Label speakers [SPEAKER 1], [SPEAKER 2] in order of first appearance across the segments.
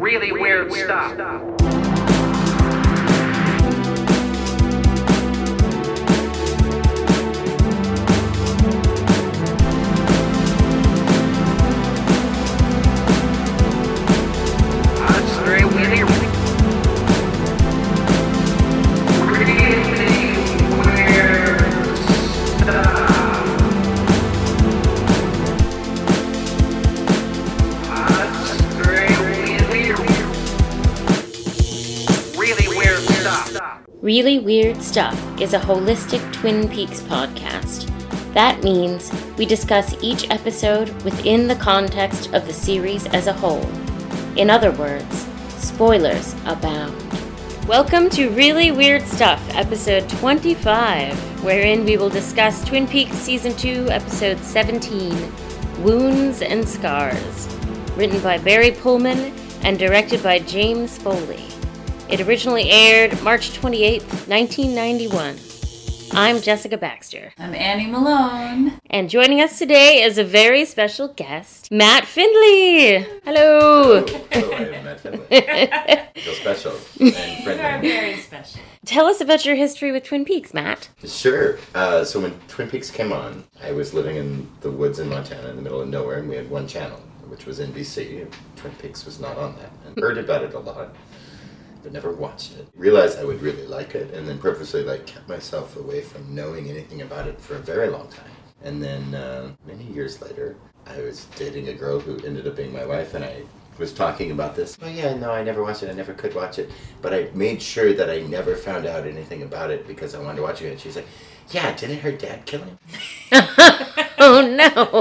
[SPEAKER 1] Really weird stuff. That's very weird. Really weird stuff. That's very weird. Really weird stuff.
[SPEAKER 2] Really Weird Stuff is a holistic Twin Peaks podcast. That means we discuss each episode within the context of the series as a whole. In other words, spoilers abound. Welcome to Really Weird Stuff, episode 25, wherein we will discuss Twin Peaks season 2, episode 17 Wounds and Scars, written by Barry Pullman and directed by James Foley. It originally aired March 28, 1991. I'm Jessica Baxter,
[SPEAKER 3] I'm Annie Malone.
[SPEAKER 2] and joining us today is a very special guest, Matt Findley. Hello.
[SPEAKER 4] Hello, I am Matt Finlay. Feel special and friendly.
[SPEAKER 3] Very special.
[SPEAKER 2] Tell us about your history with Twin Peaks, Matt.
[SPEAKER 4] Sure. Uh, so when Twin Peaks came on, I was living in the woods in Montana, in the middle of nowhere, and we had one channel, which was NBC. Twin Peaks was not on that. And heard about it a lot, but never watched it. Realized I would really like it, and then purposely like kept myself away from knowing anything about it for a very long time. And then uh, many years later, I was dating a girl who ended up being my wife, and I was talking about this. Oh yeah, no, I never watched it. I never could watch it. But I made sure that I never found out anything about it because I wanted to watch it. And she's like, "Yeah, didn't her dad kill him?"
[SPEAKER 2] Oh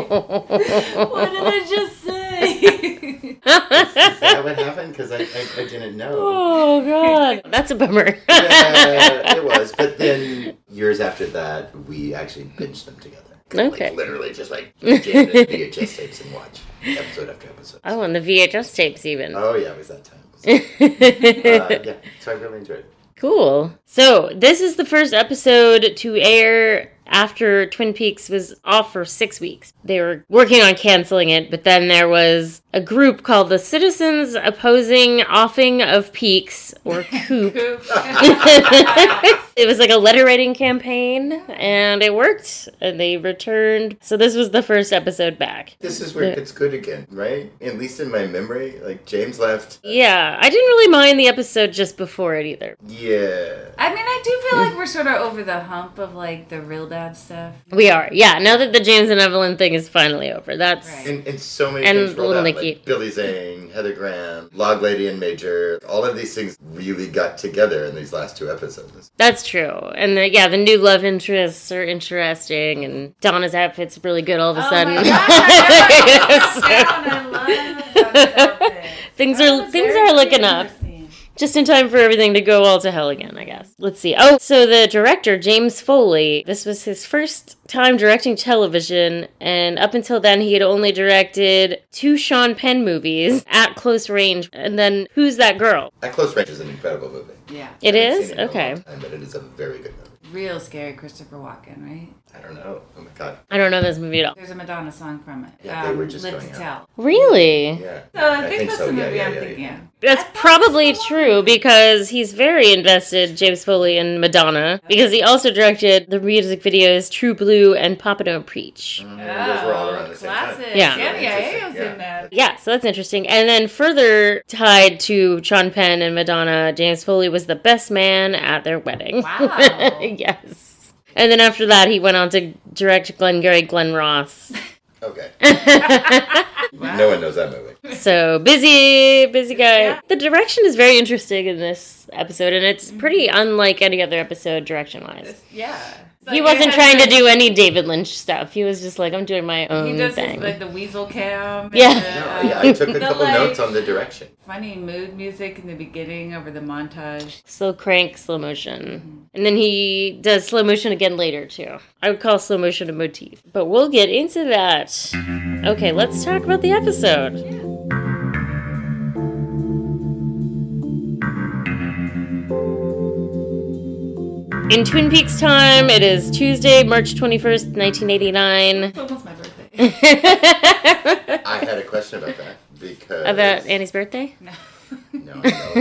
[SPEAKER 2] no.
[SPEAKER 3] What did I just say?
[SPEAKER 4] Is that what happened? Because I, I, I didn't know.
[SPEAKER 2] oh god. That's a bummer.
[SPEAKER 4] Yeah, it was. But then years after that, we actually binged them together.
[SPEAKER 2] Okay.
[SPEAKER 4] Like, literally, just like jammed in VHS tapes and watch episode after episode.
[SPEAKER 2] oh, and the VHS tapes even.
[SPEAKER 4] Oh yeah, it was that time. So, uh, yeah, so I really enjoyed it.
[SPEAKER 2] Cool. So, this is the first episode to air after Twin Peaks was off for six weeks. They were working on canceling it, but then there was a group called the Citizens Opposing Offing of Peaks, or COOP. it was like a letter writing campaign, and it worked, and they returned. So, this was the first episode back.
[SPEAKER 4] This is where it gets good again, right? At least in my memory, like James left.
[SPEAKER 2] Yeah, I didn't really mind the episode just before it either.
[SPEAKER 4] Yeah.
[SPEAKER 3] I mean, I do feel like we're sort of over the hump of like the real bad stuff.
[SPEAKER 2] We are. Yeah, now that the James and Evelyn thing is finally over, that's.
[SPEAKER 3] Right.
[SPEAKER 4] And, and so many
[SPEAKER 2] And
[SPEAKER 4] things rolled
[SPEAKER 2] Little
[SPEAKER 4] out,
[SPEAKER 2] Nicky.
[SPEAKER 4] like Billy Zane, Heather Graham, Log Lady and Major. All of these things really got together in these last two episodes.
[SPEAKER 2] That's true. And the, yeah, the new love interests are interesting, and Donna's outfit's really good all of a sudden.
[SPEAKER 3] Oh my God, I love those outfits.
[SPEAKER 2] things
[SPEAKER 3] That
[SPEAKER 2] are
[SPEAKER 3] was
[SPEAKER 2] things
[SPEAKER 3] very
[SPEAKER 2] are looking up.
[SPEAKER 3] interesting.
[SPEAKER 2] Just in time for everything to go all to hell again, I guess. Let's see. Oh, so the director, James Foley, this was his first time directing television, and up until then, he had only directed two Sean Penn movies at close range, and then Who's That Girl?
[SPEAKER 4] At Close Range is an incredible movie.
[SPEAKER 3] Yeah,
[SPEAKER 2] It
[SPEAKER 4] I haven't
[SPEAKER 2] is?
[SPEAKER 4] seen in a
[SPEAKER 2] Okay.
[SPEAKER 4] long time, but it is a very good movie.
[SPEAKER 3] real scary Christopher Walken, right?
[SPEAKER 4] I don't know. Oh my god.
[SPEAKER 2] I don't know this movie at all.
[SPEAKER 3] There's a Madonna song from it. Um,
[SPEAKER 4] Yeah, they were just
[SPEAKER 3] Live
[SPEAKER 4] going
[SPEAKER 3] to
[SPEAKER 4] out.
[SPEAKER 3] Tell.
[SPEAKER 2] Really?
[SPEAKER 4] Yeah.
[SPEAKER 3] So I, think, that's the
[SPEAKER 4] Yeah,
[SPEAKER 3] movie
[SPEAKER 4] yeah,
[SPEAKER 3] I'm
[SPEAKER 4] yeah,
[SPEAKER 3] thinking.
[SPEAKER 4] yeah.
[SPEAKER 3] of.
[SPEAKER 2] That's probably true because he's very invested, James Foley and Madonna, because he also directed the music videos True Blue and Papa Don't Preach.
[SPEAKER 4] Mm, those were all around the same time.
[SPEAKER 3] Oh, classic.
[SPEAKER 2] Yeah.
[SPEAKER 3] yeah,
[SPEAKER 4] Interesting,
[SPEAKER 3] was
[SPEAKER 4] yeah.
[SPEAKER 3] in that.
[SPEAKER 2] Yeah, so that's interesting. And then further tied to Sean Penn and Madonna, James Foley was the best man at their wedding.
[SPEAKER 3] Wow.
[SPEAKER 2] yes. And then after that, he went on to direct Glengarry Glen Ross.
[SPEAKER 4] Okay. No one knows that movie.
[SPEAKER 2] So busy, busy guy.
[SPEAKER 3] Yeah.
[SPEAKER 2] The direction is very interesting in this episode, and it's pretty unlike any other episode direction wise.
[SPEAKER 3] Yeah.
[SPEAKER 2] he wasn't trying to do any David Lynch stuff. He was just like, I'm doing my
[SPEAKER 3] He
[SPEAKER 2] own
[SPEAKER 3] does his,
[SPEAKER 2] thing.
[SPEAKER 3] like the weasel cam. and
[SPEAKER 2] Yeah.
[SPEAKER 3] the,
[SPEAKER 4] No,
[SPEAKER 3] uh,
[SPEAKER 4] yeah, I took a couple
[SPEAKER 3] like-
[SPEAKER 4] notes on the direction.
[SPEAKER 3] Funny mood music in the beginning over the montage.
[SPEAKER 2] slow crank, slow motion. And then he does slow motion again later, too. I would call slow motion a motif, but we'll get into that. Okay, let's talk about the episode. in Twin Peaks time, it is Tuesday, March 21st, 1989.
[SPEAKER 3] It's almost my birthday.
[SPEAKER 4] I had a question about that because
[SPEAKER 2] About Annie's birthday?
[SPEAKER 3] No.
[SPEAKER 4] No, no,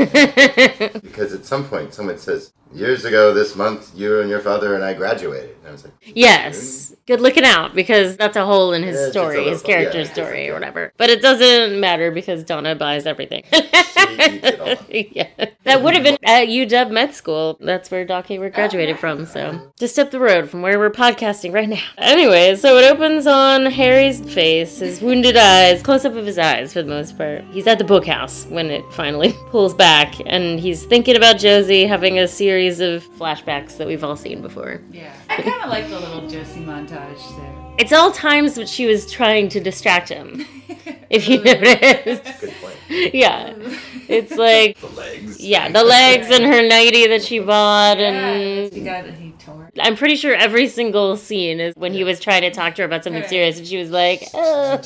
[SPEAKER 4] because at some point someone says years ago this month you and your father and I graduated. And I was like,
[SPEAKER 2] yes. Good looking out because that's a hole in his
[SPEAKER 4] Yeah, it's just a
[SPEAKER 2] story, his
[SPEAKER 4] little- yeah,
[SPEAKER 2] character
[SPEAKER 4] it's just a-
[SPEAKER 2] story or whatever. But it doesn't matter because Donna buys everything.
[SPEAKER 4] eats it all.
[SPEAKER 2] yeah. That would have been at UW Med School. That's where Doc Hayward graduated
[SPEAKER 4] Ah.
[SPEAKER 2] from. So just up the road from where we're podcasting right now. Anyway, so it opens on Harry's face, his wounded eyes, close up of his eyes for the most part. He's at the book house when it finally pulls back, and he's thinking about Josie having a series of flashbacks that we've all seen before.
[SPEAKER 3] Yeah. I kind of like the little Josie montage there.
[SPEAKER 2] It's all times that she was trying to distract him, if you notice.
[SPEAKER 4] good point.
[SPEAKER 2] yeah. It's like
[SPEAKER 4] The legs.
[SPEAKER 2] yeah, the legs and her nightie that she bought and
[SPEAKER 3] She got he tore.
[SPEAKER 2] I'm pretty sure every single scene is when he was trying to talk to her about something
[SPEAKER 3] Right.
[SPEAKER 2] serious and she was like, oh.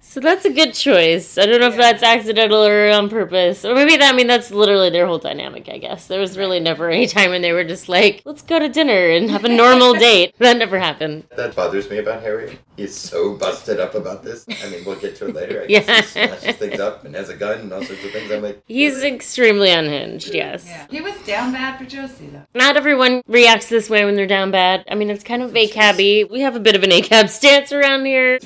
[SPEAKER 2] So that's a good choice. I don't know if that's accidental or on purpose. Or maybe that I mean that's literally their whole dynamic, I guess. There was really never any time when they were just like, let's go to dinner and have a normal date. That never happened.
[SPEAKER 4] That bothers me about Harry. He's so busted up about this. I mean, we'll get to it later. I
[SPEAKER 2] Yeah.
[SPEAKER 4] guess he smashes things up and has a gun and all sorts of things. I'm like,
[SPEAKER 2] He's extremely unhinged, yes.
[SPEAKER 3] Yeah. He was down bad for Josie though.
[SPEAKER 2] Not everyone reacts this way when they're down bad. I mean, it's kind of ACAB. We have a bit of an ACAB stance around here.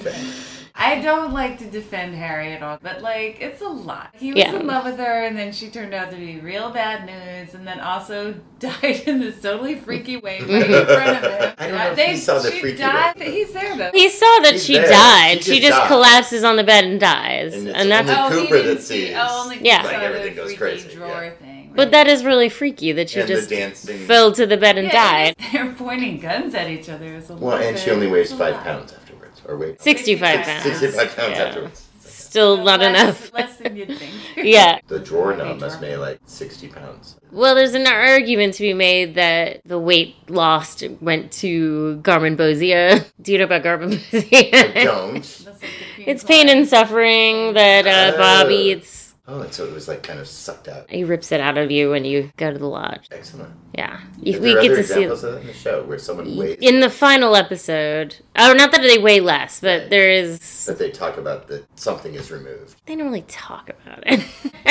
[SPEAKER 3] I don't like to defend Harry at all, but like it's a lot. He was
[SPEAKER 2] Yeah.
[SPEAKER 3] in love with her, and then she turned out to be real bad news, and then also died in this totally freaky way right in front of him.
[SPEAKER 4] I don't know if
[SPEAKER 3] They-
[SPEAKER 4] he saw the
[SPEAKER 3] she
[SPEAKER 4] freaky
[SPEAKER 3] died,
[SPEAKER 4] way.
[SPEAKER 3] but He's there though.
[SPEAKER 2] He saw that
[SPEAKER 4] He's
[SPEAKER 2] she
[SPEAKER 4] there.
[SPEAKER 2] died.
[SPEAKER 4] She
[SPEAKER 2] She
[SPEAKER 4] just
[SPEAKER 2] just
[SPEAKER 4] died.
[SPEAKER 2] collapses on the bed and dies.
[SPEAKER 4] And
[SPEAKER 2] And,
[SPEAKER 4] it's
[SPEAKER 2] that's
[SPEAKER 4] only-
[SPEAKER 3] Oh, he
[SPEAKER 4] Cooper
[SPEAKER 3] didn't
[SPEAKER 4] that
[SPEAKER 3] see-
[SPEAKER 4] sees.
[SPEAKER 3] Oh, only
[SPEAKER 2] Yeah.
[SPEAKER 3] Cooper
[SPEAKER 4] Like,
[SPEAKER 3] saw
[SPEAKER 4] everything
[SPEAKER 3] the
[SPEAKER 4] goes
[SPEAKER 3] freaky
[SPEAKER 4] crazy, yeah.
[SPEAKER 3] Drawer thing. right?
[SPEAKER 2] but that is really freaky that she
[SPEAKER 4] and
[SPEAKER 2] just
[SPEAKER 4] the dancing.
[SPEAKER 2] fell to the bed and
[SPEAKER 3] Yeah,
[SPEAKER 2] died.
[SPEAKER 3] They're pointing guns at each other. It's a
[SPEAKER 4] well,
[SPEAKER 3] little
[SPEAKER 4] and she
[SPEAKER 3] bit-
[SPEAKER 4] only
[SPEAKER 3] it's
[SPEAKER 4] weighs
[SPEAKER 3] a
[SPEAKER 4] five
[SPEAKER 3] lot.
[SPEAKER 4] pounds afterwards, or wait,
[SPEAKER 2] 65
[SPEAKER 3] 65
[SPEAKER 2] pounds.
[SPEAKER 4] sixty-five pounds
[SPEAKER 2] Yeah.
[SPEAKER 4] afterwards.
[SPEAKER 2] Still not
[SPEAKER 3] Less-
[SPEAKER 2] enough.
[SPEAKER 3] Less than you'd think.
[SPEAKER 2] yeah.
[SPEAKER 4] The drawer now
[SPEAKER 3] Major.
[SPEAKER 4] must weigh like sixty pounds.
[SPEAKER 2] Well, there's an argument to be made that the weight lost went to Garmin Bosia. Do you know about Garmin
[SPEAKER 4] I
[SPEAKER 2] Bosia?
[SPEAKER 4] don't.
[SPEAKER 3] That's like the
[SPEAKER 2] it's pain and suffering that uh,
[SPEAKER 4] Oh.
[SPEAKER 2] Bobby, it's.
[SPEAKER 4] Oh, and so it was like kind of sucked out.
[SPEAKER 2] He rips it out of you when you go to the lodge.
[SPEAKER 4] Excellent.
[SPEAKER 2] Yeah.
[SPEAKER 4] If
[SPEAKER 2] we
[SPEAKER 4] there are
[SPEAKER 2] get to
[SPEAKER 4] other
[SPEAKER 2] see.
[SPEAKER 4] examples of that in the show where someone weighs,
[SPEAKER 2] in the final episode oh not that they weigh less but
[SPEAKER 4] Right.
[SPEAKER 2] there is
[SPEAKER 4] that they talk about that something is removed.
[SPEAKER 2] they don't really talk about it
[SPEAKER 4] Lies.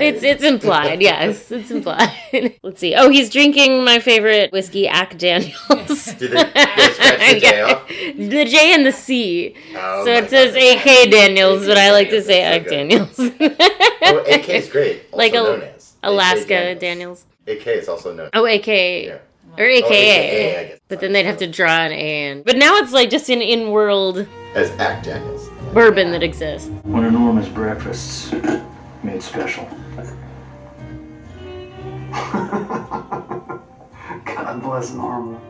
[SPEAKER 2] it's it's implied yes it's implied let's see oh he's drinking my favorite whiskey Jack daniels
[SPEAKER 4] Did they, they scratch the J off?
[SPEAKER 2] the j and the c
[SPEAKER 4] Oh
[SPEAKER 2] so
[SPEAKER 4] my
[SPEAKER 2] it says
[SPEAKER 4] God.
[SPEAKER 2] ak daniels but i like to
[SPEAKER 4] That's
[SPEAKER 2] say
[SPEAKER 4] so
[SPEAKER 2] Jack
[SPEAKER 4] good.
[SPEAKER 2] daniels
[SPEAKER 4] Oh, AK is great. Also
[SPEAKER 2] Like Al-
[SPEAKER 4] known as AK
[SPEAKER 2] alaska daniels
[SPEAKER 4] AK is also known.
[SPEAKER 2] oh ak
[SPEAKER 4] Yeah.
[SPEAKER 2] or
[SPEAKER 4] Oh,
[SPEAKER 2] aka
[SPEAKER 4] I guess.
[SPEAKER 2] but then they'd have to draw an A in. But now it's like just an in world
[SPEAKER 4] as Act Daniels.
[SPEAKER 2] bourbon that exists.
[SPEAKER 5] One of Norma's breakfasts made special. God bless Norma.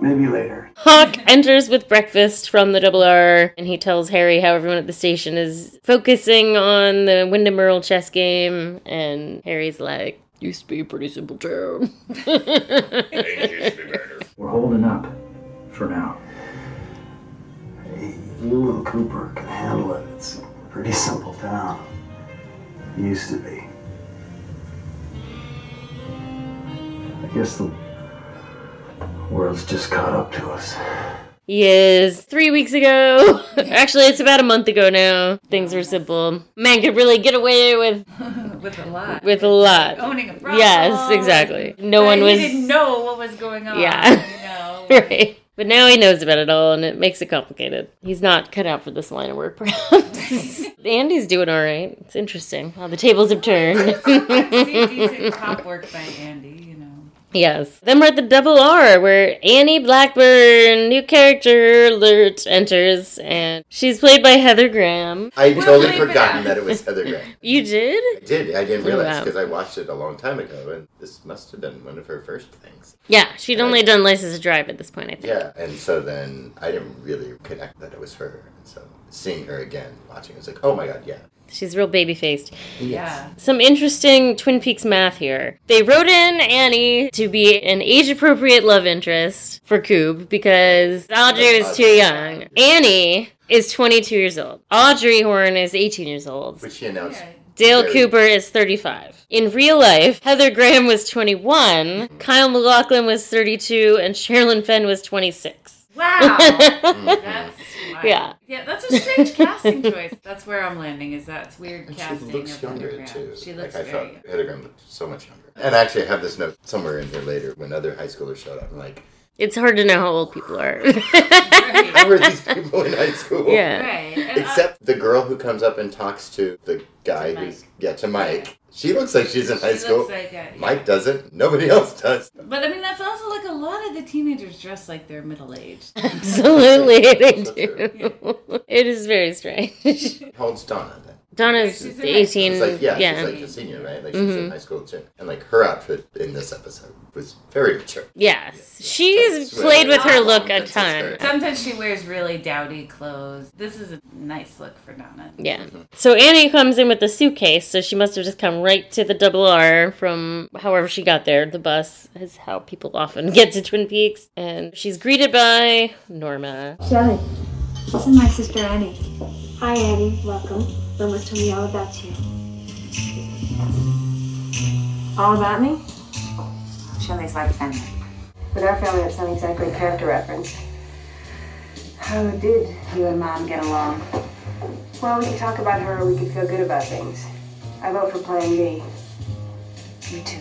[SPEAKER 5] Maybe later.
[SPEAKER 2] Hawk enters with breakfast from the Double R, and he tells Harry how everyone at the station is focusing on the Wyndham Earl chess game, and Harry's like, "Used to be a pretty simple town."
[SPEAKER 5] We're holding up for now. You and Cooper can handle it. It's a pretty simple town. Used to be. I guess the world's just caught up to us.
[SPEAKER 2] Yes, three weeks ago. Actually, it's about a month ago now. Things were simple. Man could really get away with
[SPEAKER 3] with a lot.
[SPEAKER 2] with a lot.
[SPEAKER 3] owning a brothel.
[SPEAKER 2] Yes, exactly. No
[SPEAKER 3] But
[SPEAKER 2] one
[SPEAKER 3] he
[SPEAKER 2] was.
[SPEAKER 3] didn't know what was going on.
[SPEAKER 2] Yeah.
[SPEAKER 3] You know.
[SPEAKER 2] right. But now he knows about it all, and it makes it complicated. He's not cut out for this line of work, perhaps. Andy's doing all right. It's interesting how the tables have turned.
[SPEAKER 3] See decent cop work by Andy. You know.
[SPEAKER 2] yes. Then we're at the double R, where Annie Blackburn, new character alert, enters, and she's played by Heather Graham.
[SPEAKER 4] I
[SPEAKER 3] We'll
[SPEAKER 4] totally
[SPEAKER 3] leave it
[SPEAKER 4] forgotten
[SPEAKER 3] out.
[SPEAKER 4] that it was Heather Graham.
[SPEAKER 2] You did?
[SPEAKER 4] I did. I didn't
[SPEAKER 2] Blew
[SPEAKER 4] realize
[SPEAKER 2] out.
[SPEAKER 4] because I watched it a long time ago, and this must have been one of her first things.
[SPEAKER 2] Yeah, she'd only done License to Drive at this point, I think.
[SPEAKER 4] Yeah, and so then I didn't really connect that it was her. And so seeing her again, watching, I was like, oh my god, yeah.
[SPEAKER 2] She's real baby faced.
[SPEAKER 3] Yeah.
[SPEAKER 2] Some interesting Twin Peaks math here. They wrote in Annie to be an age appropriate love interest for Coob because Audrey was too young. Annie is 22 years old. Audrey Horn is 18 years old.
[SPEAKER 4] Which she announced
[SPEAKER 3] Yeah.
[SPEAKER 2] Dale
[SPEAKER 4] Very-
[SPEAKER 2] Cooper is 35. In real life, Heather Graham was 21, Kyle McLaughlin was 32, and Sherilyn Fenn was 26.
[SPEAKER 3] Wow. that's wild.
[SPEAKER 2] Yeah.
[SPEAKER 3] Yeah, that's a strange casting choice. That's where I'm landing. Is that's weird
[SPEAKER 4] And she
[SPEAKER 3] casting.
[SPEAKER 4] looks
[SPEAKER 3] of Heather
[SPEAKER 4] younger
[SPEAKER 3] Graham.
[SPEAKER 4] too.
[SPEAKER 3] She looks
[SPEAKER 4] like I
[SPEAKER 3] very.
[SPEAKER 4] felt Heather Graham looked so much younger. And actually, I have this note somewhere in here later when other high schoolers showed up. I'm like,
[SPEAKER 2] It's hard to know how old people are.
[SPEAKER 3] Right.
[SPEAKER 4] how are these people in high school?
[SPEAKER 2] yeah.
[SPEAKER 3] right. And I-
[SPEAKER 4] Except the girl who comes up and talks to the guy
[SPEAKER 3] To
[SPEAKER 4] who's yeah to Mike. She looks like she's in
[SPEAKER 3] she
[SPEAKER 4] high school.
[SPEAKER 3] Looks like a,
[SPEAKER 4] Mike doesn't. Nobody else does.
[SPEAKER 3] But I mean, that's also like a lot of the teenagers dress like they're middle aged.
[SPEAKER 2] Absolutely, they
[SPEAKER 4] That's
[SPEAKER 2] do. It is very strange.
[SPEAKER 4] How old's Donna then?
[SPEAKER 2] Donna's
[SPEAKER 3] She's in high
[SPEAKER 2] 18.
[SPEAKER 4] It's like yeah,
[SPEAKER 2] yeah. Mm-hmm.
[SPEAKER 4] she's like a senior, right? Like she's in high school too. And like her outfit in this episode was very mature.
[SPEAKER 2] yes. She's
[SPEAKER 4] That's
[SPEAKER 2] played with her
[SPEAKER 4] really-
[SPEAKER 2] look a
[SPEAKER 4] That's
[SPEAKER 2] ton.
[SPEAKER 4] great.
[SPEAKER 3] Sometimes she wears really dowdy clothes. This is a nice look for Donna.
[SPEAKER 2] Yeah.
[SPEAKER 4] Mm-hmm.
[SPEAKER 2] So Annie comes in with the suitcase, so she must have just come right to the double R from however she got there. The bus is how people often get to Twin Peaks. And she's greeted by Norma.
[SPEAKER 6] Sally, this is my sister Annie. Hi, Annie. Welcome. Wilma told me all about you. All about me?
[SPEAKER 7] Shelley's like family.
[SPEAKER 6] With our family, that's not exactly a character reference.
[SPEAKER 7] How did you and Mom get along?
[SPEAKER 6] Well, we could talk about her, or we could feel good about things. I vote for Plan B.
[SPEAKER 7] Me too.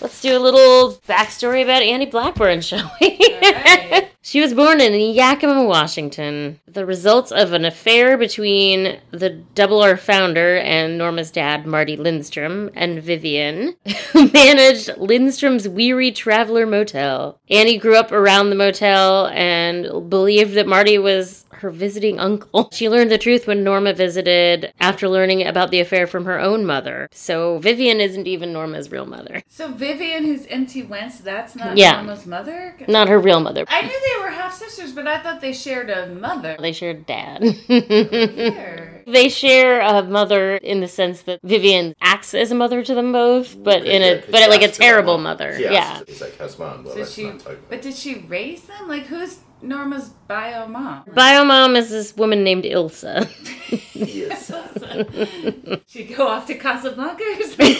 [SPEAKER 2] Let's do a little backstory about Annie Blackburn, shall we?
[SPEAKER 3] Right.
[SPEAKER 2] She was born in Yakima, Washington, the result of an affair between the Double R founder and Norma's dad, Marty Lindstrom, and Vivian, who managed Lindstrom's Weary Traveler Motel. Annie grew up around the motel and believed that Marty was her visiting uncle. She learned the truth when Norma visited after learning about the affair from her own mother. So Vivian isn't even Norma's real mother.
[SPEAKER 3] So Vivian, who's empty Wentz, that's not
[SPEAKER 2] Yeah.
[SPEAKER 3] Norma's mother.
[SPEAKER 2] Not her real mother.
[SPEAKER 3] I knew they were half sisters, but I thought they shared a mother.
[SPEAKER 2] They shared dad.
[SPEAKER 3] Here.
[SPEAKER 2] They share a mother in the sense that Vivian acts as a mother to them both, but in
[SPEAKER 4] Yeah,
[SPEAKER 2] a
[SPEAKER 4] 'cause
[SPEAKER 2] but
[SPEAKER 4] she
[SPEAKER 2] like a
[SPEAKER 4] asked about
[SPEAKER 2] terrible
[SPEAKER 4] mom.
[SPEAKER 2] mother.
[SPEAKER 4] She
[SPEAKER 2] Yeah.
[SPEAKER 4] asked, She's like, "How's mom?" Well,
[SPEAKER 3] So
[SPEAKER 4] let's
[SPEAKER 3] she,
[SPEAKER 4] not talk about
[SPEAKER 3] but
[SPEAKER 4] it.
[SPEAKER 3] did she raise them? Like, who's Norma's bio mom?
[SPEAKER 2] Bio mom is this woman named Ilsa.
[SPEAKER 4] Yes.
[SPEAKER 3] she go off to Casablanca or something?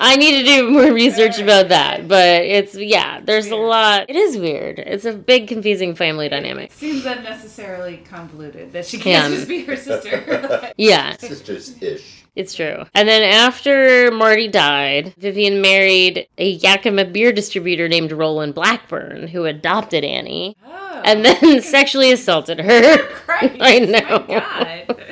[SPEAKER 2] I need to do more research about that, but it's yeah, there's a lot. It is weird. It's a big confusing family dynamic.
[SPEAKER 3] Seems unnecessarily convoluted that she can't
[SPEAKER 2] Yeah.
[SPEAKER 3] just be her sister.
[SPEAKER 2] Yeah,
[SPEAKER 4] sisters ish.
[SPEAKER 2] it's true. And then after Marty died, Vivian married a Yakima beer distributor named Roland Blackburn, who adopted Annie
[SPEAKER 3] oh,
[SPEAKER 2] and then sexually assaulted her.
[SPEAKER 3] Christ,
[SPEAKER 2] I know.
[SPEAKER 3] My God.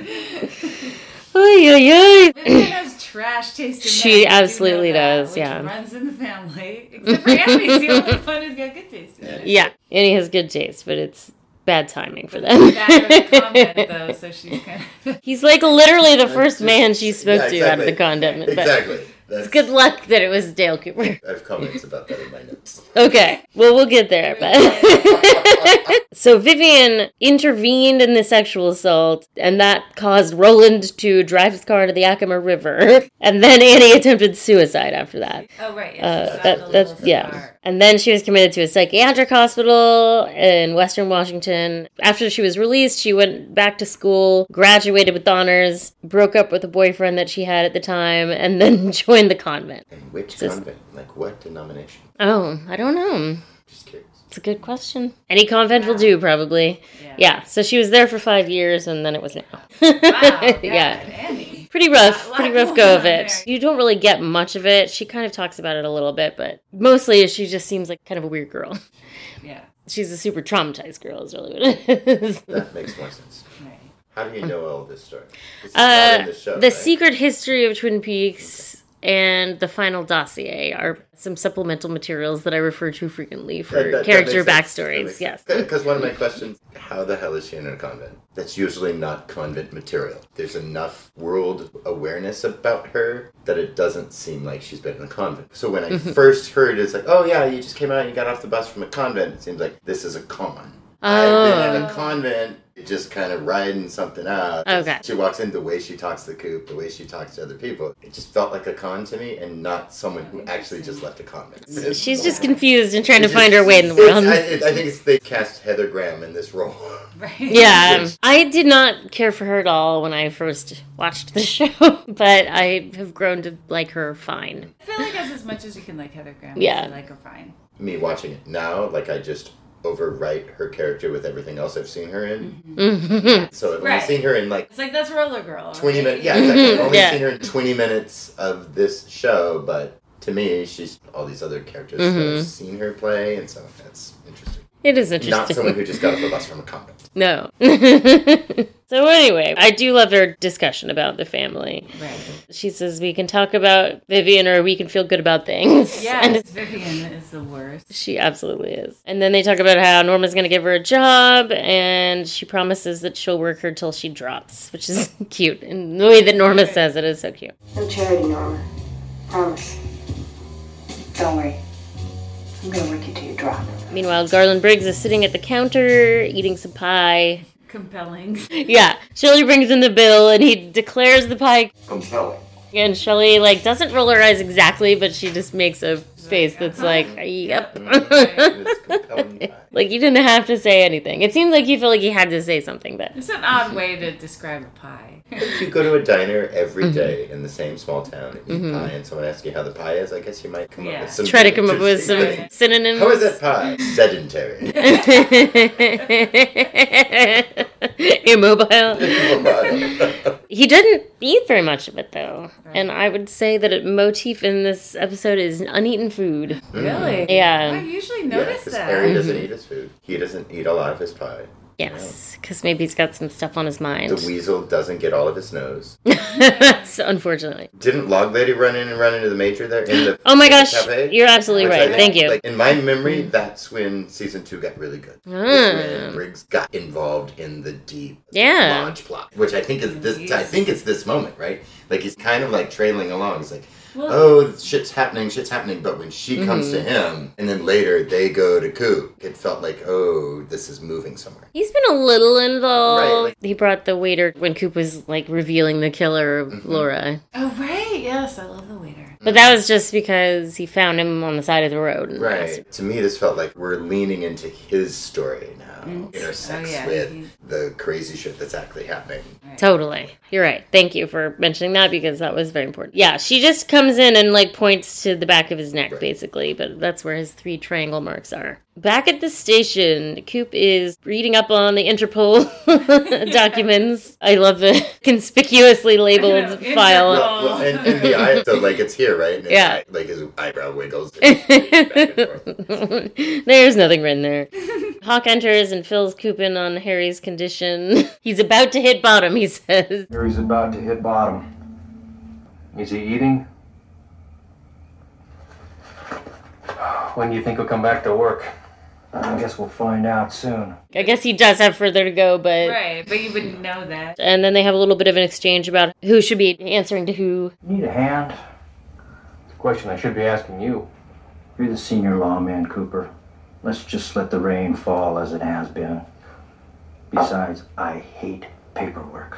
[SPEAKER 2] Ay, ay, ay.
[SPEAKER 3] Vivian has trash taste. In
[SPEAKER 2] She
[SPEAKER 3] marriage, you know
[SPEAKER 2] absolutely
[SPEAKER 3] that,
[SPEAKER 2] does,
[SPEAKER 3] which
[SPEAKER 2] yeah.
[SPEAKER 3] runs in the family. Except for Annie's the only one who's got good taste. In it.
[SPEAKER 2] Yeah, Annie has good taste, but it's bad timing for them.
[SPEAKER 3] That was a comment though, so she's kind of.
[SPEAKER 2] He's like literally the first
[SPEAKER 4] just-
[SPEAKER 2] man she spoke
[SPEAKER 4] Yeah,
[SPEAKER 2] to out of
[SPEAKER 4] exactly.
[SPEAKER 2] the condom. But
[SPEAKER 4] Exactly. That's
[SPEAKER 2] it's good luck that it was Dale Cooper.
[SPEAKER 4] I have comments about that in my notes.
[SPEAKER 2] Okay, well, we'll get there. But so Vivian intervened in the sexual assault, and that caused Roland to drive his car into the Yakima River, and then Annie attempted suicide after that.
[SPEAKER 3] Oh right. Yes,
[SPEAKER 2] Uh,
[SPEAKER 3] it's not the
[SPEAKER 2] that, that's
[SPEAKER 3] little
[SPEAKER 2] yeah.
[SPEAKER 3] star.
[SPEAKER 2] And then she was committed to a psychiatric hospital in Western Washington. After she was released, she went back to school, graduated with honors, broke up with a boyfriend that she had at the time, and then joined the convent.
[SPEAKER 4] And which
[SPEAKER 2] Just-
[SPEAKER 4] convent? Like what denomination?
[SPEAKER 2] Oh, I don't know.
[SPEAKER 4] Just curious.
[SPEAKER 2] It's a good question. Any convent will do, probably.
[SPEAKER 3] Yeah.
[SPEAKER 2] Yeah. So she was there for five years, and then it was now.
[SPEAKER 3] Wow, yeah.
[SPEAKER 2] yeah.
[SPEAKER 3] Annie.
[SPEAKER 2] Pretty rough,
[SPEAKER 3] Lot
[SPEAKER 2] pretty
[SPEAKER 3] going
[SPEAKER 2] rough go
[SPEAKER 3] on
[SPEAKER 2] of it.
[SPEAKER 3] there.
[SPEAKER 2] You don't really get much of it. She kind of talks about it a little bit, but mostly she just seems like kind of a weird girl.
[SPEAKER 3] Yeah.
[SPEAKER 2] she's a super traumatized girl is really what it is.
[SPEAKER 4] That makes more sense.
[SPEAKER 3] Right.
[SPEAKER 4] How do you know all this story? This is not
[SPEAKER 2] Mm. Uh,
[SPEAKER 4] in the show.
[SPEAKER 2] the
[SPEAKER 4] right?
[SPEAKER 2] secret history of Twin Peaks and the final dossier are some supplemental materials that I refer to frequently for
[SPEAKER 4] That- that- that
[SPEAKER 2] character
[SPEAKER 4] makes sense. That
[SPEAKER 2] backstories.
[SPEAKER 4] makes
[SPEAKER 2] Yes.
[SPEAKER 4] sense. Because one of my questions: How the hell is she in a convent? That's usually not convent material. There's enough world awareness about her that it doesn't seem like she's been in a convent. So when I
[SPEAKER 2] Mm-hmm.
[SPEAKER 4] first heard, it's like, oh yeah, you
[SPEAKER 2] Oh.
[SPEAKER 4] just came out, and you got off the bus from a convent. It seems like this is a con. I've been in a convent just kind of riding something out.
[SPEAKER 2] Okay.
[SPEAKER 4] She walks in, the way she talks to Coop, the way she talks to other people, it just felt like a con to me and not someone who actually just left a comment.
[SPEAKER 2] She's just confused and trying to find her way in the world.
[SPEAKER 4] I, it- I think it's they cast Heather Graham in this role.
[SPEAKER 3] Right?
[SPEAKER 2] Yeah, um, I did not care for her at all when I first watched the show, but I have grown to like her fine.
[SPEAKER 3] I feel like that's as much as you can like Heather Graham.
[SPEAKER 2] Yeah.
[SPEAKER 3] You like her fine.
[SPEAKER 4] me watching it now, like I just overwrite her character with everything else I've seen her in.
[SPEAKER 2] Mm-hmm.
[SPEAKER 4] So I've
[SPEAKER 3] Right.
[SPEAKER 4] only seen her in like
[SPEAKER 3] It's like that's Roller Girl.
[SPEAKER 4] 20
[SPEAKER 3] right?
[SPEAKER 4] minutes. Yeah, exactly. I've only
[SPEAKER 2] Yeah.
[SPEAKER 4] seen her in 20 minutes of this show, but to me, she's all these other characters that I've seen her play, and so that's interesting.
[SPEAKER 2] Mm-hmm. It is
[SPEAKER 4] Not
[SPEAKER 2] interesting.
[SPEAKER 4] someone who just got off the bus from a convent.
[SPEAKER 2] no. so anyway, I do love their discussion about the family.
[SPEAKER 3] Right.
[SPEAKER 2] She says we can talk about Vivian or we can feel good about things. And
[SPEAKER 3] Yes, Vivian is the worst.
[SPEAKER 2] She absolutely is. And then they talk about how Norma's going to give her a job and she promises that she'll work her till she drops, which is cute. And the way that Norma says it is so cute.
[SPEAKER 7] No charity, Norma. Promise. Don't worry. I'm gonna work you till you drop.
[SPEAKER 2] Meanwhile, Garland Briggs is sitting at the counter eating some pie.
[SPEAKER 3] Compelling.
[SPEAKER 2] Yeah, Shelley brings in the bill and he declares the pie.
[SPEAKER 5] Compelling.
[SPEAKER 2] And Shelley, like, doesn't roll her eyes exactly, but she just makes a face that's like, yep.
[SPEAKER 4] It's compelling.
[SPEAKER 2] like, you didn't have to say anything. It seems like you feel like you had to say something, but
[SPEAKER 3] It's an odd way to describe a pie.
[SPEAKER 4] If you go to a diner
[SPEAKER 2] Mm-hmm.
[SPEAKER 4] every day in the same small town and eat pie, and someone asks you how the pie is, I guess you might come
[SPEAKER 3] Yeah.
[SPEAKER 4] up with some
[SPEAKER 2] try to come up with some
[SPEAKER 4] interesting things.
[SPEAKER 2] synonyms.
[SPEAKER 4] How is that pie? Sedentary.
[SPEAKER 2] Immobile. He didn't eat very much of it though, and I would say that a motif in this episode is uneaten food.
[SPEAKER 3] really? I
[SPEAKER 2] Yeah,
[SPEAKER 3] usually
[SPEAKER 4] Yeah,
[SPEAKER 3] notice
[SPEAKER 4] because
[SPEAKER 3] that.
[SPEAKER 4] Harry doesn't eat his food. He doesn't eat a lot of his pie.
[SPEAKER 2] Mm-hmm. yes, because maybe he's got some stuff on his
[SPEAKER 4] The
[SPEAKER 2] mind.
[SPEAKER 4] weasel doesn't get all of his nose.
[SPEAKER 2] so unfortunately.
[SPEAKER 4] Didn't Log Lady run in and run into the major there in the
[SPEAKER 2] Oh my gosh,
[SPEAKER 4] cafe?
[SPEAKER 2] you're absolutely
[SPEAKER 4] Which I
[SPEAKER 2] right.
[SPEAKER 4] think,
[SPEAKER 2] Thank you. Mm.
[SPEAKER 4] Like in my memory, that's when season two got really good. That's when Briggs got involved in the deep
[SPEAKER 2] Yeah.
[SPEAKER 4] lodge plot, which I think is this. I think it's this moment, right? Like he's kind of like trailing along. He's like, "Oh, shit's happening, shit's happening." But when she comes
[SPEAKER 3] Mm-hmm.
[SPEAKER 4] to him, and then later they go to Coop, it felt like, "Oh, this is moving somewhere."
[SPEAKER 2] He's been a little involved.
[SPEAKER 4] Right, like-
[SPEAKER 2] he brought the waiter when Coop was like revealing the killer of
[SPEAKER 4] Mm-hmm.
[SPEAKER 2] Laura.
[SPEAKER 3] Oh, right. Yes, I love the waiter.
[SPEAKER 2] But that was just because he found him on the side of the road. and asked
[SPEAKER 4] Right. To me, this felt like we're leaning into his story now, intersects
[SPEAKER 3] Oh, yeah. He-
[SPEAKER 4] with the crazy shit that's actually happening.
[SPEAKER 2] Totally. You're right. Thank you for mentioning that because that was very important. Yeah, she just comes in and like points to the back of his neck basically, but that's where his three triangle marks are. Back at the station, Coop is reading up on the Interpol documents. I love the conspicuously labeled
[SPEAKER 3] Interpol.
[SPEAKER 2] file.
[SPEAKER 4] Well, well, and, and the eye, so like it's here, right? And his
[SPEAKER 2] Yeah.
[SPEAKER 4] eye- like his eyebrow wiggles. back and forth.
[SPEAKER 2] There's nothing written there. Hawk enters and fills Coop in on Harry's condition. He's about to hit bottom, he says.
[SPEAKER 8] Harry's about to hit bottom. Is he eating? When do you think he'll come back to work?
[SPEAKER 5] I guess we'll find out soon.
[SPEAKER 2] I guess he does have further to go, but
[SPEAKER 3] Right, but you wouldn't know that.
[SPEAKER 2] and then they have a little bit of an exchange about who should be answering to who.
[SPEAKER 5] Need a hand?
[SPEAKER 8] It's a question I should be asking you.
[SPEAKER 5] You're the senior lawman, Cooper. Let's just let the rain fall as it has been. Besides, I hate paperwork.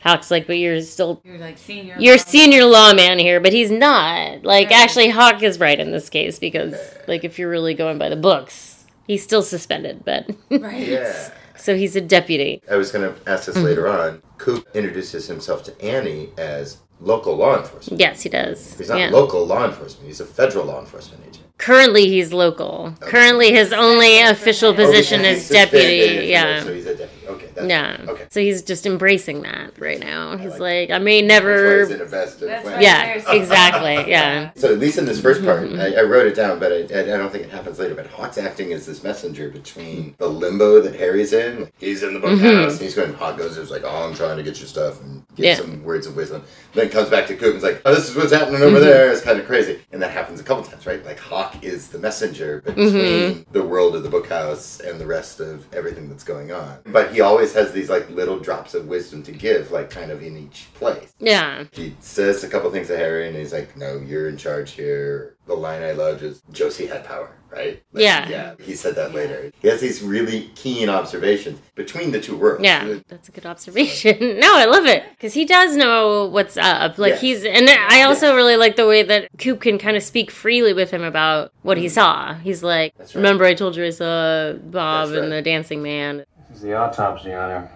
[SPEAKER 2] Hawk's like, but you're still
[SPEAKER 3] You're like senior.
[SPEAKER 2] you're
[SPEAKER 3] level.
[SPEAKER 2] senior lawman here, but he's not. Like, actually, Hawk is right in this case because, like, if you're really going by the books, he's still suspended, but
[SPEAKER 3] Right.
[SPEAKER 4] Yeah.
[SPEAKER 2] so he's a deputy.
[SPEAKER 4] I was going to
[SPEAKER 2] Mm-hmm.
[SPEAKER 4] ask this later on. Coop introduces himself to Annie as local law enforcement.
[SPEAKER 2] Yes, he does.
[SPEAKER 4] He's not
[SPEAKER 2] Yeah.
[SPEAKER 4] local law enforcement. He's a federal law enforcement agent.
[SPEAKER 2] Currently, he's local. Currently, his only official position
[SPEAKER 4] Okay,
[SPEAKER 2] is
[SPEAKER 4] Oh, he's suspended,
[SPEAKER 2] deputy. Yeah.
[SPEAKER 4] So he's a deputy. Okay. That's
[SPEAKER 2] Yeah.
[SPEAKER 4] Okay.
[SPEAKER 2] So he's just embracing that right now. He's like,
[SPEAKER 4] like
[SPEAKER 2] I may
[SPEAKER 4] That's why he's
[SPEAKER 2] never.
[SPEAKER 4] in a vest and
[SPEAKER 3] That's
[SPEAKER 4] flannel.
[SPEAKER 3] right.
[SPEAKER 2] Yeah,
[SPEAKER 3] There's-
[SPEAKER 2] exactly. Yeah. Mm-hmm.
[SPEAKER 4] So at least in this first part, I, I wrote it down, but I, I don't think it happens later. But Hawk's acting as this messenger between the limbo that Harry's in. Like, he's in the bookhouse.
[SPEAKER 2] Mm-hmm.
[SPEAKER 4] and He's going. Hawk goes. It's like, oh, I'm trying to get your stuff and get
[SPEAKER 2] Yeah.
[SPEAKER 4] some words of wisdom. Then comes back to Coop and's like, oh, this is what's happening
[SPEAKER 2] Mm-hmm.
[SPEAKER 4] over there. It's kind of crazy. And that happens a couple times, right? Like Hawk is the
[SPEAKER 2] Mm-hmm.
[SPEAKER 4] messenger between the world of the bookhouse and the rest of everything that's going on. But he always always has these like little drops of wisdom to give, like kind of in each place.
[SPEAKER 2] Yeah.
[SPEAKER 4] He says a couple things to Harry, and he's like, "No, you're in charge here." The line I loved is Josie had power, right? Like,
[SPEAKER 2] Yeah.
[SPEAKER 4] yeah. He said that later. He has these really keen observations between the two worlds.
[SPEAKER 2] Yeah, that's a good observation. no, I love it because he does know what's up. Like
[SPEAKER 4] Yeah.
[SPEAKER 2] he's, and I also really like the way that Coop can kind of speak freely with him about what he saw. He's like,
[SPEAKER 4] Mm. That's right.
[SPEAKER 2] "Remember, I told you I saw Bob
[SPEAKER 4] That's
[SPEAKER 2] and
[SPEAKER 4] right.
[SPEAKER 2] the Dancing Man."
[SPEAKER 8] This is the autopsy on her.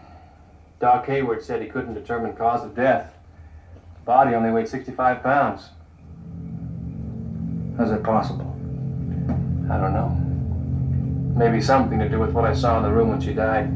[SPEAKER 8] Doc Hayward said he couldn't determine cause of death. Body only weighed 65 pounds.
[SPEAKER 5] How's that possible?
[SPEAKER 8] I don't know. Maybe something to do with what I saw in the room when she died.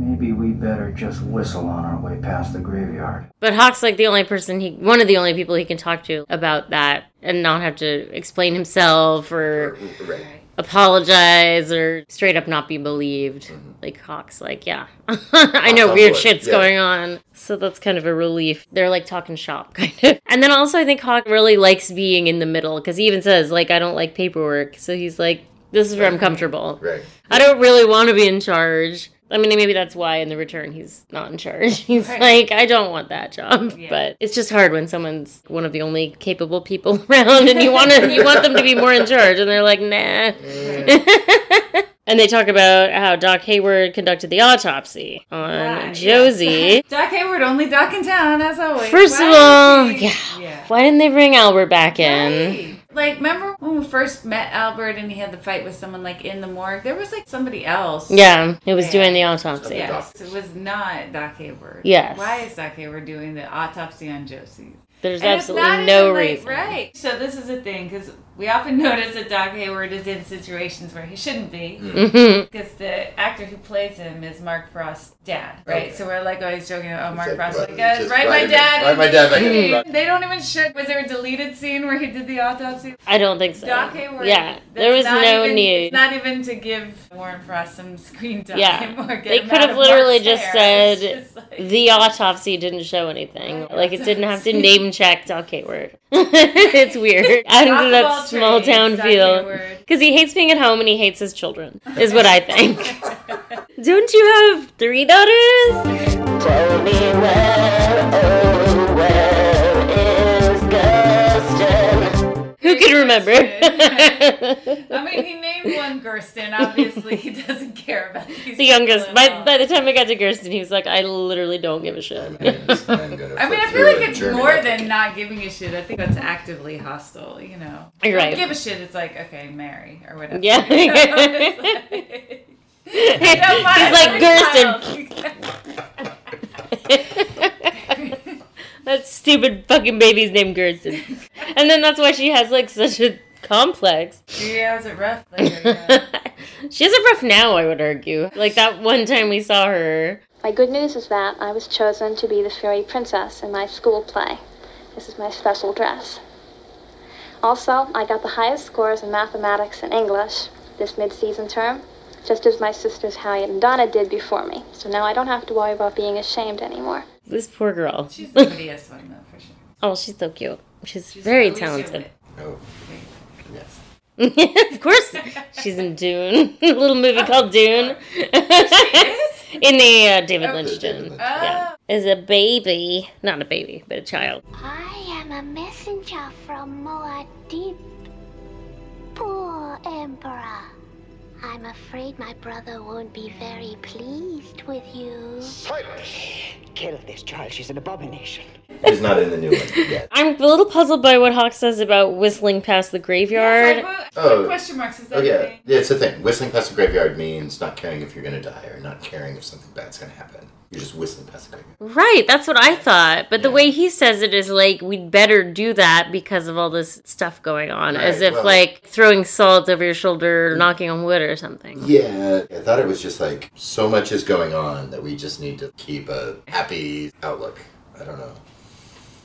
[SPEAKER 5] Maybe we better just whistle on our way past the graveyard.
[SPEAKER 2] But Hawk's like the only person he, one of the only people he can talk to about that and not have to explain himself or
[SPEAKER 4] Right.
[SPEAKER 2] apologize or straight up not be believed. Like Hawk's like, yeah, I know
[SPEAKER 4] Mm-hmm. on
[SPEAKER 2] weird
[SPEAKER 4] board.
[SPEAKER 2] shit's
[SPEAKER 4] Yeah.
[SPEAKER 2] going on. So that's kind of a relief. They're like talking shop kind of. And then also I think Hawk really likes being in the middle because he even says like I don't like paperwork. So he's like this is where I'm comfortable.
[SPEAKER 4] Right.
[SPEAKER 2] I don't really want to be in charge. I mean, maybe that's why in the return he's not in charge. He's
[SPEAKER 3] Right.
[SPEAKER 2] like, I don't want that job.
[SPEAKER 3] Yeah.
[SPEAKER 2] But it's just hard when someone's one of the only capable people around, and you want to, you want them to be more in charge, and they're like, nah. and they talk about how Doc Hayward conducted the autopsy on
[SPEAKER 3] Right,
[SPEAKER 2] Josie.
[SPEAKER 3] Doc Hayward, only Doc in town, as always.
[SPEAKER 2] First of
[SPEAKER 3] Why
[SPEAKER 2] all,
[SPEAKER 3] is he-
[SPEAKER 2] yeah. Why didn't they bring Albert back in?
[SPEAKER 3] Right. Like, remember when we first met Albert and he had the fight with someone like in the morgue? There was like somebody else.
[SPEAKER 2] Yeah, it was doing the
[SPEAKER 4] Something
[SPEAKER 2] autopsy.
[SPEAKER 3] Yes, it was not Doc Hayward.
[SPEAKER 2] Yes.
[SPEAKER 3] Why is Doc Hayward doing the autopsy on Josie?
[SPEAKER 2] There's
[SPEAKER 3] And it's
[SPEAKER 2] absolutely
[SPEAKER 3] not
[SPEAKER 2] no
[SPEAKER 3] even, like,
[SPEAKER 2] reason.
[SPEAKER 3] right. So this is the thing because we often notice that Doc Hayward is in situations where he shouldn't be
[SPEAKER 2] Mhm.
[SPEAKER 3] because the actor who plays him is Mark Frost's dad, right?
[SPEAKER 4] Okay.
[SPEAKER 3] So we're like always joking, oh, Mark
[SPEAKER 4] like,
[SPEAKER 3] Frost,
[SPEAKER 4] right,
[SPEAKER 3] like, guys,
[SPEAKER 4] just
[SPEAKER 3] write
[SPEAKER 4] write
[SPEAKER 3] my
[SPEAKER 4] him-
[SPEAKER 3] dad.
[SPEAKER 4] write my
[SPEAKER 3] in
[SPEAKER 4] dad back
[SPEAKER 3] the
[SPEAKER 4] in.
[SPEAKER 3] scene." They don't even show. Was there a deleted scene where he did the autopsy?
[SPEAKER 2] I don't think so.
[SPEAKER 3] Doc Hayward.
[SPEAKER 2] Yeah,
[SPEAKER 3] that's
[SPEAKER 2] there was
[SPEAKER 3] not
[SPEAKER 2] no
[SPEAKER 3] even,
[SPEAKER 2] need.
[SPEAKER 3] it's Not even to give Warren Frost some screen time.
[SPEAKER 2] Yeah.
[SPEAKER 3] or get
[SPEAKER 2] They
[SPEAKER 3] him
[SPEAKER 2] could
[SPEAKER 3] out
[SPEAKER 2] have
[SPEAKER 3] of
[SPEAKER 2] literally
[SPEAKER 3] Mark's
[SPEAKER 2] just
[SPEAKER 3] hair. It's
[SPEAKER 2] said
[SPEAKER 3] just like- Oh
[SPEAKER 2] The autopsy didn't show anything.
[SPEAKER 3] Right.
[SPEAKER 2] Like it didn't have to name check Doc Hayward. it's weird. Adding to
[SPEAKER 3] Jack of all
[SPEAKER 2] that small
[SPEAKER 3] trades,
[SPEAKER 2] town
[SPEAKER 3] Doc
[SPEAKER 2] feel.
[SPEAKER 3] Hayward.
[SPEAKER 2] Because he hates being at home and he hates his children, is what I think. Don't you have three daughters? Tell me where, oh, where is Kirsten? Who can remember?
[SPEAKER 3] I mean, he named one Gersten. Obviously, he doesn't care about these.
[SPEAKER 2] the
[SPEAKER 3] people
[SPEAKER 2] youngest.
[SPEAKER 3] at
[SPEAKER 2] By,
[SPEAKER 3] all.
[SPEAKER 2] by the time I got to Gersten, he was like, I literally don't give a
[SPEAKER 4] I'm,
[SPEAKER 2] shit.
[SPEAKER 4] gonna- I'm gonna
[SPEAKER 3] I mean,
[SPEAKER 4] flip
[SPEAKER 3] I
[SPEAKER 4] through
[SPEAKER 3] feel like
[SPEAKER 4] and
[SPEAKER 3] it's
[SPEAKER 4] turn it
[SPEAKER 3] more
[SPEAKER 4] up.
[SPEAKER 3] than not giving a shit. I think that's actively hostile. You know,
[SPEAKER 2] You're
[SPEAKER 3] Don't
[SPEAKER 2] right.
[SPEAKER 3] Give a shit. It's like okay, marry or whatever.
[SPEAKER 2] Yeah.
[SPEAKER 3] You know, it's like- I don't want
[SPEAKER 2] He's like,
[SPEAKER 3] another
[SPEAKER 2] Gersten.
[SPEAKER 3] child.
[SPEAKER 2] that stupid fucking baby's named Gersten. And then that's why she has like such a complex.
[SPEAKER 3] she has it rough.
[SPEAKER 2] she
[SPEAKER 3] Later, yeah.
[SPEAKER 2] has a rough now, I would argue. Like that one time we saw her.
[SPEAKER 9] My good news is that I was chosen to be the fairy princess in my school play. This is my special dress. Also, I got the highest scores in mathematics and English this mid-season term, just as my sisters Harriet and Donna did before me. So now I don't have to worry about being ashamed anymore.
[SPEAKER 2] This poor girl.
[SPEAKER 3] She's the prettiest one though, for sure.
[SPEAKER 2] oh, she's so cute. She's,
[SPEAKER 3] She's
[SPEAKER 2] very
[SPEAKER 3] Alicia
[SPEAKER 2] talented.
[SPEAKER 4] Oh, yes.
[SPEAKER 2] of course, she's in Dune. a little movie called Dune.
[SPEAKER 3] Witt.
[SPEAKER 2] in the uh, David
[SPEAKER 3] Oh,
[SPEAKER 2] Lynch
[SPEAKER 4] the David
[SPEAKER 2] Dune.
[SPEAKER 4] Lynch.
[SPEAKER 2] Yeah. Is a baby, not a baby, but a child.
[SPEAKER 10] I am a messenger from Moadib. Poor Emperor. I'm afraid my brother won't be very pleased with you.
[SPEAKER 7] Kill this child. She's an abomination.
[SPEAKER 4] He's not in the new one yet.
[SPEAKER 2] I'm a little puzzled by what Hawk says about whistling past the
[SPEAKER 3] Yes, I
[SPEAKER 2] graveyard.
[SPEAKER 3] put-
[SPEAKER 4] Oh.
[SPEAKER 3] Question marks. Is that
[SPEAKER 4] Oh
[SPEAKER 3] a
[SPEAKER 4] yeah,
[SPEAKER 3] thing?
[SPEAKER 4] yeah. It's a thing. Whistling past the graveyard means not caring if you're gonna die or not caring if something bad's gonna happen. You're just whistling past the graveyard.
[SPEAKER 2] Right, that's what I thought. But the way he says it is like, we'd better do that because of all this stuff going on, as
[SPEAKER 4] Right,
[SPEAKER 2] if
[SPEAKER 4] well- Mm.
[SPEAKER 2] like throwing salt over your shoulder or knocking on wood or something.
[SPEAKER 4] Yeah, I thought it was just like so much is going on that we just need to keep a happy outlook. I don't know.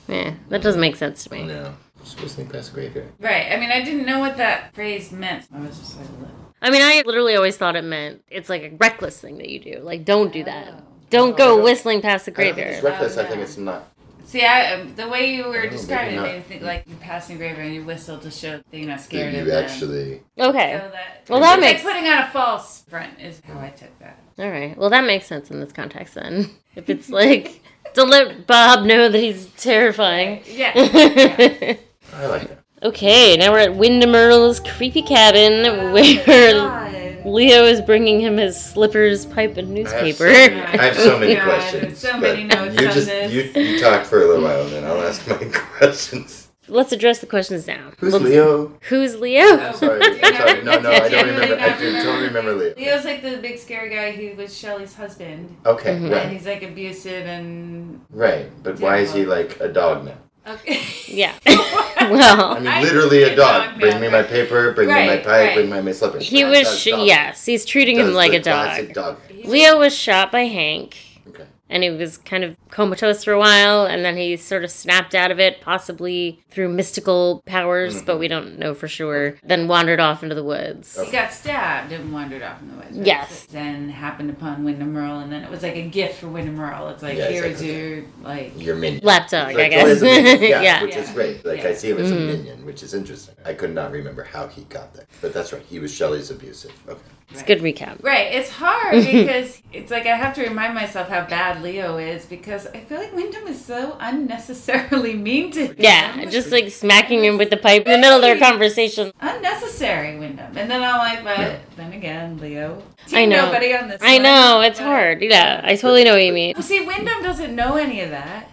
[SPEAKER 2] Yeah, that doesn't make sense to me.
[SPEAKER 4] No, just whistling past the graveyard.
[SPEAKER 3] Right. I mean, I didn't know what that phrase meant. I was just like, look.
[SPEAKER 2] I mean, I literally always thought it meant it's like a reckless thing that you do. Like, don't do that. Don't go whistling past the
[SPEAKER 4] I don't think it's Oh,
[SPEAKER 2] graveyard.
[SPEAKER 4] reckless. I think
[SPEAKER 3] yeah.
[SPEAKER 4] it's not.
[SPEAKER 3] See, I, um, the way you were
[SPEAKER 4] maybe
[SPEAKER 3] describing it
[SPEAKER 4] not.
[SPEAKER 3] made me think like you pass in the graveyard and you whistle to show that you're not scared of
[SPEAKER 4] You
[SPEAKER 3] them.
[SPEAKER 4] actually.
[SPEAKER 2] Okay.
[SPEAKER 3] So that,
[SPEAKER 2] Well, that
[SPEAKER 3] it's
[SPEAKER 2] makes-
[SPEAKER 3] like putting on a false front is how I took that.
[SPEAKER 2] All right. Well, that makes sense in this context then. If it's like, don't let Bob know that he's terrifying.
[SPEAKER 3] Yeah. yeah.
[SPEAKER 4] I like that.
[SPEAKER 2] okay, now we're at Windermere's creepy cabin where
[SPEAKER 3] Oh God.
[SPEAKER 2] Leo is bringing him his slippers, pipe, and
[SPEAKER 4] I have
[SPEAKER 2] newspaper.
[SPEAKER 4] so many- I have so many
[SPEAKER 3] God,
[SPEAKER 4] questions.
[SPEAKER 3] so
[SPEAKER 4] but
[SPEAKER 3] many notes
[SPEAKER 4] you
[SPEAKER 3] on
[SPEAKER 4] just
[SPEAKER 3] this.
[SPEAKER 4] You, you talk for a little while, and then I'll ask my questions.
[SPEAKER 2] Let's address the questions now.
[SPEAKER 4] Who's
[SPEAKER 2] Let's-
[SPEAKER 4] Leo?
[SPEAKER 2] Who's Leo?
[SPEAKER 4] I'm sorry, I'm sorry. No, no, I don't
[SPEAKER 3] Generally
[SPEAKER 4] remember. I
[SPEAKER 3] not
[SPEAKER 4] do totally remember Leo.
[SPEAKER 3] Leo's like the big scary guy who was Shelley's husband,
[SPEAKER 4] Okay,
[SPEAKER 2] Mm-hmm.
[SPEAKER 3] and
[SPEAKER 4] right,
[SPEAKER 3] he's like abusive and
[SPEAKER 4] right. But why is he like a dog now?
[SPEAKER 3] okay.
[SPEAKER 2] Yeah. well,
[SPEAKER 4] I mean,
[SPEAKER 3] I
[SPEAKER 4] literally
[SPEAKER 3] think
[SPEAKER 4] a
[SPEAKER 3] a
[SPEAKER 4] dog.
[SPEAKER 3] dog
[SPEAKER 4] bring
[SPEAKER 3] now,
[SPEAKER 4] me my
[SPEAKER 3] right.
[SPEAKER 4] paper. Bring me my
[SPEAKER 3] Right,
[SPEAKER 4] pipe.
[SPEAKER 3] right.
[SPEAKER 4] Bring me my slippers.
[SPEAKER 2] he
[SPEAKER 4] That
[SPEAKER 2] was,
[SPEAKER 4] does
[SPEAKER 2] sh-
[SPEAKER 4] dog.
[SPEAKER 2] yes, he's treating
[SPEAKER 4] Does
[SPEAKER 2] him like
[SPEAKER 4] the
[SPEAKER 2] a dog.
[SPEAKER 4] classic dog.
[SPEAKER 2] Leo was shot by Hank,
[SPEAKER 4] Okay.
[SPEAKER 2] and he was kind of comatose for a while, and then he sort of snapped out of it, possibly through mystical powers,
[SPEAKER 4] Mm-hmm.
[SPEAKER 2] but we don't know for sure. Then wandered off into the woods.
[SPEAKER 3] He got stabbed and wandered off in the woods. right?
[SPEAKER 2] Yes.
[SPEAKER 3] So Then happened upon Wyndham Earl, and then it was like a gift for Wyndham Earl. It's like
[SPEAKER 4] Yeah,
[SPEAKER 3] here's
[SPEAKER 4] exactly.
[SPEAKER 3] your like
[SPEAKER 4] Your minion.
[SPEAKER 2] Lapdog, I
[SPEAKER 4] Like, oh, he's
[SPEAKER 2] guess.
[SPEAKER 4] a minion. Yeah,
[SPEAKER 2] yeah. Mm-hmm.
[SPEAKER 4] which is
[SPEAKER 3] Yeah.
[SPEAKER 4] great. Like
[SPEAKER 3] Yeah.
[SPEAKER 4] I see him as a minion, which is interesting. I could not remember how he got there, but that's right. He was Shelley's abusive. Okay.
[SPEAKER 2] It's a good recap.
[SPEAKER 3] Right, it's hard because it's like I have to remind myself how bad Leo is because I feel like Wyndham is so unnecessarily mean to him.
[SPEAKER 2] Yeah, just like smacking him with the pipe in the middle of their conversation.
[SPEAKER 3] unnecessary Wyndham. And then I'm like, but
[SPEAKER 4] Yeah.
[SPEAKER 3] then again, Leo.
[SPEAKER 2] I know.
[SPEAKER 3] Nobody on this.
[SPEAKER 2] I
[SPEAKER 3] one.
[SPEAKER 2] know, it's
[SPEAKER 3] But-
[SPEAKER 2] hard. Yeah, I totally know what you mean.
[SPEAKER 3] Well, see, Wyndham doesn't know any of that,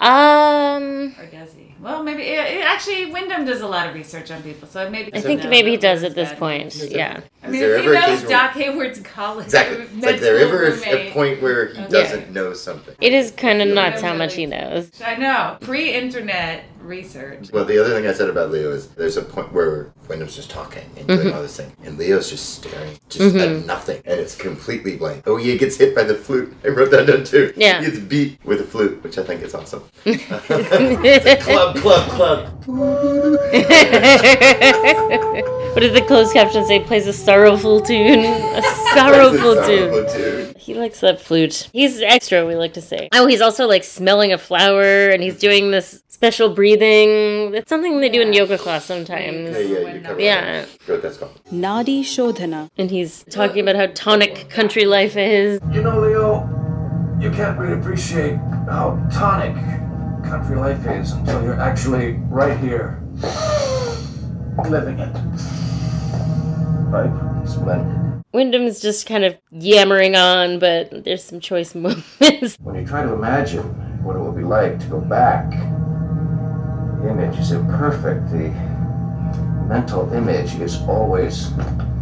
[SPEAKER 2] Um,
[SPEAKER 3] or does he? Well, maybe it, it- actually Wyndham does a lot of research on people, so maybe
[SPEAKER 2] I
[SPEAKER 3] he
[SPEAKER 2] think
[SPEAKER 3] knows
[SPEAKER 2] maybe he
[SPEAKER 3] that
[SPEAKER 2] does
[SPEAKER 3] Leo's
[SPEAKER 2] at this
[SPEAKER 3] bad.
[SPEAKER 2] point. Yeah.
[SPEAKER 3] I
[SPEAKER 4] Is
[SPEAKER 3] mean,
[SPEAKER 4] there
[SPEAKER 3] if he
[SPEAKER 4] ever a
[SPEAKER 3] knows
[SPEAKER 4] case where-
[SPEAKER 3] Doc Hayward's college,
[SPEAKER 4] Exactly. It's like
[SPEAKER 3] that's
[SPEAKER 4] there
[SPEAKER 3] his
[SPEAKER 4] ever is a
[SPEAKER 3] roommate.
[SPEAKER 4] point where he
[SPEAKER 3] Okay.
[SPEAKER 4] doesn't know something.
[SPEAKER 2] It is kind of
[SPEAKER 4] Yeah.
[SPEAKER 2] nuts how much he knows.
[SPEAKER 3] I know pre-internet research.
[SPEAKER 4] Well, the other thing I said about Leo is there's a point where Wyndham's just talking and
[SPEAKER 2] Mm-hmm.
[SPEAKER 4] doing all this thing, and Leo's just staring just at nothing, and it's completely blank. Oh, he gets hit by the flute. I wrote that down too.
[SPEAKER 2] Yeah.
[SPEAKER 4] He gets beat with a flute, which I think is awesome. It's like, club, club, club.
[SPEAKER 2] what did the closed caption say? Plays a sorrowful tune. A sorrowful tune.
[SPEAKER 4] Sorrowful tune.
[SPEAKER 2] He likes that flute. He's extra, we like to say. Oh, he's also like smelling a flower and he's doing this special breathing. That's something they do in yoga class
[SPEAKER 4] Yeah,
[SPEAKER 2] sometimes.
[SPEAKER 4] yeah, you covered
[SPEAKER 2] Yeah.
[SPEAKER 4] it. Good, that's cool.
[SPEAKER 11] Nadi Shodhana.
[SPEAKER 2] And he's talking about how tonic country life is.
[SPEAKER 8] You know, Leo, you can't really appreciate how tonic country life is until you're actually right here, living it. Right? Splendid.
[SPEAKER 2] Wyndham's just kind of yammering on, but there's some choice moments.
[SPEAKER 5] When you try to imagine what it would be like to go back, the image is imperfect. The mental image is always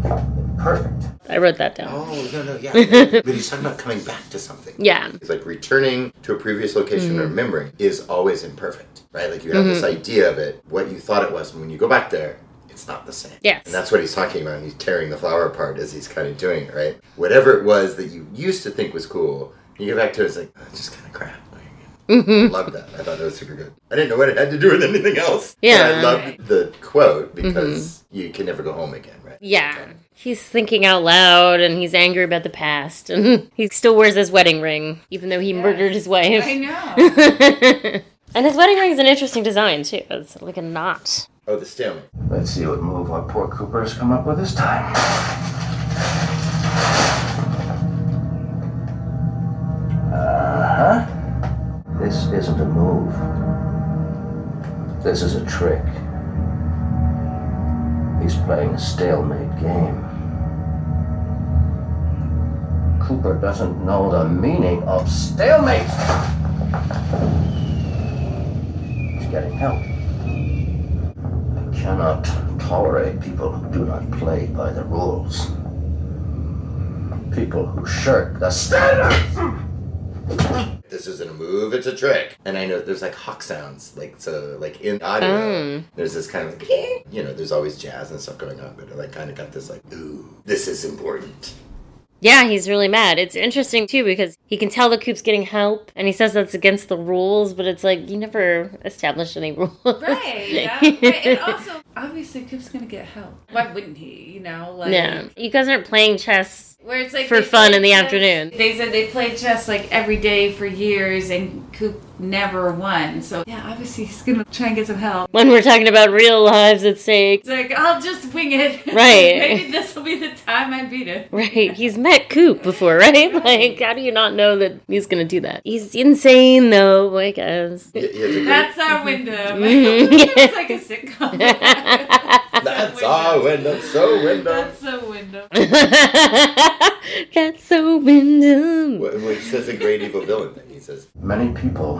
[SPEAKER 5] imperfect.
[SPEAKER 2] I wrote that down.
[SPEAKER 4] Oh no no yeah, but he's talking about coming back to something.
[SPEAKER 2] Yeah.
[SPEAKER 4] It's like returning to a previous location
[SPEAKER 2] Mm.
[SPEAKER 4] or memory is always imperfect, right? Like you have this
[SPEAKER 2] Mm-hmm.
[SPEAKER 4] idea of it, what you thought it was, and when you go back there, it's not the same.
[SPEAKER 2] Yes.
[SPEAKER 4] And that's what he's talking about. and He's tearing the flower apart as he's kind of doing it, right? Whatever it was that you used to think was cool, you get back to it, it's like, oh, it's just kind of crap. Like,
[SPEAKER 2] Mm-hmm.
[SPEAKER 4] Love that. I thought that was super good. I didn't know what it had to do with anything else. but
[SPEAKER 2] Yeah. Mm-hmm.
[SPEAKER 4] I loved the quote because you can never go home again, right?
[SPEAKER 2] Yeah. He's thinking out loud and he's angry about the past and he still wears his wedding ring, even though he murdered his wife.
[SPEAKER 3] I know.
[SPEAKER 2] and his wedding ring's an interesting design too. It's like a knot.
[SPEAKER 4] Oh, the stalemate.
[SPEAKER 5] Let's see what move our poor Cooper has come up with this time. Uh huh. This isn't a move. This is a trick. He's playing a stalemate game. Cooper doesn't know the meaning of stalemate. He's getting help. I cannot tolerate people who do not play by the rules. People who shirk the standards.
[SPEAKER 4] this isn't a move, it's a trick. And I know there's like hawk sounds, like so like in audio,
[SPEAKER 12] Mm.
[SPEAKER 2] Um.
[SPEAKER 4] there's this kind of like, you know, there's always jazz and stuff going on, but it like kind of got this like, ooh, this is important.
[SPEAKER 2] Yeah, he's really mad. It's interesting too because he can tell the coop's getting help and he says that's against the rules, but it's like you never established any rules.
[SPEAKER 3] Right, yeah. Right, And also, obviously, Coop's gonna get help. Why wouldn't he? You know, like
[SPEAKER 2] yeah. You guys aren't playing chess
[SPEAKER 3] Where it's like
[SPEAKER 2] For
[SPEAKER 3] they
[SPEAKER 2] fun
[SPEAKER 3] played
[SPEAKER 2] in the
[SPEAKER 3] chess-
[SPEAKER 2] afternoon.
[SPEAKER 3] They said they played chess like every day for years, and Coop never won. So yeah, obviously he's gonna try and get some help.
[SPEAKER 2] When we're talking about real lives at stake.
[SPEAKER 3] It's like I'll just wing it.
[SPEAKER 2] Right.
[SPEAKER 3] Maybe this will be the time I beat it.
[SPEAKER 2] Right, he's met Coop before, right? Like, how do you not know that he's gonna do that? He's insane, though, I guess.
[SPEAKER 4] You, you have
[SPEAKER 3] That's
[SPEAKER 4] to
[SPEAKER 3] our window.
[SPEAKER 2] Mhm.
[SPEAKER 3] it's like a sitcom.
[SPEAKER 4] go, That's our window. So window.
[SPEAKER 3] That's a window.
[SPEAKER 2] That's so random.
[SPEAKER 4] Wh- Which says a great evil villain thing. He says,
[SPEAKER 5] Many people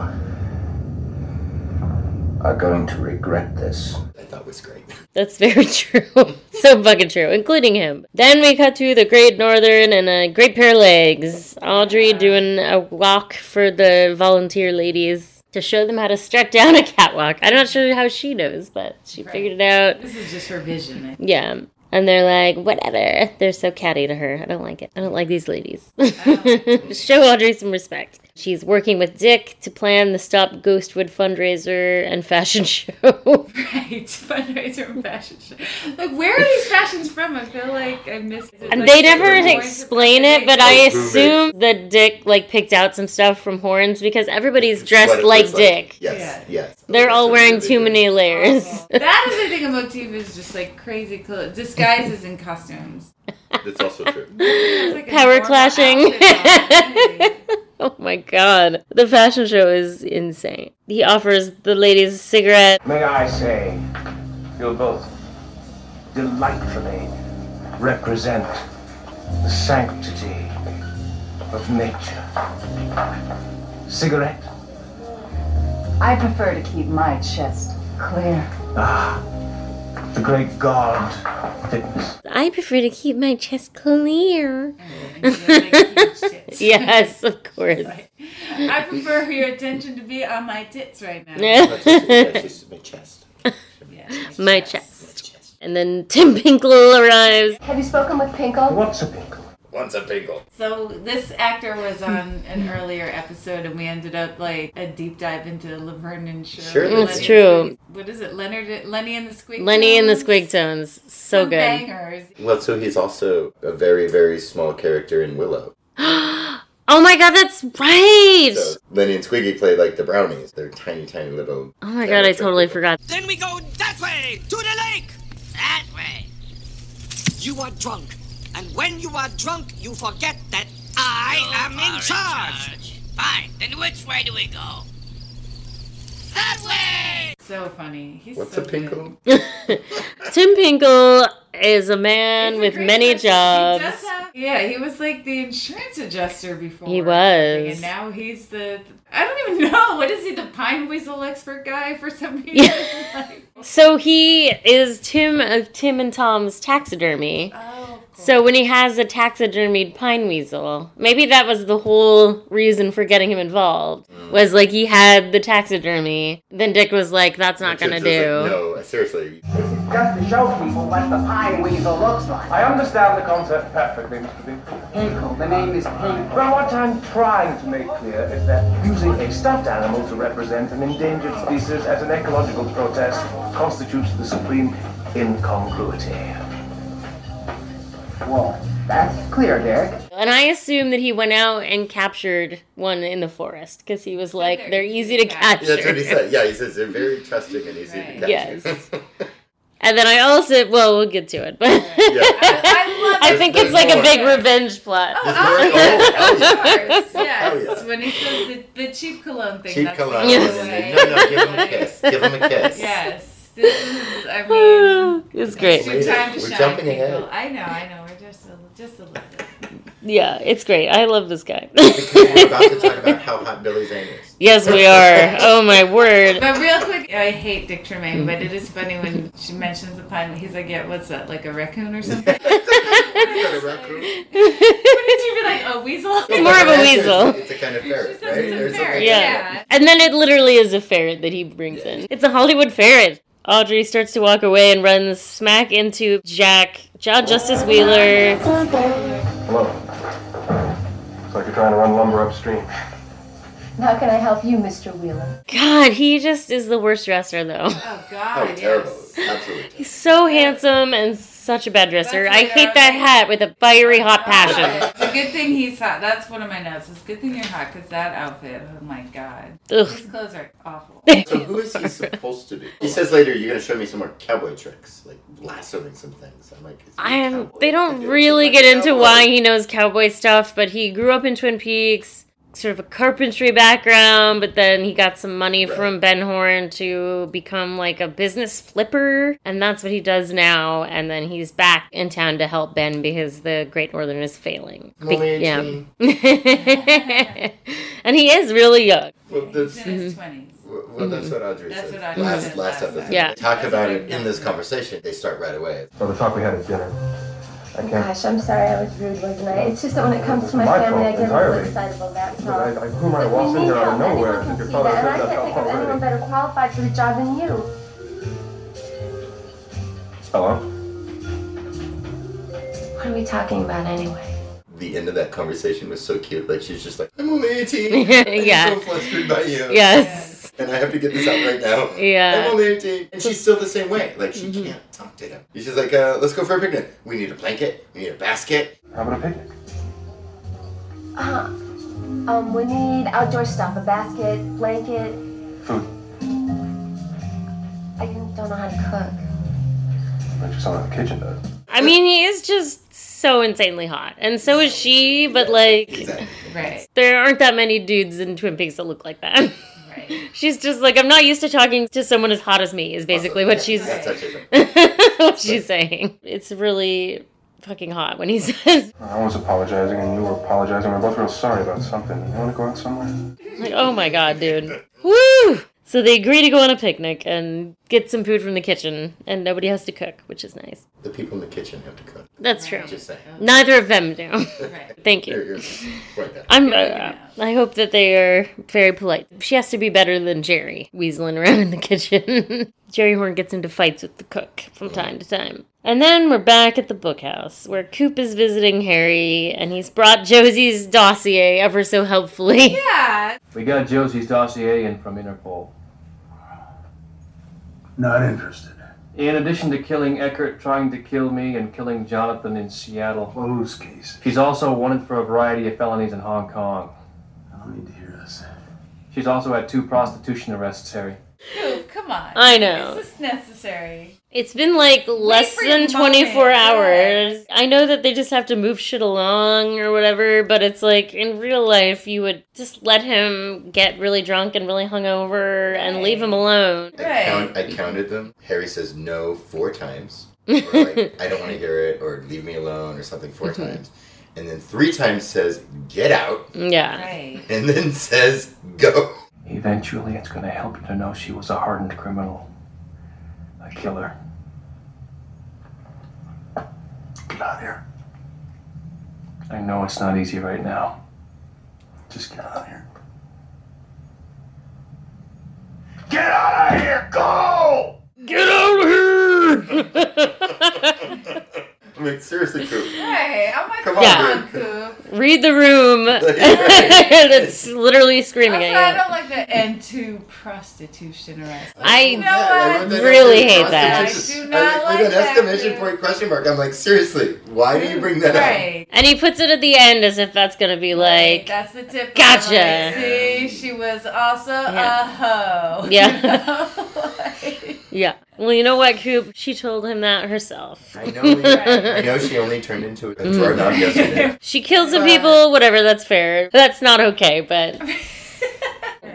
[SPEAKER 5] are going to regret this.
[SPEAKER 4] I thought was great.
[SPEAKER 2] That's very true. so fucking true, including him. Then we cut to the Great Northern and a Great Pair of Legs. Audrey doing a walk for the volunteer ladies to show them how to strut down a catwalk. I'm not sure how she knows, but she figured it out.
[SPEAKER 3] This is just her vision. I
[SPEAKER 2] Yeah. And they're like, whatever. They're so catty to her. I don't like it. I don't like these ladies. Show Audrey some respect. She's working with Dick to plan the Stop Ghostwood fundraiser and fashion show.
[SPEAKER 3] Right, fundraiser and fashion show. Like, where are these fashions from? I feel like I missed it.
[SPEAKER 2] and
[SPEAKER 3] Like,
[SPEAKER 2] they never
[SPEAKER 3] Horns of
[SPEAKER 2] explain
[SPEAKER 3] Brandenburg.
[SPEAKER 2] it, but I
[SPEAKER 4] Oh,
[SPEAKER 2] assume that Dick like picked out some stuff from Horns because everybody's
[SPEAKER 4] What
[SPEAKER 2] dressed
[SPEAKER 4] it
[SPEAKER 2] like
[SPEAKER 4] looks
[SPEAKER 2] Dick.
[SPEAKER 4] Yes, yes.
[SPEAKER 2] They're all
[SPEAKER 4] So
[SPEAKER 2] wearing
[SPEAKER 4] they
[SPEAKER 2] too
[SPEAKER 4] do.
[SPEAKER 2] many layers.
[SPEAKER 3] That is, I think, a motif is just like crazy clothes, disguises and costumes.
[SPEAKER 4] That's also true.
[SPEAKER 3] It's like a
[SPEAKER 2] Power
[SPEAKER 3] normal
[SPEAKER 2] clashing.
[SPEAKER 3] outfit on.
[SPEAKER 2] oh my god. The fashion show is insane. He offers the ladies a cigarette.
[SPEAKER 5] May I say, you both delightfully represent the sanctity of nature. Cigarette?
[SPEAKER 7] I prefer to keep my chest clear.
[SPEAKER 5] Ah, the great god fitness.
[SPEAKER 2] I prefer to keep my chest clear.
[SPEAKER 3] Oh, yeah.
[SPEAKER 2] Yes, of course.
[SPEAKER 3] I prefer your attention to be on my tits right now.
[SPEAKER 4] That's just, that's just my chest.
[SPEAKER 3] Yeah,
[SPEAKER 2] my
[SPEAKER 4] My
[SPEAKER 2] chest.
[SPEAKER 4] chest.
[SPEAKER 2] And then Tim Pinkle arrives.
[SPEAKER 10] Have you spoken with Pinkle?
[SPEAKER 5] What's a pickle?
[SPEAKER 4] Once a pickle.
[SPEAKER 3] So this actor was on an earlier episode, and we ended up like a deep dive into Laverne and Shirley.
[SPEAKER 4] Sure.
[SPEAKER 3] Lenny
[SPEAKER 4] That's
[SPEAKER 3] and
[SPEAKER 2] true.
[SPEAKER 3] Squeak- What is it, Leonard? Lenny and the Squeak.
[SPEAKER 2] Lenny and the
[SPEAKER 3] Tones?
[SPEAKER 2] Squig Tones. So
[SPEAKER 3] Some
[SPEAKER 2] good.
[SPEAKER 3] Bangers.
[SPEAKER 4] Well, so he's also a very, very small character in Willow.
[SPEAKER 2] Oh my god, that's right!
[SPEAKER 4] So Lenny and Squiggy play like the brownies. They're tiny, tiny little.
[SPEAKER 2] Oh my god, I totally forgot.
[SPEAKER 11] Then we go that way, to the lake! That way. You are drunk, and when you are drunk, you forget that I am in charge. Fine, then which way do we go? That way!
[SPEAKER 3] So funny. He's
[SPEAKER 4] What's
[SPEAKER 3] so
[SPEAKER 4] a
[SPEAKER 3] good.
[SPEAKER 4] pinkle?
[SPEAKER 2] Tim Pinkle is a man
[SPEAKER 3] He's a
[SPEAKER 2] with
[SPEAKER 3] great
[SPEAKER 2] many
[SPEAKER 3] actor. He
[SPEAKER 2] jobs.
[SPEAKER 3] does have- yeah, he was like the insurance adjuster before.
[SPEAKER 2] He was.
[SPEAKER 3] And now he's the. I don't even know. What is he, the pine whistle expert guy for some reason?
[SPEAKER 2] Yeah.
[SPEAKER 3] Like,
[SPEAKER 2] So he is Tim of Tim and Tom's taxidermy.
[SPEAKER 3] oh,
[SPEAKER 2] So when he has a taxidermied pine weasel, maybe that was the whole reason for getting him involved.
[SPEAKER 4] Mm.
[SPEAKER 2] Was like he had the taxidermy. Then Dick was like, "That's not
[SPEAKER 4] Richards
[SPEAKER 2] gonna
[SPEAKER 4] was like,
[SPEAKER 2] do."
[SPEAKER 4] no, seriously.
[SPEAKER 5] This is just to show people what the pine weasel looks like. I understand the concept perfectly, Mr. Bean.
[SPEAKER 7] Pinkle. The name is Pinkle.
[SPEAKER 5] Well, what I'm trying to make clear is that using a stuffed animal to represent an endangered species as an ecological protest constitutes the supreme incongruity.
[SPEAKER 7] Well, that's clear, Derek.
[SPEAKER 2] And I assume that he went out and captured one in the forest because he was like,
[SPEAKER 3] they're
[SPEAKER 2] "They're easy to capture."
[SPEAKER 4] That's what he said. Yeah, he says they're very trusting and easy to
[SPEAKER 3] Right.
[SPEAKER 4] catch.
[SPEAKER 2] Yes. And then I also, well, we'll get to it, but
[SPEAKER 4] yeah.
[SPEAKER 3] I love
[SPEAKER 2] I
[SPEAKER 3] it.
[SPEAKER 2] think
[SPEAKER 4] There's
[SPEAKER 2] it's like a
[SPEAKER 4] more.
[SPEAKER 2] big revenge plot.
[SPEAKER 3] Oh,
[SPEAKER 4] There's
[SPEAKER 3] oh,
[SPEAKER 4] more- oh, hell Oh, yeah.
[SPEAKER 3] Yes,
[SPEAKER 4] Hell
[SPEAKER 3] yes.
[SPEAKER 4] yeah.
[SPEAKER 3] When he says the, the cheap cologne thing.
[SPEAKER 4] Cheap
[SPEAKER 3] that's
[SPEAKER 4] cologne.
[SPEAKER 3] the
[SPEAKER 2] Yes.
[SPEAKER 3] way.
[SPEAKER 4] No, no, give him a kiss. Give him a kiss.
[SPEAKER 3] Yes. This is, I mean,
[SPEAKER 2] it's
[SPEAKER 3] it's
[SPEAKER 2] great.
[SPEAKER 3] your time to
[SPEAKER 4] We're
[SPEAKER 3] shine.
[SPEAKER 4] jumping
[SPEAKER 3] people.
[SPEAKER 4] ahead.
[SPEAKER 3] I know, I know. We're just a, just a little bit.
[SPEAKER 2] Yeah, it's great. I love this guy.
[SPEAKER 4] Because we're about to talk about how hot Billy Zane is.
[SPEAKER 2] yes, we are. Oh my word.
[SPEAKER 3] But real quick, I hate Dick Tremaine, but it is funny when she mentions the pine. He's like, yeah, what's that? Like a raccoon or something?
[SPEAKER 4] Is that a raccoon?
[SPEAKER 3] Wouldn't you be like, a weasel?
[SPEAKER 2] It's more of a weasel.
[SPEAKER 4] It's a kind of
[SPEAKER 3] She
[SPEAKER 4] ferret,
[SPEAKER 3] says
[SPEAKER 4] right?
[SPEAKER 3] it's a
[SPEAKER 4] There's
[SPEAKER 3] ferret,
[SPEAKER 4] something-
[SPEAKER 2] Yeah. And then it literally is a ferret that he brings in. It's a Hollywood ferret. Audrey starts to walk away and runs smack into Jack, John Justice Wheeler.
[SPEAKER 5] Hello. It's like you're trying to run lumber upstream.
[SPEAKER 10] How can I help you, Mr. Wheeler?
[SPEAKER 2] God, he just is the worst wrestler, though.
[SPEAKER 3] Oh,
[SPEAKER 4] Oh,
[SPEAKER 3] God. yes.
[SPEAKER 4] terrible. Absolutely.
[SPEAKER 2] He's so handsome and such a bed dresser.
[SPEAKER 3] That's
[SPEAKER 2] I
[SPEAKER 3] what I
[SPEAKER 2] hate that hat with a fiery hot passion.
[SPEAKER 3] It's a good thing he's hot. That's one of my notes. It's a good thing you're hot because that outfit. Oh my god.
[SPEAKER 2] Ugh.
[SPEAKER 3] His clothes are awful.
[SPEAKER 4] So who is he supposed to be? He says later, "You're gonna show me some more cowboy tricks, like lassoing some things." I'm like, is he a
[SPEAKER 2] I am.
[SPEAKER 4] cowboy?
[SPEAKER 2] They don't really get into why he knows cowboy stuff, but he grew up in Twin Peaks, sort of a carpentry background, but then he got some money from Ben Horn to become like a business flipper, and that's what he does now. And then he's back in town to help Ben because the Great Northern is failing.
[SPEAKER 4] I'm only
[SPEAKER 2] yeah.
[SPEAKER 4] 18.
[SPEAKER 2] and he is really young.
[SPEAKER 4] Well, that's, Mm-hmm.
[SPEAKER 3] He's in his 20s.
[SPEAKER 4] well, that's what Audrey
[SPEAKER 3] That's
[SPEAKER 4] said
[SPEAKER 3] what Audrey
[SPEAKER 4] last,
[SPEAKER 3] said
[SPEAKER 4] last
[SPEAKER 3] last
[SPEAKER 4] episode.
[SPEAKER 2] time. Yeah.
[SPEAKER 4] They talk about it in this conversation. They start right away.
[SPEAKER 8] Well, the talk we had at dinner. I can't.
[SPEAKER 13] Gosh, I'm sorry I was rude, wasn't I? It's just that when it comes to my,
[SPEAKER 8] My
[SPEAKER 13] family, I
[SPEAKER 8] fault
[SPEAKER 13] get
[SPEAKER 8] entirely.
[SPEAKER 13] really excitable, that's
[SPEAKER 8] But I,
[SPEAKER 13] all.
[SPEAKER 8] I, who might walk in there out of nowhere?
[SPEAKER 13] I
[SPEAKER 8] and
[SPEAKER 13] can
[SPEAKER 8] Your
[SPEAKER 13] see
[SPEAKER 8] father
[SPEAKER 13] that, and I
[SPEAKER 8] said that
[SPEAKER 13] can't think of anyone
[SPEAKER 8] already.
[SPEAKER 13] better qualified for the job than you.
[SPEAKER 8] Hello?
[SPEAKER 13] What are we talking about anyway?
[SPEAKER 4] The end of that conversation was so cute. Like she's just like, "I'm only 18. I'm
[SPEAKER 2] yeah.
[SPEAKER 4] so flustered by you.
[SPEAKER 2] Yes.
[SPEAKER 4] And I have to get this out right now.
[SPEAKER 2] Yeah. Mm-hmm.
[SPEAKER 4] I'm only 18. And she's still the same way. Like, she can't talk to him. She's just like, uh, let's go for a picnic. We need a blanket. We need a basket.
[SPEAKER 8] How about a picnic?
[SPEAKER 13] Uh, um, we need outdoor stuff, a basket, blanket.
[SPEAKER 8] Food.
[SPEAKER 13] I don't know how to cook.
[SPEAKER 8] Like someone in the kitchen does.
[SPEAKER 2] I mean, he is just so insanely hot, and so is she. But like,
[SPEAKER 3] Right.
[SPEAKER 2] there aren't that many dudes in Twin Peaks that look like that. She's just like, I'm not used to talking to someone as hot as me. Is basically what she's
[SPEAKER 4] That's actually
[SPEAKER 2] what she's saying. It's really fucking hot when he says,
[SPEAKER 8] I was apologizing and you were apologizing. We're both real sorry about something. You want to go out somewhere?
[SPEAKER 2] like, "Oh my god, dude, woo!" So they agree to go on a picnic and get some food from the kitchen, and nobody has to cook, which is nice.
[SPEAKER 4] The people in the kitchen have to cook.
[SPEAKER 2] That's true.
[SPEAKER 4] Just saying.
[SPEAKER 2] Neither of them do. Thank you.
[SPEAKER 4] There you go. Right there.
[SPEAKER 2] I'm. Uh, I hope that they are very polite. She has to be better than Jerry weaseling around in the kitchen. Jerry Horn gets into fights with the cook from time to time. And then we're back at the bookhouse where Coop is visiting Harry, and he's brought Josie's dossier ever so helpfully.
[SPEAKER 3] Yeah.
[SPEAKER 14] We got Josie's dossier in from Interpol.
[SPEAKER 8] Not interested.
[SPEAKER 14] In addition to killing Eckert, trying to kill me, and killing Jonathan in Seattle.
[SPEAKER 8] Closed case.
[SPEAKER 14] She's also wanted for a variety of felonies in Hong Kong. I don't need to hear this. She's also had two prostitution arrests, Harry.
[SPEAKER 3] Dude, come on.
[SPEAKER 2] I know.
[SPEAKER 3] Is this necessary?
[SPEAKER 2] It's been like less
[SPEAKER 3] for
[SPEAKER 2] than
[SPEAKER 3] your
[SPEAKER 2] 24
[SPEAKER 3] moment.
[SPEAKER 2] hours. I know that they just have to move shit along or whatever, but it's like in real life, you would just let him get really drunk and really hungover and leave him alone.
[SPEAKER 4] Count, I counted them. Harry says no four times. Or like, I don't want to hear it, or leave me alone, or something 4 times. And then three times says, get out.
[SPEAKER 2] Yeah.
[SPEAKER 4] And then says, go.
[SPEAKER 14] Eventually, it's going to help you to know she was a hardened criminal, a killer.
[SPEAKER 8] Get out of here.
[SPEAKER 14] I know it's not easy right now.
[SPEAKER 8] Just get out of here. Get out of here! Go!
[SPEAKER 2] Get out of here!
[SPEAKER 4] I mean, seriously, Coop.
[SPEAKER 3] Hey, I'm like,
[SPEAKER 4] Come
[SPEAKER 3] come,
[SPEAKER 4] on,
[SPEAKER 3] on,
[SPEAKER 4] dude.
[SPEAKER 3] Coop.
[SPEAKER 2] Read the room. That's literally screaming
[SPEAKER 3] Also, I
[SPEAKER 2] at you.
[SPEAKER 3] don't like the end to prostitution arrest.
[SPEAKER 2] I
[SPEAKER 3] You know
[SPEAKER 4] I
[SPEAKER 3] what?
[SPEAKER 4] wrote that
[SPEAKER 2] really
[SPEAKER 4] down.
[SPEAKER 2] hate
[SPEAKER 4] Cross
[SPEAKER 2] that.
[SPEAKER 4] the-
[SPEAKER 3] I do
[SPEAKER 4] I'm
[SPEAKER 3] not
[SPEAKER 4] like, with
[SPEAKER 3] like
[SPEAKER 4] an
[SPEAKER 3] that,
[SPEAKER 4] exclamation point question mark. I'm like, seriously, why do you bring that up?
[SPEAKER 2] And he puts it at the end as if that's gonna be like,
[SPEAKER 3] That's the tip.
[SPEAKER 2] Gotcha.
[SPEAKER 3] Like, See, she was also
[SPEAKER 2] Yeah.
[SPEAKER 3] a hoe.
[SPEAKER 2] Yeah. yeah. Well, you know what, Coop? She told him that herself.
[SPEAKER 4] I know, I know she only turned into a
[SPEAKER 2] Mm.
[SPEAKER 4] doorknob yesterday.
[SPEAKER 2] She killed some people, whatever, that's fair. That's not okay, but.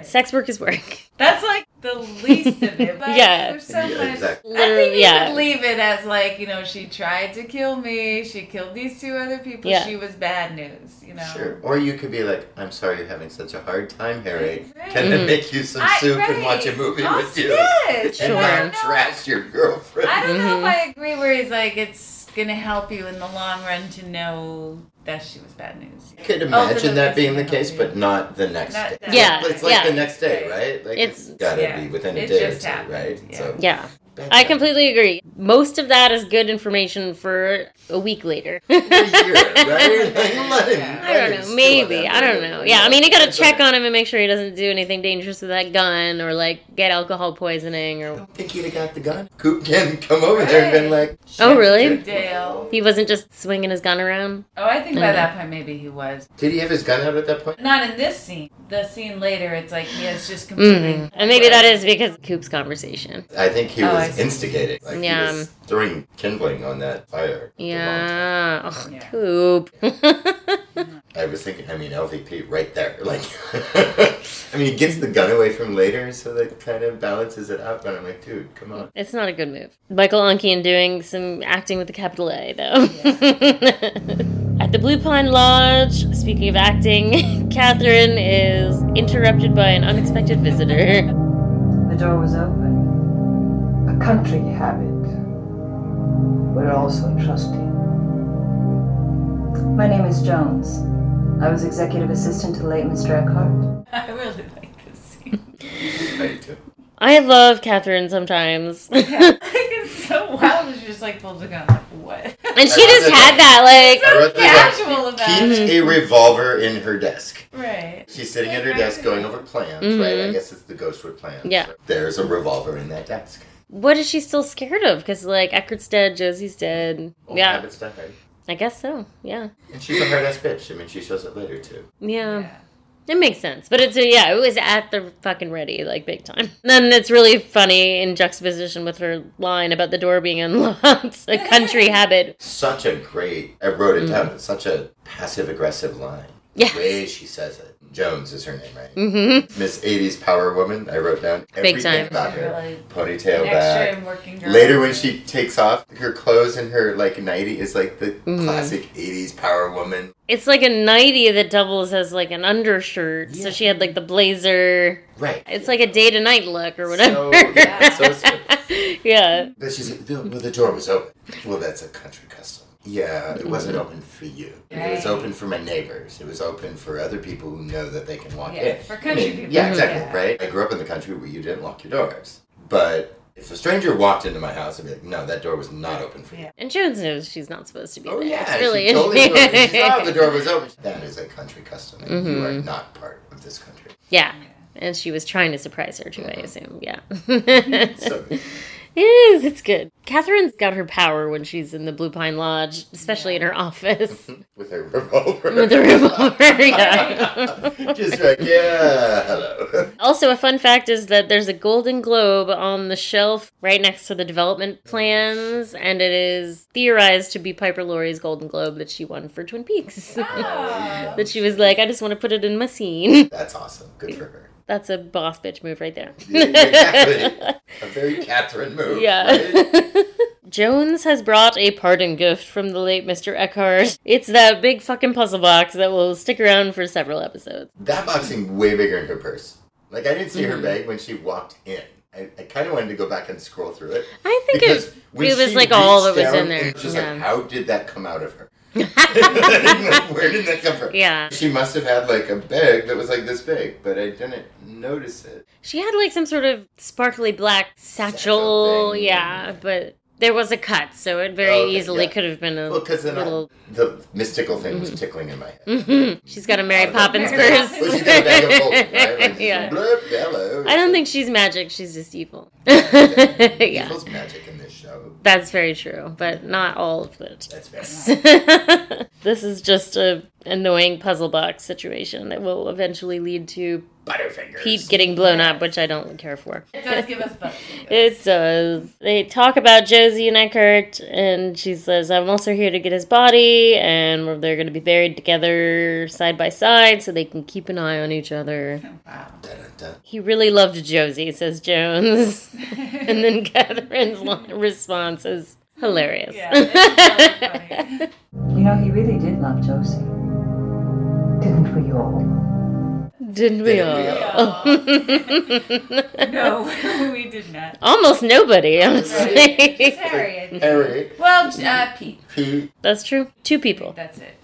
[SPEAKER 2] Sex work is work.
[SPEAKER 3] That's like the least of it. But
[SPEAKER 2] Yeah.
[SPEAKER 3] There's so
[SPEAKER 2] Yeah,
[SPEAKER 3] much.
[SPEAKER 2] exactly.
[SPEAKER 3] I think you
[SPEAKER 2] Yeah.
[SPEAKER 3] could leave it as like you know she tried to kill me. She killed these two other people.
[SPEAKER 4] Yeah.
[SPEAKER 3] She was bad news. You know.
[SPEAKER 4] Sure. Or you could be like, I'm sorry you're having such a hard time, Harry. Can I make you some
[SPEAKER 3] I-
[SPEAKER 4] soup and
[SPEAKER 3] right.
[SPEAKER 4] watch a movie
[SPEAKER 3] I'll
[SPEAKER 4] with you?
[SPEAKER 3] sit.
[SPEAKER 4] And
[SPEAKER 3] Sure.
[SPEAKER 4] not trash your girlfriend.
[SPEAKER 3] I don't
[SPEAKER 2] Mm-hmm.
[SPEAKER 3] know if I agree. Where he's like, it's gonna help you in the long run to know that she was bad news.
[SPEAKER 4] I could imagine that being the case, but not the next
[SPEAKER 3] Not
[SPEAKER 4] day.
[SPEAKER 3] that-
[SPEAKER 2] Yeah,
[SPEAKER 4] It's like
[SPEAKER 2] yeah.
[SPEAKER 4] the next day, right? Like it's,
[SPEAKER 2] It's-
[SPEAKER 4] gotta
[SPEAKER 2] yeah.
[SPEAKER 4] be within a
[SPEAKER 3] It
[SPEAKER 4] day or
[SPEAKER 3] just
[SPEAKER 4] two,
[SPEAKER 3] happened,
[SPEAKER 4] right? So
[SPEAKER 2] Yeah.
[SPEAKER 4] bad.
[SPEAKER 2] I completely agree. Most of that is good information for a week later. I don't know. Maybe. I don't know. Yeah, I mean, you gotta check on him and make sure he doesn't do anything dangerous with that gun or, like, get alcohol poisoning or.
[SPEAKER 4] think he'd have got the gun. Coop can come over there and been like,
[SPEAKER 2] Oh, really?
[SPEAKER 3] Dale.
[SPEAKER 2] He wasn't just swinging his gun around?
[SPEAKER 3] Oh, I think by
[SPEAKER 2] Okay.
[SPEAKER 3] that point maybe he was.
[SPEAKER 4] Did he have his gun out at that point?
[SPEAKER 3] Not in this scene. The scene later, it's like he has just completely.
[SPEAKER 2] Mm. And maybe that is because of Coop's conversation.
[SPEAKER 4] I think he
[SPEAKER 3] Oh, I
[SPEAKER 4] was
[SPEAKER 3] see.
[SPEAKER 4] instigating. Like
[SPEAKER 2] Yeah.
[SPEAKER 4] he was throwing kindling on that fire.
[SPEAKER 2] Yeah. Ugh, Coop.
[SPEAKER 4] I was thinking, I mean, LVP right there. Like, I mean, he gets the gun away from later, so that kind of balances it out. But I'm like, dude, come on.
[SPEAKER 2] it's not a good move. Michael Unkian doing some acting with a capital A, though. At the Blue Pine Lodge, speaking of acting, Catherine is interrupted by an unexpected visitor.
[SPEAKER 15] The door was open. A country habit. We're all so trusty. My name is Jones. I was executive assistant to the late Mr. Eckhart.
[SPEAKER 3] I really like this scene.
[SPEAKER 2] I love Catherine sometimes.
[SPEAKER 3] Yeah. it's so wild. It's just like pulls a gun. Like, what?
[SPEAKER 2] And she just had that, like.
[SPEAKER 4] I wrote this down.
[SPEAKER 3] Casual about
[SPEAKER 4] Keeps
[SPEAKER 3] it.
[SPEAKER 4] a revolver in her desk.
[SPEAKER 3] Right.
[SPEAKER 4] She's sitting at her desk going over plans, right? I
[SPEAKER 2] Mhm.
[SPEAKER 4] guess it's the Ghostwood plans.
[SPEAKER 2] Yeah.
[SPEAKER 4] There's a revolver in that desk.
[SPEAKER 2] What is she still scared of? Because, like, Eckert's dead, Josie's dead.
[SPEAKER 4] Old
[SPEAKER 2] yeah.
[SPEAKER 4] habits die hard.
[SPEAKER 2] I guess so, yeah.
[SPEAKER 4] And she's a hard ass bitch. I mean, she shows it later too.
[SPEAKER 2] Yeah. It makes sense. But it's, yeah, it was at the fucking ready, like, big time. And then it's really funny in juxtaposition with her line about the door being unlocked, a country habit.
[SPEAKER 4] Such a great. I wrote it down. It's such a passive aggressive line.
[SPEAKER 2] Mm. Yes.
[SPEAKER 4] The way she says it. Jones is her name, right?
[SPEAKER 2] Mm hmm.
[SPEAKER 4] Miss 80s Power Woman. I wrote down everything
[SPEAKER 2] time.
[SPEAKER 4] about her.
[SPEAKER 3] Really
[SPEAKER 4] Ponytail
[SPEAKER 3] extra
[SPEAKER 4] back.
[SPEAKER 3] and working girl.
[SPEAKER 4] Later, when she takes off her clothes and her like nighty is like the
[SPEAKER 2] Mhm.
[SPEAKER 4] classic 80s Power Woman.
[SPEAKER 2] It's like a nightie that doubles as, like, an undershirt. So she had, like, the blazer.
[SPEAKER 4] Right.
[SPEAKER 2] It's like a day to night look or whatever.
[SPEAKER 4] So, yeah, so
[SPEAKER 2] yeah.
[SPEAKER 4] But she's like, "No, well, the door was open. Well, that's a country custom. Yeah, it wasn't
[SPEAKER 2] Mhm.
[SPEAKER 4] open for you. It was
[SPEAKER 3] Right.
[SPEAKER 4] open for my neighbors. It was open for other people who know that they can walk
[SPEAKER 3] Yeah,
[SPEAKER 4] in.
[SPEAKER 3] for country
[SPEAKER 4] I mean,
[SPEAKER 3] people,
[SPEAKER 4] Yeah,
[SPEAKER 3] yeah.
[SPEAKER 4] exactly, right? I grew up in the country where you didn't lock your doors. But if a stranger walked into my house, I'd be like, no, that door was not open for you.
[SPEAKER 2] And Jones knows she's not supposed to be there.
[SPEAKER 4] Oh, Yeah,
[SPEAKER 2] it's really
[SPEAKER 4] she totally knew it. She saw the door was open. That is a country custom. and You are
[SPEAKER 2] Mhm.
[SPEAKER 4] not part of this country.
[SPEAKER 2] Yeah. And she was trying to surprise her too, I assume. Yeah.
[SPEAKER 4] Uh-huh. So good.
[SPEAKER 2] It is. It's good. Catherine's got her power when she's in the Blue Pine Lodge, especially in her office
[SPEAKER 4] With a revolver.
[SPEAKER 2] with a revolver. yeah.
[SPEAKER 4] Just like, yeah, hello.
[SPEAKER 2] Also, a fun fact is that there's a Golden Globe on the shelf right next to the development plans, and it is theorized to be Piper Laurie's Golden Globe that she won for Twin Peaks.
[SPEAKER 4] Ah.
[SPEAKER 2] that she was like, I just want to put it in my scene.
[SPEAKER 4] That's awesome. Good for her.
[SPEAKER 2] That's a boss bitch move right there.
[SPEAKER 4] Yeah, exactly. a very Catherine move.
[SPEAKER 2] Yeah. Jones has brought a pardon gift from the late Mr. Eckhart. It's that big fucking puzzle box that will stick around for several episodes.
[SPEAKER 4] That box seemed way bigger in her purse. Like I didn't see her
[SPEAKER 2] Mhm.
[SPEAKER 4] bag when she walked in. I, I kind of wanted to go back and scroll through it.
[SPEAKER 2] I think
[SPEAKER 4] Because
[SPEAKER 2] it,
[SPEAKER 4] when
[SPEAKER 2] it was
[SPEAKER 4] she
[SPEAKER 2] like all that
[SPEAKER 4] reached
[SPEAKER 2] was in
[SPEAKER 4] down,
[SPEAKER 2] there.
[SPEAKER 4] it was Just
[SPEAKER 2] yeah.
[SPEAKER 4] like, how did that come out of her? Where did that come from?
[SPEAKER 2] Yeah.
[SPEAKER 4] She must have had like a bag that was like this big, but I didn't notice it.
[SPEAKER 2] She had like some sort of sparkly black satchel. yeah, but there was a cut, so it very
[SPEAKER 4] Oh, okay,
[SPEAKER 2] easily
[SPEAKER 4] yeah.
[SPEAKER 2] could have been a
[SPEAKER 4] Well, because then I-
[SPEAKER 2] little.
[SPEAKER 4] the mystical thing was tickling in my head.
[SPEAKER 2] Mhm. She's got a Mary Poppins
[SPEAKER 4] Mary
[SPEAKER 2] purse.
[SPEAKER 4] Poppins. Well, she got a bag of holding, right? Like,
[SPEAKER 2] yeah.
[SPEAKER 4] blurp, hello.
[SPEAKER 2] I don't think she's magic. She's just evil. yeah.
[SPEAKER 4] Evil's magic in this show.
[SPEAKER 2] That's very true, but not all of it.
[SPEAKER 4] That's
[SPEAKER 2] this is just a annoying puzzle box situation that will eventually lead to
[SPEAKER 4] Butterfingers.
[SPEAKER 2] Pete getting blown up, which I don't care for.
[SPEAKER 3] It does give us butt.
[SPEAKER 2] It does. They talk about Josie and Eckert, and she says, I'm also here to get his body, and we're- they're going to be buried together side by side so they can keep an eye on each other. He really loved Josie, says Jones. and then Catherine's li- response is hilarious.
[SPEAKER 15] You know, he really did love Josie. Didn't we all?
[SPEAKER 2] Didn't we all?
[SPEAKER 3] No, Oh, we did not.
[SPEAKER 2] Almost nobody, honestly.
[SPEAKER 3] Just Harriet.
[SPEAKER 4] Harriet.
[SPEAKER 3] Well, j- uh, Pete.
[SPEAKER 4] Pete.
[SPEAKER 2] That's true. Two people.
[SPEAKER 3] That's it.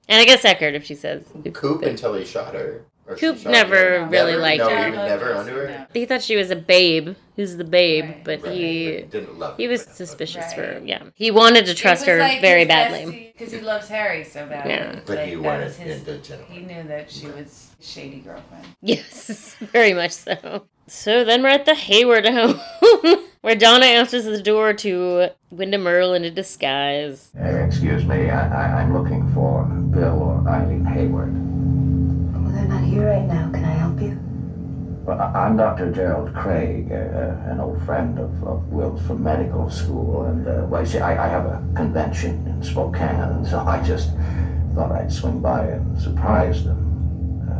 [SPEAKER 2] and I guess Eckert if she says.
[SPEAKER 4] Coop until he shot her. Or
[SPEAKER 2] Coop
[SPEAKER 4] Shoshana.
[SPEAKER 2] never really liked
[SPEAKER 4] no,
[SPEAKER 2] her.
[SPEAKER 4] No, never under her.
[SPEAKER 2] He thought she was a babe. Who's the babe? But he
[SPEAKER 4] didn't love.
[SPEAKER 2] He was suspicious for her. Yeah, he wanted to trust her very badly.
[SPEAKER 3] because he loves Harry so badly.
[SPEAKER 2] Yeah.
[SPEAKER 4] But he
[SPEAKER 3] that
[SPEAKER 4] wanted
[SPEAKER 3] was his-
[SPEAKER 4] it in general.
[SPEAKER 3] He knew that she was a shady girlfriend.
[SPEAKER 2] Yes, very much so. So then we're at the Hayward home, where Donna answers the door to Wyndham Earl in a disguise.
[SPEAKER 5] Excuse me, I, I, I'm looking for Bill or Eileen Hayward.
[SPEAKER 13] Well, they're not here right now. Can I help you?
[SPEAKER 5] Well, I- I'm Dr. Gerald Craig, uh, an old friend of, of Will's from medical school, and uh, well, you see, I, I have a convention in Spokane, and so I just thought I'd swing by and surprise them. Uh,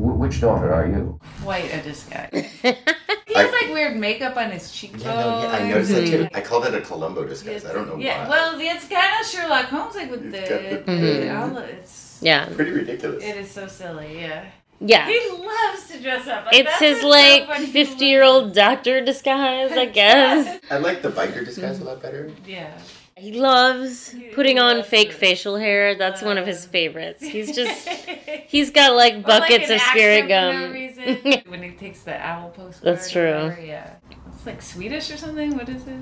[SPEAKER 5] wh- which daughter are you?
[SPEAKER 3] Quite a disguise. he has like weird makeup on his cheekbones.
[SPEAKER 4] Yeah, no, yeah, I noticed that too. I call that a Columbo disguise. I don't know
[SPEAKER 3] Yeah,
[SPEAKER 4] why.
[SPEAKER 3] well, it's kind of Sherlock Holmes like with the,
[SPEAKER 4] got the
[SPEAKER 3] the
[SPEAKER 4] big-
[SPEAKER 3] all- it's
[SPEAKER 2] Mm-hmm. Yeah.
[SPEAKER 4] Pretty ridiculous.
[SPEAKER 3] it is so silly. Yeah.
[SPEAKER 2] Yeah.
[SPEAKER 3] He loves to dress up. Like,
[SPEAKER 2] It's
[SPEAKER 3] that's
[SPEAKER 2] his
[SPEAKER 3] what's
[SPEAKER 2] like
[SPEAKER 3] So funny.
[SPEAKER 2] fifty year old doctor disguise, I guess.
[SPEAKER 4] I like the biker disguise a lot better.
[SPEAKER 3] Mm-hmm. yeah.
[SPEAKER 2] He loves putting on fake facial hair. That's one of his favorites. He's just he's got like
[SPEAKER 3] Um. Or, like,
[SPEAKER 2] buckets
[SPEAKER 3] an
[SPEAKER 2] of spirit
[SPEAKER 3] accent for
[SPEAKER 2] gum.
[SPEAKER 3] no reason. when he takes the owl postcard.
[SPEAKER 2] That's
[SPEAKER 3] or
[SPEAKER 2] true.
[SPEAKER 3] whatever, yeah. It's like Swedish or something. What is it?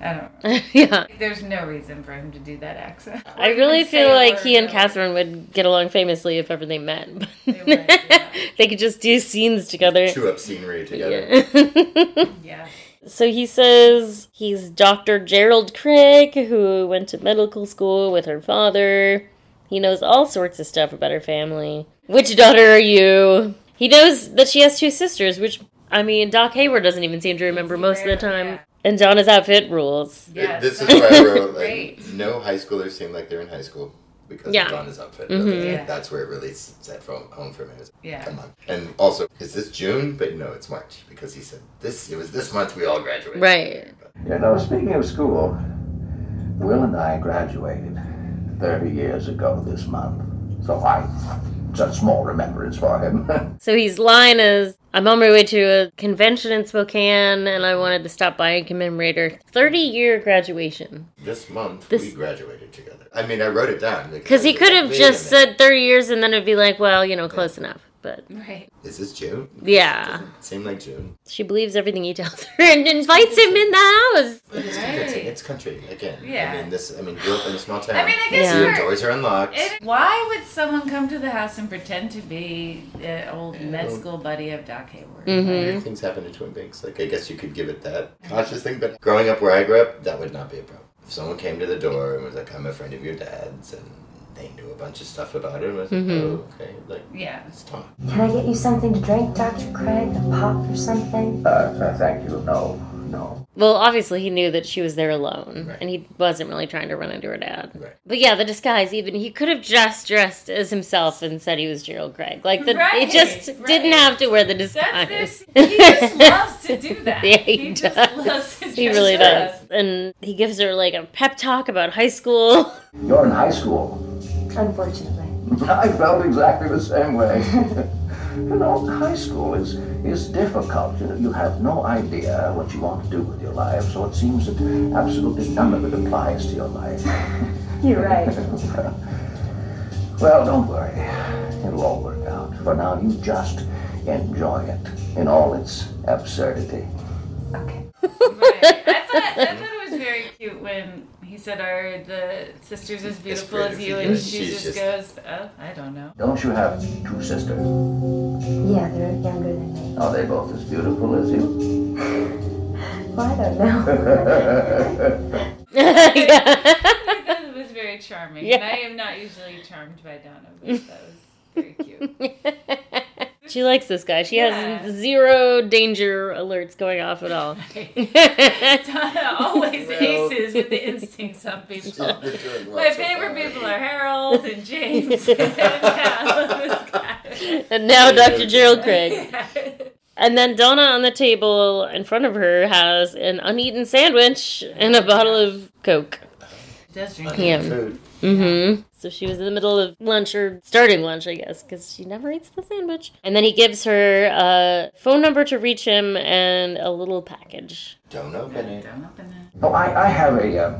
[SPEAKER 3] I don't. know.
[SPEAKER 2] yeah.
[SPEAKER 3] Like, There's no reason for him to do that accent.
[SPEAKER 2] I really feel like he and Catherine would get along famously if ever they met. They, could just do scenes together.
[SPEAKER 4] Chew up scenery together.
[SPEAKER 2] Yeah.
[SPEAKER 3] Yeah.
[SPEAKER 2] So he says he's Dr. Gerald Craig, who went to medical school with her father. He knows all sorts of stuff about her family. Which daughter are you? He knows that she has two sisters, which, I mean, Doc Hayward doesn't even seem to remember most of the time. And Donna's outfit rules.
[SPEAKER 4] It- this is why I wrote like no high schoolers seem like they're in high school because
[SPEAKER 2] Yeah.
[SPEAKER 4] of Donna's outfit.
[SPEAKER 2] Mhm. Yeah.
[SPEAKER 4] That's where it really set from home for me. It's,
[SPEAKER 3] Yeah.
[SPEAKER 4] Come on. And also, is this June? But no, it's March because he said this. It was this month we all graduated.
[SPEAKER 2] Right.
[SPEAKER 5] You know, Uh, speaking of school, Will and I graduated 30 years ago this month, so I, it's a small remembrance for him. Uh,
[SPEAKER 2] So he's lying as I'm on my way to a convention in Spokane and I wanted to stop by and commemorate her 30 year graduation.
[SPEAKER 4] This month we
[SPEAKER 2] This-
[SPEAKER 4] graduated together. I mean, I wrote it down
[SPEAKER 2] Because he
[SPEAKER 4] I was
[SPEAKER 2] could
[SPEAKER 4] like,
[SPEAKER 2] have
[SPEAKER 4] wait a
[SPEAKER 2] just
[SPEAKER 4] minute.
[SPEAKER 2] said 30 years and then it'd be like, well, you know, close enough. But
[SPEAKER 3] Right.
[SPEAKER 4] "Is this June?"
[SPEAKER 2] yeah,
[SPEAKER 4] Seemed like June.
[SPEAKER 2] she believes everything he tells her and invites him in the
[SPEAKER 4] But it's convincing. It's country again.
[SPEAKER 3] Yeah.
[SPEAKER 4] I mean, this. I mean, grew up in a small town.
[SPEAKER 3] I mean, I guess
[SPEAKER 4] your
[SPEAKER 3] you're-
[SPEAKER 4] doors are unlocked.
[SPEAKER 3] It, why would someone come to the house and pretend to be the old med school buddy of Doc Hayward?
[SPEAKER 2] Mm-hmm.
[SPEAKER 4] Weird things happen in Twin Peaks. Like, I guess you could give it that conscious thing, but growing up where I grew up, that would not be a problem. If someone came to the door and was like, I'm a friend of your dad's, and they knew a bunch of stuff about him, I was
[SPEAKER 2] Mm-hmm.
[SPEAKER 4] like,
[SPEAKER 13] Mhm.
[SPEAKER 4] oh, okay. Like,
[SPEAKER 3] yeah.
[SPEAKER 4] It's time.
[SPEAKER 13] Can I get you something to drink, Dr. Craig? A pop or something?
[SPEAKER 5] Uh, uh, thank you. No, no.
[SPEAKER 2] Well, obviously, he knew that she was there alone, and he wasn't really trying to run into her dad.
[SPEAKER 4] Right.
[SPEAKER 2] But yeah, the disguise, even he could have just dressed as himself and said he was Gerald Craig. Like, the,
[SPEAKER 3] Right,
[SPEAKER 2] he just didn't have to wear the disguise.
[SPEAKER 3] He just loves to do that.
[SPEAKER 2] Yeah, he,
[SPEAKER 3] just
[SPEAKER 2] does.
[SPEAKER 3] loves to
[SPEAKER 2] he
[SPEAKER 3] dress
[SPEAKER 2] really
[SPEAKER 3] up.
[SPEAKER 2] does. And he gives her like a pep talk about high school.
[SPEAKER 5] You're in high school.
[SPEAKER 13] Unfortunately.
[SPEAKER 5] I felt exactly the same way. you know, high school is is difficult. You know, you have no idea what you want to do with your life, so it seems that absolutely none of it applies to your life.
[SPEAKER 13] You're right.
[SPEAKER 5] well, don't worry. It'll all work out. For now, you just enjoy it in all its absurdity.
[SPEAKER 3] I thought, I thought it was very cute when he said, "Are the sisters as beautiful
[SPEAKER 5] great
[SPEAKER 3] as
[SPEAKER 5] if
[SPEAKER 3] you?"
[SPEAKER 5] you
[SPEAKER 3] And
[SPEAKER 5] do.
[SPEAKER 3] she
[SPEAKER 5] She's
[SPEAKER 3] just, goes, "Oh, I don't know."
[SPEAKER 5] Don't you have two sisters?
[SPEAKER 13] Yeah, they're younger than me.
[SPEAKER 5] Are they both as beautiful as you?
[SPEAKER 13] Well, I don't know.
[SPEAKER 3] that was very charming. And
[SPEAKER 2] Yeah.
[SPEAKER 3] I am not usually charmed by Donna, but that was very cute.
[SPEAKER 2] She likes this guy. She has zero danger alerts going off at all.
[SPEAKER 3] Donna always aces with the instincts on people. My favorite people are Harold and James. and now this guy.
[SPEAKER 2] And now Dr. Gerald Craig.
[SPEAKER 3] Yeah.
[SPEAKER 2] And then Donna on the table in front of her has an uneaten sandwich and a bottle of Coke.
[SPEAKER 3] Does drink
[SPEAKER 2] Yeah.
[SPEAKER 3] food.
[SPEAKER 2] Mm-hmm. So she was in the middle of lunch or starting lunch, I guess, because she never eats the sandwich. And then he gives her a phone number to reach him and a little package.
[SPEAKER 4] Don't open it.
[SPEAKER 3] Don't open it.
[SPEAKER 5] Oh, I, I have a,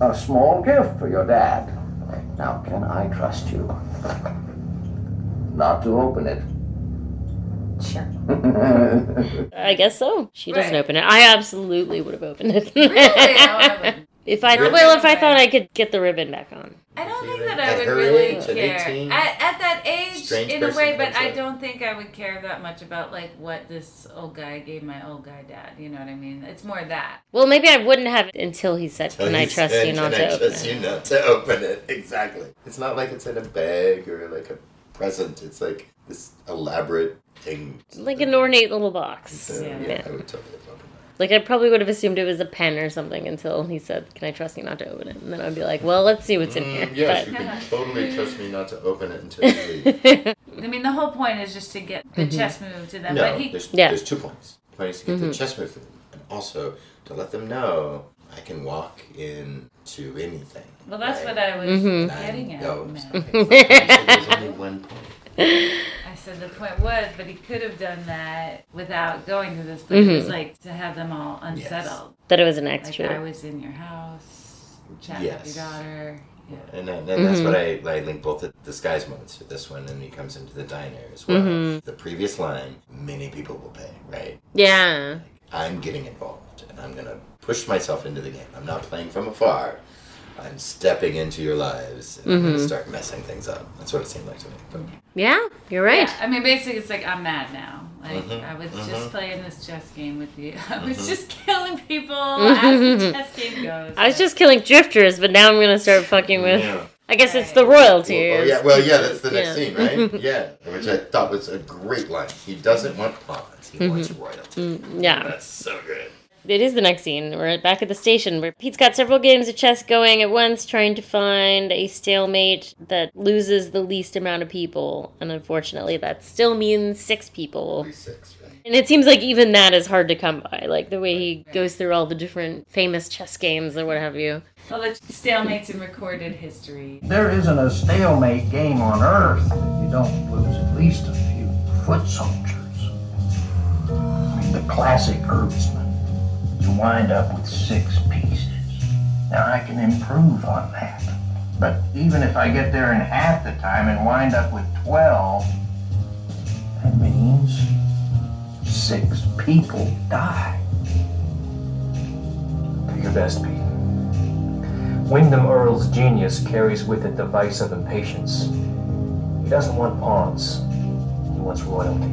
[SPEAKER 5] uh, a small gift for your dad. Now, can I trust you? not to open it.
[SPEAKER 13] Sure.
[SPEAKER 2] I guess so. She doesn't open it. I absolutely would have opened it. if I
[SPEAKER 3] Really?
[SPEAKER 2] well, if I thought I could get the ribbon back on.
[SPEAKER 3] I don't think that I
[SPEAKER 2] At
[SPEAKER 3] would
[SPEAKER 2] her
[SPEAKER 3] really
[SPEAKER 2] age, at
[SPEAKER 3] care
[SPEAKER 2] 18,
[SPEAKER 3] at, at that age,
[SPEAKER 2] strange
[SPEAKER 3] in a
[SPEAKER 2] person
[SPEAKER 3] way. But
[SPEAKER 2] comes
[SPEAKER 3] I
[SPEAKER 2] up.
[SPEAKER 3] don't think I would care that much about like what this old guy gave my old guy dad. You know what I mean? It's more that.
[SPEAKER 2] Well, maybe I wouldn't have it until he said, "Can I trust you not to
[SPEAKER 4] I
[SPEAKER 2] open
[SPEAKER 4] trust
[SPEAKER 2] it?"
[SPEAKER 4] you not to open it. Exactly. It's not like it's in a bag or like a present. It's like this elaborate thing.
[SPEAKER 2] Like an ornate little box.
[SPEAKER 4] So, yeah.
[SPEAKER 2] Yeah.
[SPEAKER 4] I would totally have opened
[SPEAKER 2] Like I probably would have assumed it was a pen or something until he said, "Can I trust you not to open it?" And then I'd be like, "Well, let's see what's in here."
[SPEAKER 4] it. Yes,
[SPEAKER 2] But-
[SPEAKER 4] you Mm, can totally trust me not to open it until you leave.
[SPEAKER 3] I mean, the whole point is just to get the
[SPEAKER 2] Mm-hmm.
[SPEAKER 4] Mhm.
[SPEAKER 3] chess move to them.
[SPEAKER 4] No,
[SPEAKER 3] but he,
[SPEAKER 4] there's, there's two points. The point is to get the
[SPEAKER 3] Mhm.
[SPEAKER 4] chess move for them, and also to let them know I can walk into anything.
[SPEAKER 3] Well, that's
[SPEAKER 4] right?
[SPEAKER 3] what I was
[SPEAKER 2] Mm-hmm.
[SPEAKER 4] And
[SPEAKER 3] getting
[SPEAKER 4] I
[SPEAKER 3] at,
[SPEAKER 4] know
[SPEAKER 3] Matt.
[SPEAKER 4] something. So there's only one point.
[SPEAKER 3] I said the point was, but he could have done that without going to this. But it was
[SPEAKER 2] Mhm.
[SPEAKER 3] like to have them all unsettled.
[SPEAKER 2] That it was an
[SPEAKER 3] Like,
[SPEAKER 2] extra.
[SPEAKER 3] I was in your house, chatting with
[SPEAKER 4] Yes.
[SPEAKER 3] your daughter. Yeah.
[SPEAKER 4] And, that- and that's
[SPEAKER 2] Mhm.
[SPEAKER 4] what I, I link both the disguise moments to this one, and he comes into the diner as well.
[SPEAKER 2] Mhm.
[SPEAKER 4] The previous line, many people will pay, right?
[SPEAKER 2] yeah.
[SPEAKER 4] I'm getting involved, and I'm going to push myself into the game. I'm not playing from afar. I'm stepping into your lives, and I'm going
[SPEAKER 2] Mhm.
[SPEAKER 4] to start messing things up. That's what it seemed like to me. But
[SPEAKER 2] Yeah, you're right.
[SPEAKER 3] Yeah, I mean, basically, it's like I'm mad now. Like
[SPEAKER 4] Mhm,
[SPEAKER 3] I was
[SPEAKER 4] mhm.
[SPEAKER 3] just playing this chess game with you. I was
[SPEAKER 4] Mhm.
[SPEAKER 3] just killing people as the
[SPEAKER 2] Mhm.
[SPEAKER 3] chess game goes.
[SPEAKER 2] I was just killing drifters, but now I'm gonna start fucking with.
[SPEAKER 4] Yeah.
[SPEAKER 2] I guess it's the royalty.
[SPEAKER 4] Oh, yeah, well, yeah, that's the next scene, right?
[SPEAKER 2] yeah.
[SPEAKER 4] yeah, which I thought was a great line. He doesn't want pawns, he wants
[SPEAKER 12] Mm-hmm.
[SPEAKER 2] Mhm.
[SPEAKER 4] royalty.
[SPEAKER 2] Mm, yeah.
[SPEAKER 4] That's so good.
[SPEAKER 2] It is the next scene. We're back at the station where Pete's got several games of chess going at once, trying to find a stalemate that loses the least amount of people. And unfortunately, that still means six people.
[SPEAKER 4] Six, right?
[SPEAKER 2] And it seems like even that is hard to come by. Like the way he goes through all the different famous chess games or what have you.
[SPEAKER 3] well, the stalemates in recorded history.
[SPEAKER 16] There isn't a stalemate game on Earth that you don't lose at least a few foot soldiers. I mean, the classic herdsman. You wind up with six pieces. Now, I can improve on that. But even if I get there in half the time and wind up with 12, that means six people die.
[SPEAKER 14] Do your best, Pete. Wyndham Earl's genius carries with it the vice of impatience. He doesn't want pawns, he wants royalty.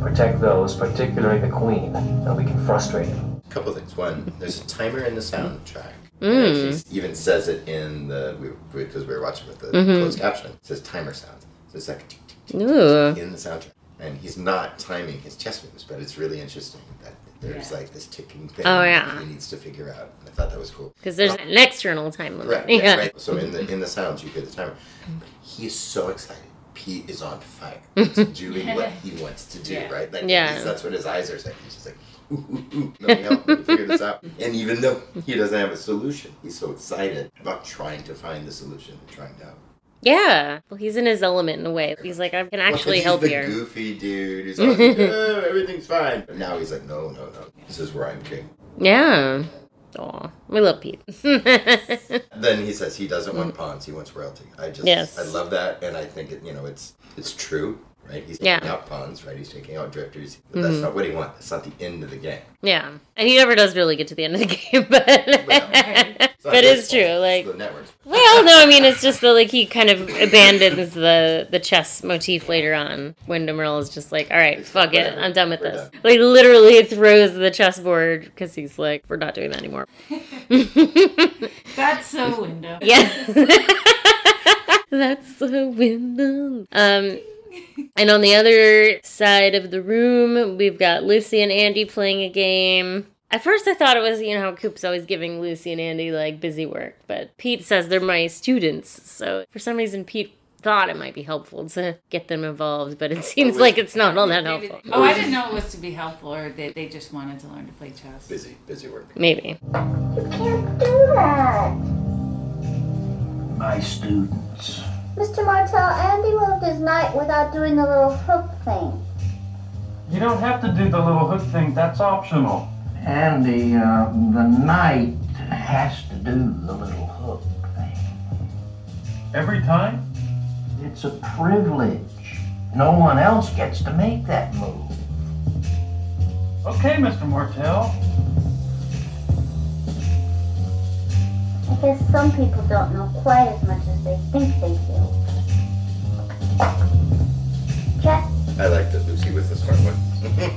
[SPEAKER 14] Protect those, particularly the queen, and we can frustrate him.
[SPEAKER 4] Couple things. One, there's a timer in the soundtrack.
[SPEAKER 14] Mm.
[SPEAKER 4] It even says it in the because we, because we were watching with the
[SPEAKER 2] Mhm.
[SPEAKER 4] closed caption. It says timer sounds. So it's like tick, tick, tick, tick,
[SPEAKER 2] Ooh.
[SPEAKER 4] in the soundtrack, and he's not timing his chess moves, but it's really interesting that there's like this ticking thing.
[SPEAKER 2] Oh, yeah.
[SPEAKER 4] that he needs to figure out. And I thought that was cool
[SPEAKER 2] Because there's
[SPEAKER 4] Um,
[SPEAKER 2] an external time limit.
[SPEAKER 4] Right, yeah, right. So in the in the sounds, you hear the timer. But he is so excited. Pete is on fire. He's doing what he wants to do,
[SPEAKER 2] Yeah.
[SPEAKER 4] right? Like
[SPEAKER 2] Yeah.
[SPEAKER 4] he's- that's what his eyes are saying. He's just like, ooh, ooh, ooh, let me help me figure this out. And even though he doesn't have a solution, he's so excited about trying to find the solution and trying to help.
[SPEAKER 2] Yeah. Well, he's in his element in a way. He's like, I can actually
[SPEAKER 4] Well,
[SPEAKER 2] help
[SPEAKER 4] 'cause he's
[SPEAKER 2] here.
[SPEAKER 4] the goofy dude who's always like, oh, everything's fine. But now he's like, no, no, no. This is where I'm king.
[SPEAKER 2] Yeah. Aw. We love Pete.
[SPEAKER 4] then he says he doesn't want pawns; he wants royalty. I just,
[SPEAKER 2] Mm. Yes.
[SPEAKER 4] I love that, and I think it, you know, it's it's true, right? He's
[SPEAKER 2] Yeah.
[SPEAKER 4] taking out pawns, right? He's taking out drifters, but that's
[SPEAKER 2] Mhm.
[SPEAKER 4] not what he wants. That's not the end of the game.
[SPEAKER 2] yeah. And he never does really get to the end of the game, but but
[SPEAKER 4] his
[SPEAKER 2] it's true. Like
[SPEAKER 4] The networks.
[SPEAKER 2] well, no, I mean it's just that like he kind of abandons the the chess motif later on. Wyndham Earl is just like, all right, fuck it, I'm done with this. Like literally throws the chessboard because he's like, we're not doing that anymore.
[SPEAKER 3] That's so window.
[SPEAKER 2] Yes. That's so Wyndham. Um, and on the other side of the room, we've got Lucy and Andy playing a game. At first, I thought it was, you know, how Coop's always giving Lucy and Andy like busy work, but Pete says they're my students. So for some reason, Pete thought it might be helpful to get them involved, but it seems like it's not all that
[SPEAKER 3] Maybe-
[SPEAKER 2] helpful.
[SPEAKER 3] Oh, I didn't know it was to be helpful, or that they just wanted to learn to play chess.
[SPEAKER 4] Busy, busy work.
[SPEAKER 2] Maybe.
[SPEAKER 13] Do that.
[SPEAKER 16] My students.
[SPEAKER 17] Mr. Martell, Andy moved his knight without doing the little hook thing.
[SPEAKER 16] You don't have to do the little hook thing, that's optional. And the, uh, the knight has to do the little hook thing. Every time? It It's a privilege. No one else gets to make that move. Okay, Mr. Martell.
[SPEAKER 17] I guess some people don't know quite as much as they think they do. Jack,
[SPEAKER 4] I like that Lucy was the smart one.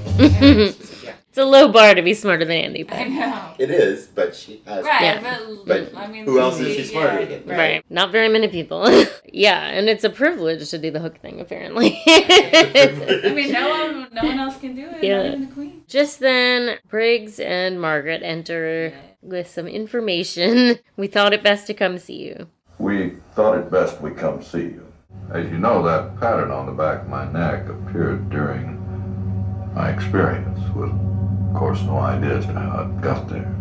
[SPEAKER 2] it's a low bar to be smarter than Andy. But.
[SPEAKER 3] I know.
[SPEAKER 4] it is, but she has.
[SPEAKER 3] Right,
[SPEAKER 2] Yeah.
[SPEAKER 3] but,
[SPEAKER 4] But
[SPEAKER 3] I mean,
[SPEAKER 4] who else is
[SPEAKER 3] Lucy,
[SPEAKER 4] she smarter
[SPEAKER 3] yeah,
[SPEAKER 4] than?
[SPEAKER 2] Right. Not very many people. yeah, and it's a privilege to do the hook thing, apparently.
[SPEAKER 3] I mean, no one, no one else can do it.
[SPEAKER 2] Yeah.
[SPEAKER 3] Not even the queen.
[SPEAKER 2] Just then, Briggs and Margaret enter with some information. We thought it best to come see you.
[SPEAKER 18] We thought it best we come see you. As you know, that pattern on the back of my neck appeared during my experience, with, of course, no idea as to how it got there.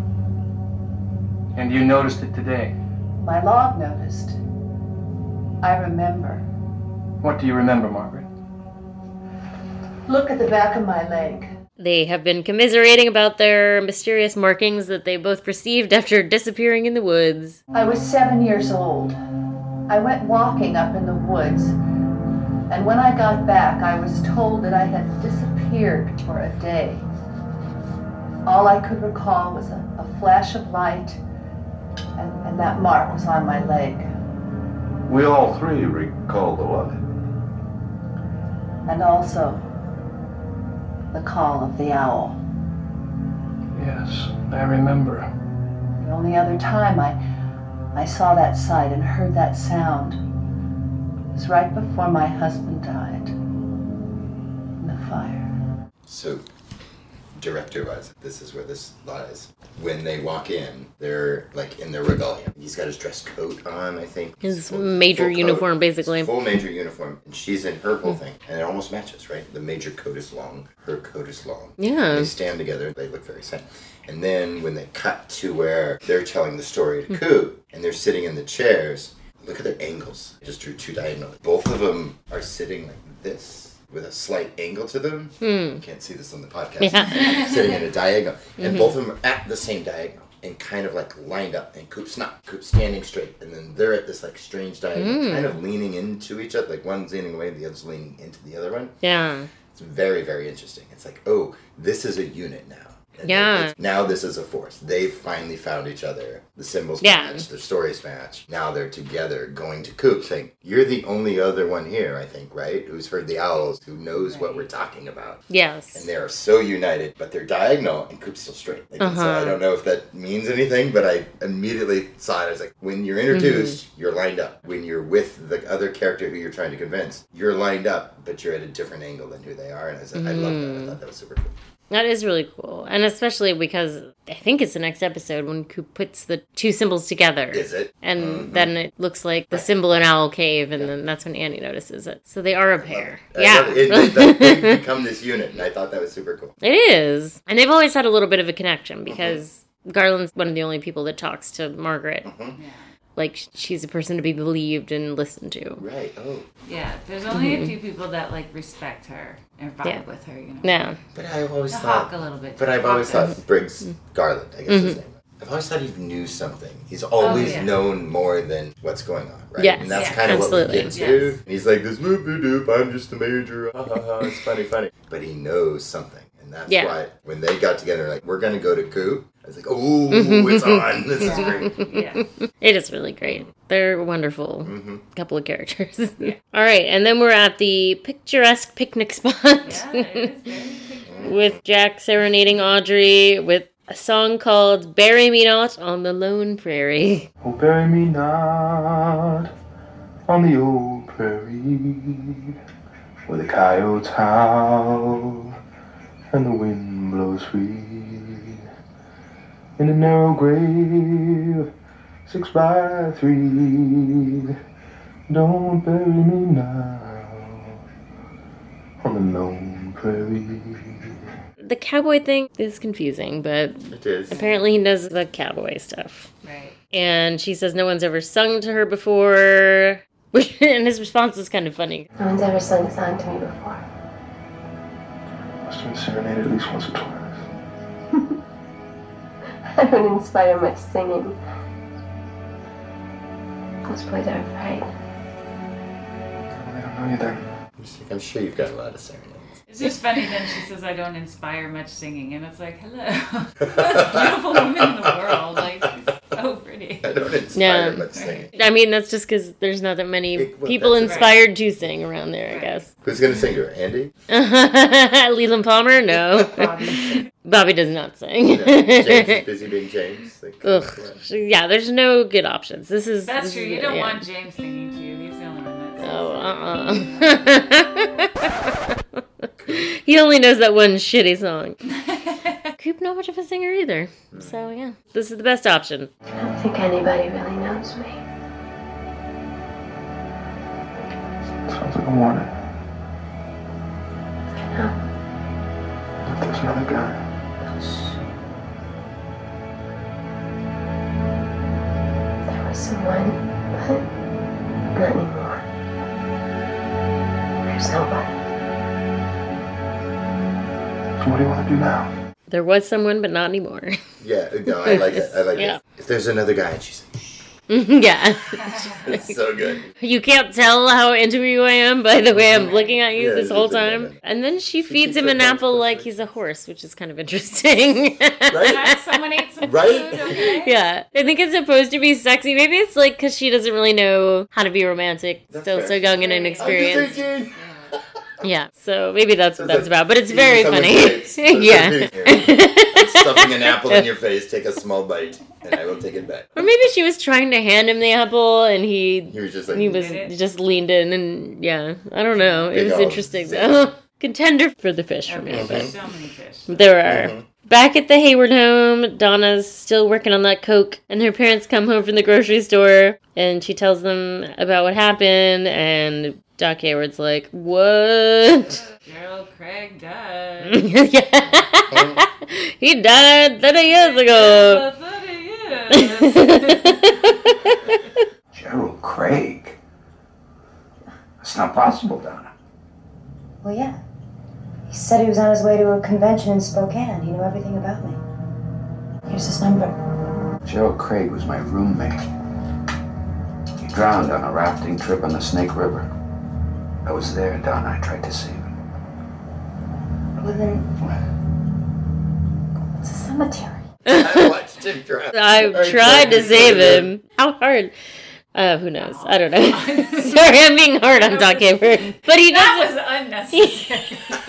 [SPEAKER 14] And you noticed it today.
[SPEAKER 13] My log noticed. I remember.
[SPEAKER 14] What do you remember, Margaret?
[SPEAKER 13] Look at the back of my leg.
[SPEAKER 2] They have been commiserating about their mysterious markings that they both perceived after disappearing in the woods.
[SPEAKER 13] I was seven years old. I went walking up in the woods, and when I got back, I was told that I had disappeared for a day. All I could recall was a, a flash of light, and, and that mark was on my leg.
[SPEAKER 18] We all three recall the light.
[SPEAKER 13] And also, the call of the owl.
[SPEAKER 14] Yes, I remember.
[SPEAKER 13] The only other time I, I saw that sight and heard that sound was right before my husband died in the fire.
[SPEAKER 4] So, director wise, this is where this lies. When they walk in, they're like in their regalia. He's got his dress coat on, I think.
[SPEAKER 2] His
[SPEAKER 4] Full-
[SPEAKER 2] major
[SPEAKER 4] full coat.
[SPEAKER 2] uniform, basically. Hmm.
[SPEAKER 4] His full major uniform. And she's in her whole thing. And it almost matches, right? The major coat is long, her coat is long.
[SPEAKER 2] Yeah.
[SPEAKER 4] They stand together, they look very sad. And then when they cut to where they're telling the story
[SPEAKER 2] Hmm.
[SPEAKER 4] to Coop and they're sitting in the chairs, look at their angles. I just drew two diagonals. Both of them are sitting like this with a slight angle to them.
[SPEAKER 2] Hmm.
[SPEAKER 4] You can't see this on the podcast.
[SPEAKER 2] Yeah.
[SPEAKER 4] sitting at a diagonal. And
[SPEAKER 2] Mhm.
[SPEAKER 4] both of them are at the same diagonal and kind of like lined up. And Coop's not. Coop's standing straight. And then they're at this like strange diagonal,
[SPEAKER 2] Mm.
[SPEAKER 4] kind of leaning into each other. Like one's leaning away, the other's leaning into the other one.
[SPEAKER 2] Yeah.
[SPEAKER 4] It's very, very interesting. It's like, oh, this is a unit now. And
[SPEAKER 2] Yeah.
[SPEAKER 4] it's- Now this is a force. They finally found each other. The symbols
[SPEAKER 2] Yeah.
[SPEAKER 4] match. Their stories match. Now they're together going to Coop saying, You're the only other one here, I think, right? Who's heard the owls, who knows what we're talking about.
[SPEAKER 2] Yes.
[SPEAKER 4] And they are so united, but they're diagonal and Coop's still straight. Like, and So
[SPEAKER 2] Uh-huh.
[SPEAKER 4] I don't know if that means anything, but I immediately saw it as like when you're introduced,
[SPEAKER 2] Mm-hmm.
[SPEAKER 4] you're lined up. When you're with the other character who you're trying to convince, you're lined up, but you're at a different angle than who they are. And I, said, I love that. I thought that was super cool.
[SPEAKER 2] That is really cool. And especially because I think it's the next episode when Coop puts the two symbols together.
[SPEAKER 4] Is it?
[SPEAKER 2] And
[SPEAKER 4] Mhm.
[SPEAKER 2] then it looks like the symbol in Owl Cave, and then that's when Annie notices it. So they are a pair.
[SPEAKER 4] I
[SPEAKER 2] yeah.
[SPEAKER 4] love it. It- that- they've become this unit, and I thought that was super cool.
[SPEAKER 2] It is. And they've always had a little bit of a
[SPEAKER 4] Mm-hmm.
[SPEAKER 2] connection because Garland's one of the only people that talks to Margaret.
[SPEAKER 4] Mm-hmm.
[SPEAKER 2] Like, sh- she's a person to be believed and listened to.
[SPEAKER 4] Right. Oh.
[SPEAKER 3] Yeah, there's only
[SPEAKER 2] Mhm.
[SPEAKER 3] a few people that like respect her and vibe
[SPEAKER 2] Yeah.
[SPEAKER 3] with her. You know.
[SPEAKER 2] Yeah.
[SPEAKER 4] But I've always
[SPEAKER 3] The
[SPEAKER 4] thought.
[SPEAKER 3] hawk a little bit.
[SPEAKER 4] But I've always
[SPEAKER 3] Hawk.
[SPEAKER 4] thought Briggs Garland, I guess his
[SPEAKER 2] Mhm.
[SPEAKER 4] name. I've always thought he
[SPEAKER 2] Mm-hmm.
[SPEAKER 4] knew something. He's always
[SPEAKER 3] Oh, yeah.
[SPEAKER 4] known more than what's going on, right?
[SPEAKER 2] Yes.
[SPEAKER 4] and that's
[SPEAKER 2] Yeah.
[SPEAKER 4] kind of what we
[SPEAKER 2] Absolutely.
[SPEAKER 4] get to. And he's like, "This moop doop, I'm just the major." Ha, ha, ha. It's funny, funny. But he knows something, and that's
[SPEAKER 2] Yeah.
[SPEAKER 4] why when they got together, like, "We're gonna go to Coop." I was like, "Oh, it's on! This is great."
[SPEAKER 2] It is really great. They're wonderful
[SPEAKER 4] Mm-hmm.
[SPEAKER 2] couple of characters.
[SPEAKER 4] Yeah.
[SPEAKER 2] All right, and then we're at the picturesque picnic spot with Jack serenading Audrey with a song called "Bury Me Not on the Lone Prairie."
[SPEAKER 16] Oh, bury me not on the old prairie where the coyotes howl and the wind blows free. In a narrow grave, six by three. Don't bury me now on the lone prairie.
[SPEAKER 2] The cowboy thing is confusing, but
[SPEAKER 4] It is.
[SPEAKER 2] apparently he does the cowboy stuff.
[SPEAKER 3] Right.
[SPEAKER 2] And she says no one's ever sung to her before, which and his response is kind of funny.
[SPEAKER 12] No one's ever sung a song to me before.
[SPEAKER 16] Must have been serenaded at least once or twice.
[SPEAKER 12] I don't inspire much singing. Those boys are afraid.
[SPEAKER 16] I
[SPEAKER 4] know either. I'm sure you've got a lot of serenades.
[SPEAKER 3] It's just funny then she says I don't inspire much singing and it's like, hello. Most beautiful woman in the world. Like she's so pretty.
[SPEAKER 4] I don't inspire much singing.
[SPEAKER 2] I mean, that's just because there's not that many people
[SPEAKER 4] that's-
[SPEAKER 2] inspired to sing around there, I guess.
[SPEAKER 4] Who's gonna sing to her? Andy?
[SPEAKER 2] Leland Palmer? No. Bobby does not sing.
[SPEAKER 4] No. James is busy being James. Like,
[SPEAKER 2] Ugh. Yeah, there's no good options. This is.
[SPEAKER 3] That's
[SPEAKER 2] this
[SPEAKER 3] true.
[SPEAKER 2] is
[SPEAKER 3] You
[SPEAKER 2] it,
[SPEAKER 3] don't
[SPEAKER 2] yeah.
[SPEAKER 3] want James singing to you. He's the only one that's
[SPEAKER 2] Oh, uh-uh. he only knows that one shitty song. Coop, not much of a singer either. So, yeah, this is the best option.
[SPEAKER 12] I don't think anybody really knows me.
[SPEAKER 16] Sounds like a warning. But there's another guy.
[SPEAKER 12] There was someone, but not anymore. There's nobody.
[SPEAKER 16] So what do you want to do now?
[SPEAKER 2] There was someone, but not anymore.
[SPEAKER 4] Yeah, no, I like it. I like
[SPEAKER 2] Yeah.
[SPEAKER 4] it. If there's another guy, and she's
[SPEAKER 2] yeah.
[SPEAKER 4] like, it's so good.
[SPEAKER 2] You can't tell how into you I am by the way I'm looking at you
[SPEAKER 4] Yeah,
[SPEAKER 2] this
[SPEAKER 4] it's
[SPEAKER 2] whole
[SPEAKER 4] a good
[SPEAKER 2] time. And then she feeds him an apple like he's a horse, which is kind of interesting.
[SPEAKER 3] right? Someone ate some
[SPEAKER 4] Right?
[SPEAKER 3] food, okay?
[SPEAKER 2] yeah. I think it's supposed to be sexy. Maybe it's like because she doesn't really know how to be romantic. Still so young and inexperienced. Yeah. So maybe that's what that's about. But it's very
[SPEAKER 4] Someone
[SPEAKER 2] funny.
[SPEAKER 4] takes-
[SPEAKER 2] yeah.
[SPEAKER 4] Stuffing an apple in your face, take a small bite, and I will take it back.
[SPEAKER 2] Or maybe she was trying to hand him the apple and he
[SPEAKER 4] He was just like,
[SPEAKER 2] he was just leaned in and yeah. I don't know.
[SPEAKER 4] Big
[SPEAKER 2] It was
[SPEAKER 4] old
[SPEAKER 2] interesting
[SPEAKER 4] zit.
[SPEAKER 2] though. Contender for the fish for me.
[SPEAKER 3] Okay,
[SPEAKER 2] but-
[SPEAKER 3] so many fish.
[SPEAKER 2] There are.
[SPEAKER 4] Mm-hmm.
[SPEAKER 3] Mhm.
[SPEAKER 2] Back at the Hayward home, Donna's still working on that coke, and her parents come home from the grocery store, and she tells them about what happened, and Doc Hayward's like, "What?
[SPEAKER 3] Gerald Craig died.
[SPEAKER 2] Yeah. he died thirty years ago."
[SPEAKER 16] Gerald Craig. That's not possible, Donna.
[SPEAKER 19] Well, yeah. He said he was on his way to a convention in Spokane. He knew everything about me. Here's his number.
[SPEAKER 16] Gerald Craig was my roommate. He drowned on a rafting trip on the Snake River. I was there, Donna. I tried to save him.
[SPEAKER 19] Well, then. It's a cemetery.
[SPEAKER 4] I watched him drown.
[SPEAKER 2] I tried to save him. How hard? Uh, who knows? I don't know. Sorry, I'm being hard on Doc Hayward, but he does.
[SPEAKER 3] That was unnecessary.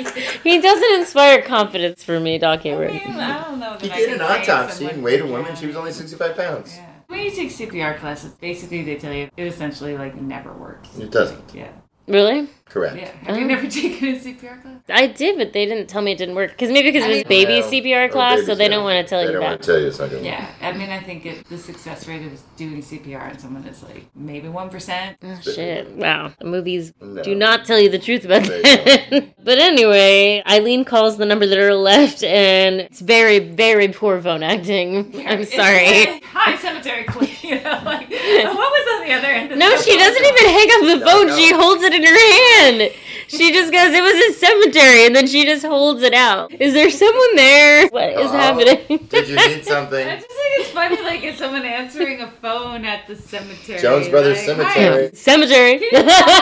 [SPEAKER 2] He doesn't inspire confidence for me, Doc Hayward.
[SPEAKER 3] I uh, don't know that
[SPEAKER 4] He
[SPEAKER 3] I
[SPEAKER 4] did
[SPEAKER 3] can
[SPEAKER 4] an
[SPEAKER 3] say
[SPEAKER 4] autopsy
[SPEAKER 3] someone-
[SPEAKER 4] and weighed a woman. She was only 65 pounds.
[SPEAKER 3] When you take CPR classes, basically they tell you it essentially like never works.
[SPEAKER 4] It doesn't.
[SPEAKER 3] Yeah.
[SPEAKER 2] Really?
[SPEAKER 4] Correct.
[SPEAKER 3] Yeah. Have you
[SPEAKER 2] Oh.
[SPEAKER 3] never taken a CPR class?
[SPEAKER 2] I did, but they didn't tell me it didn't work. Because maybe because it was baby
[SPEAKER 4] Well, oh,
[SPEAKER 2] CPR
[SPEAKER 4] or
[SPEAKER 2] class, so
[SPEAKER 4] babies,
[SPEAKER 2] they
[SPEAKER 4] yeah.
[SPEAKER 2] don't want to tell
[SPEAKER 4] They
[SPEAKER 2] you
[SPEAKER 4] don't want
[SPEAKER 2] that.
[SPEAKER 4] to tell you it's not going to
[SPEAKER 3] Yeah. I mean, I think it, the success rate of doing CPR on someone is like maybe 1%.
[SPEAKER 2] Oh, Shit! Wow, movies
[SPEAKER 3] No.
[SPEAKER 2] do not tell you the truth about
[SPEAKER 3] They
[SPEAKER 2] that. but anyway, Eileen calls the number that are left, and it's very, very poor phone acting. I'm
[SPEAKER 3] It's
[SPEAKER 2] sorry.
[SPEAKER 3] like, Hi, cemetery queen. You know, like, what was on the other end of
[SPEAKER 2] No,
[SPEAKER 3] the
[SPEAKER 2] she doesn't even hang up the phone. She holds it in her hand. She just goes, "It was a cemetery," and then she just holds it out. Is there someone there? What is
[SPEAKER 4] Oh,
[SPEAKER 2] happening?
[SPEAKER 4] Did you need
[SPEAKER 3] I
[SPEAKER 4] something?
[SPEAKER 3] just think it's funny, like, it's someone answering a phone at the cemetery.
[SPEAKER 4] Jones Brothers
[SPEAKER 3] like,
[SPEAKER 4] Cemetery.
[SPEAKER 2] Cemetery.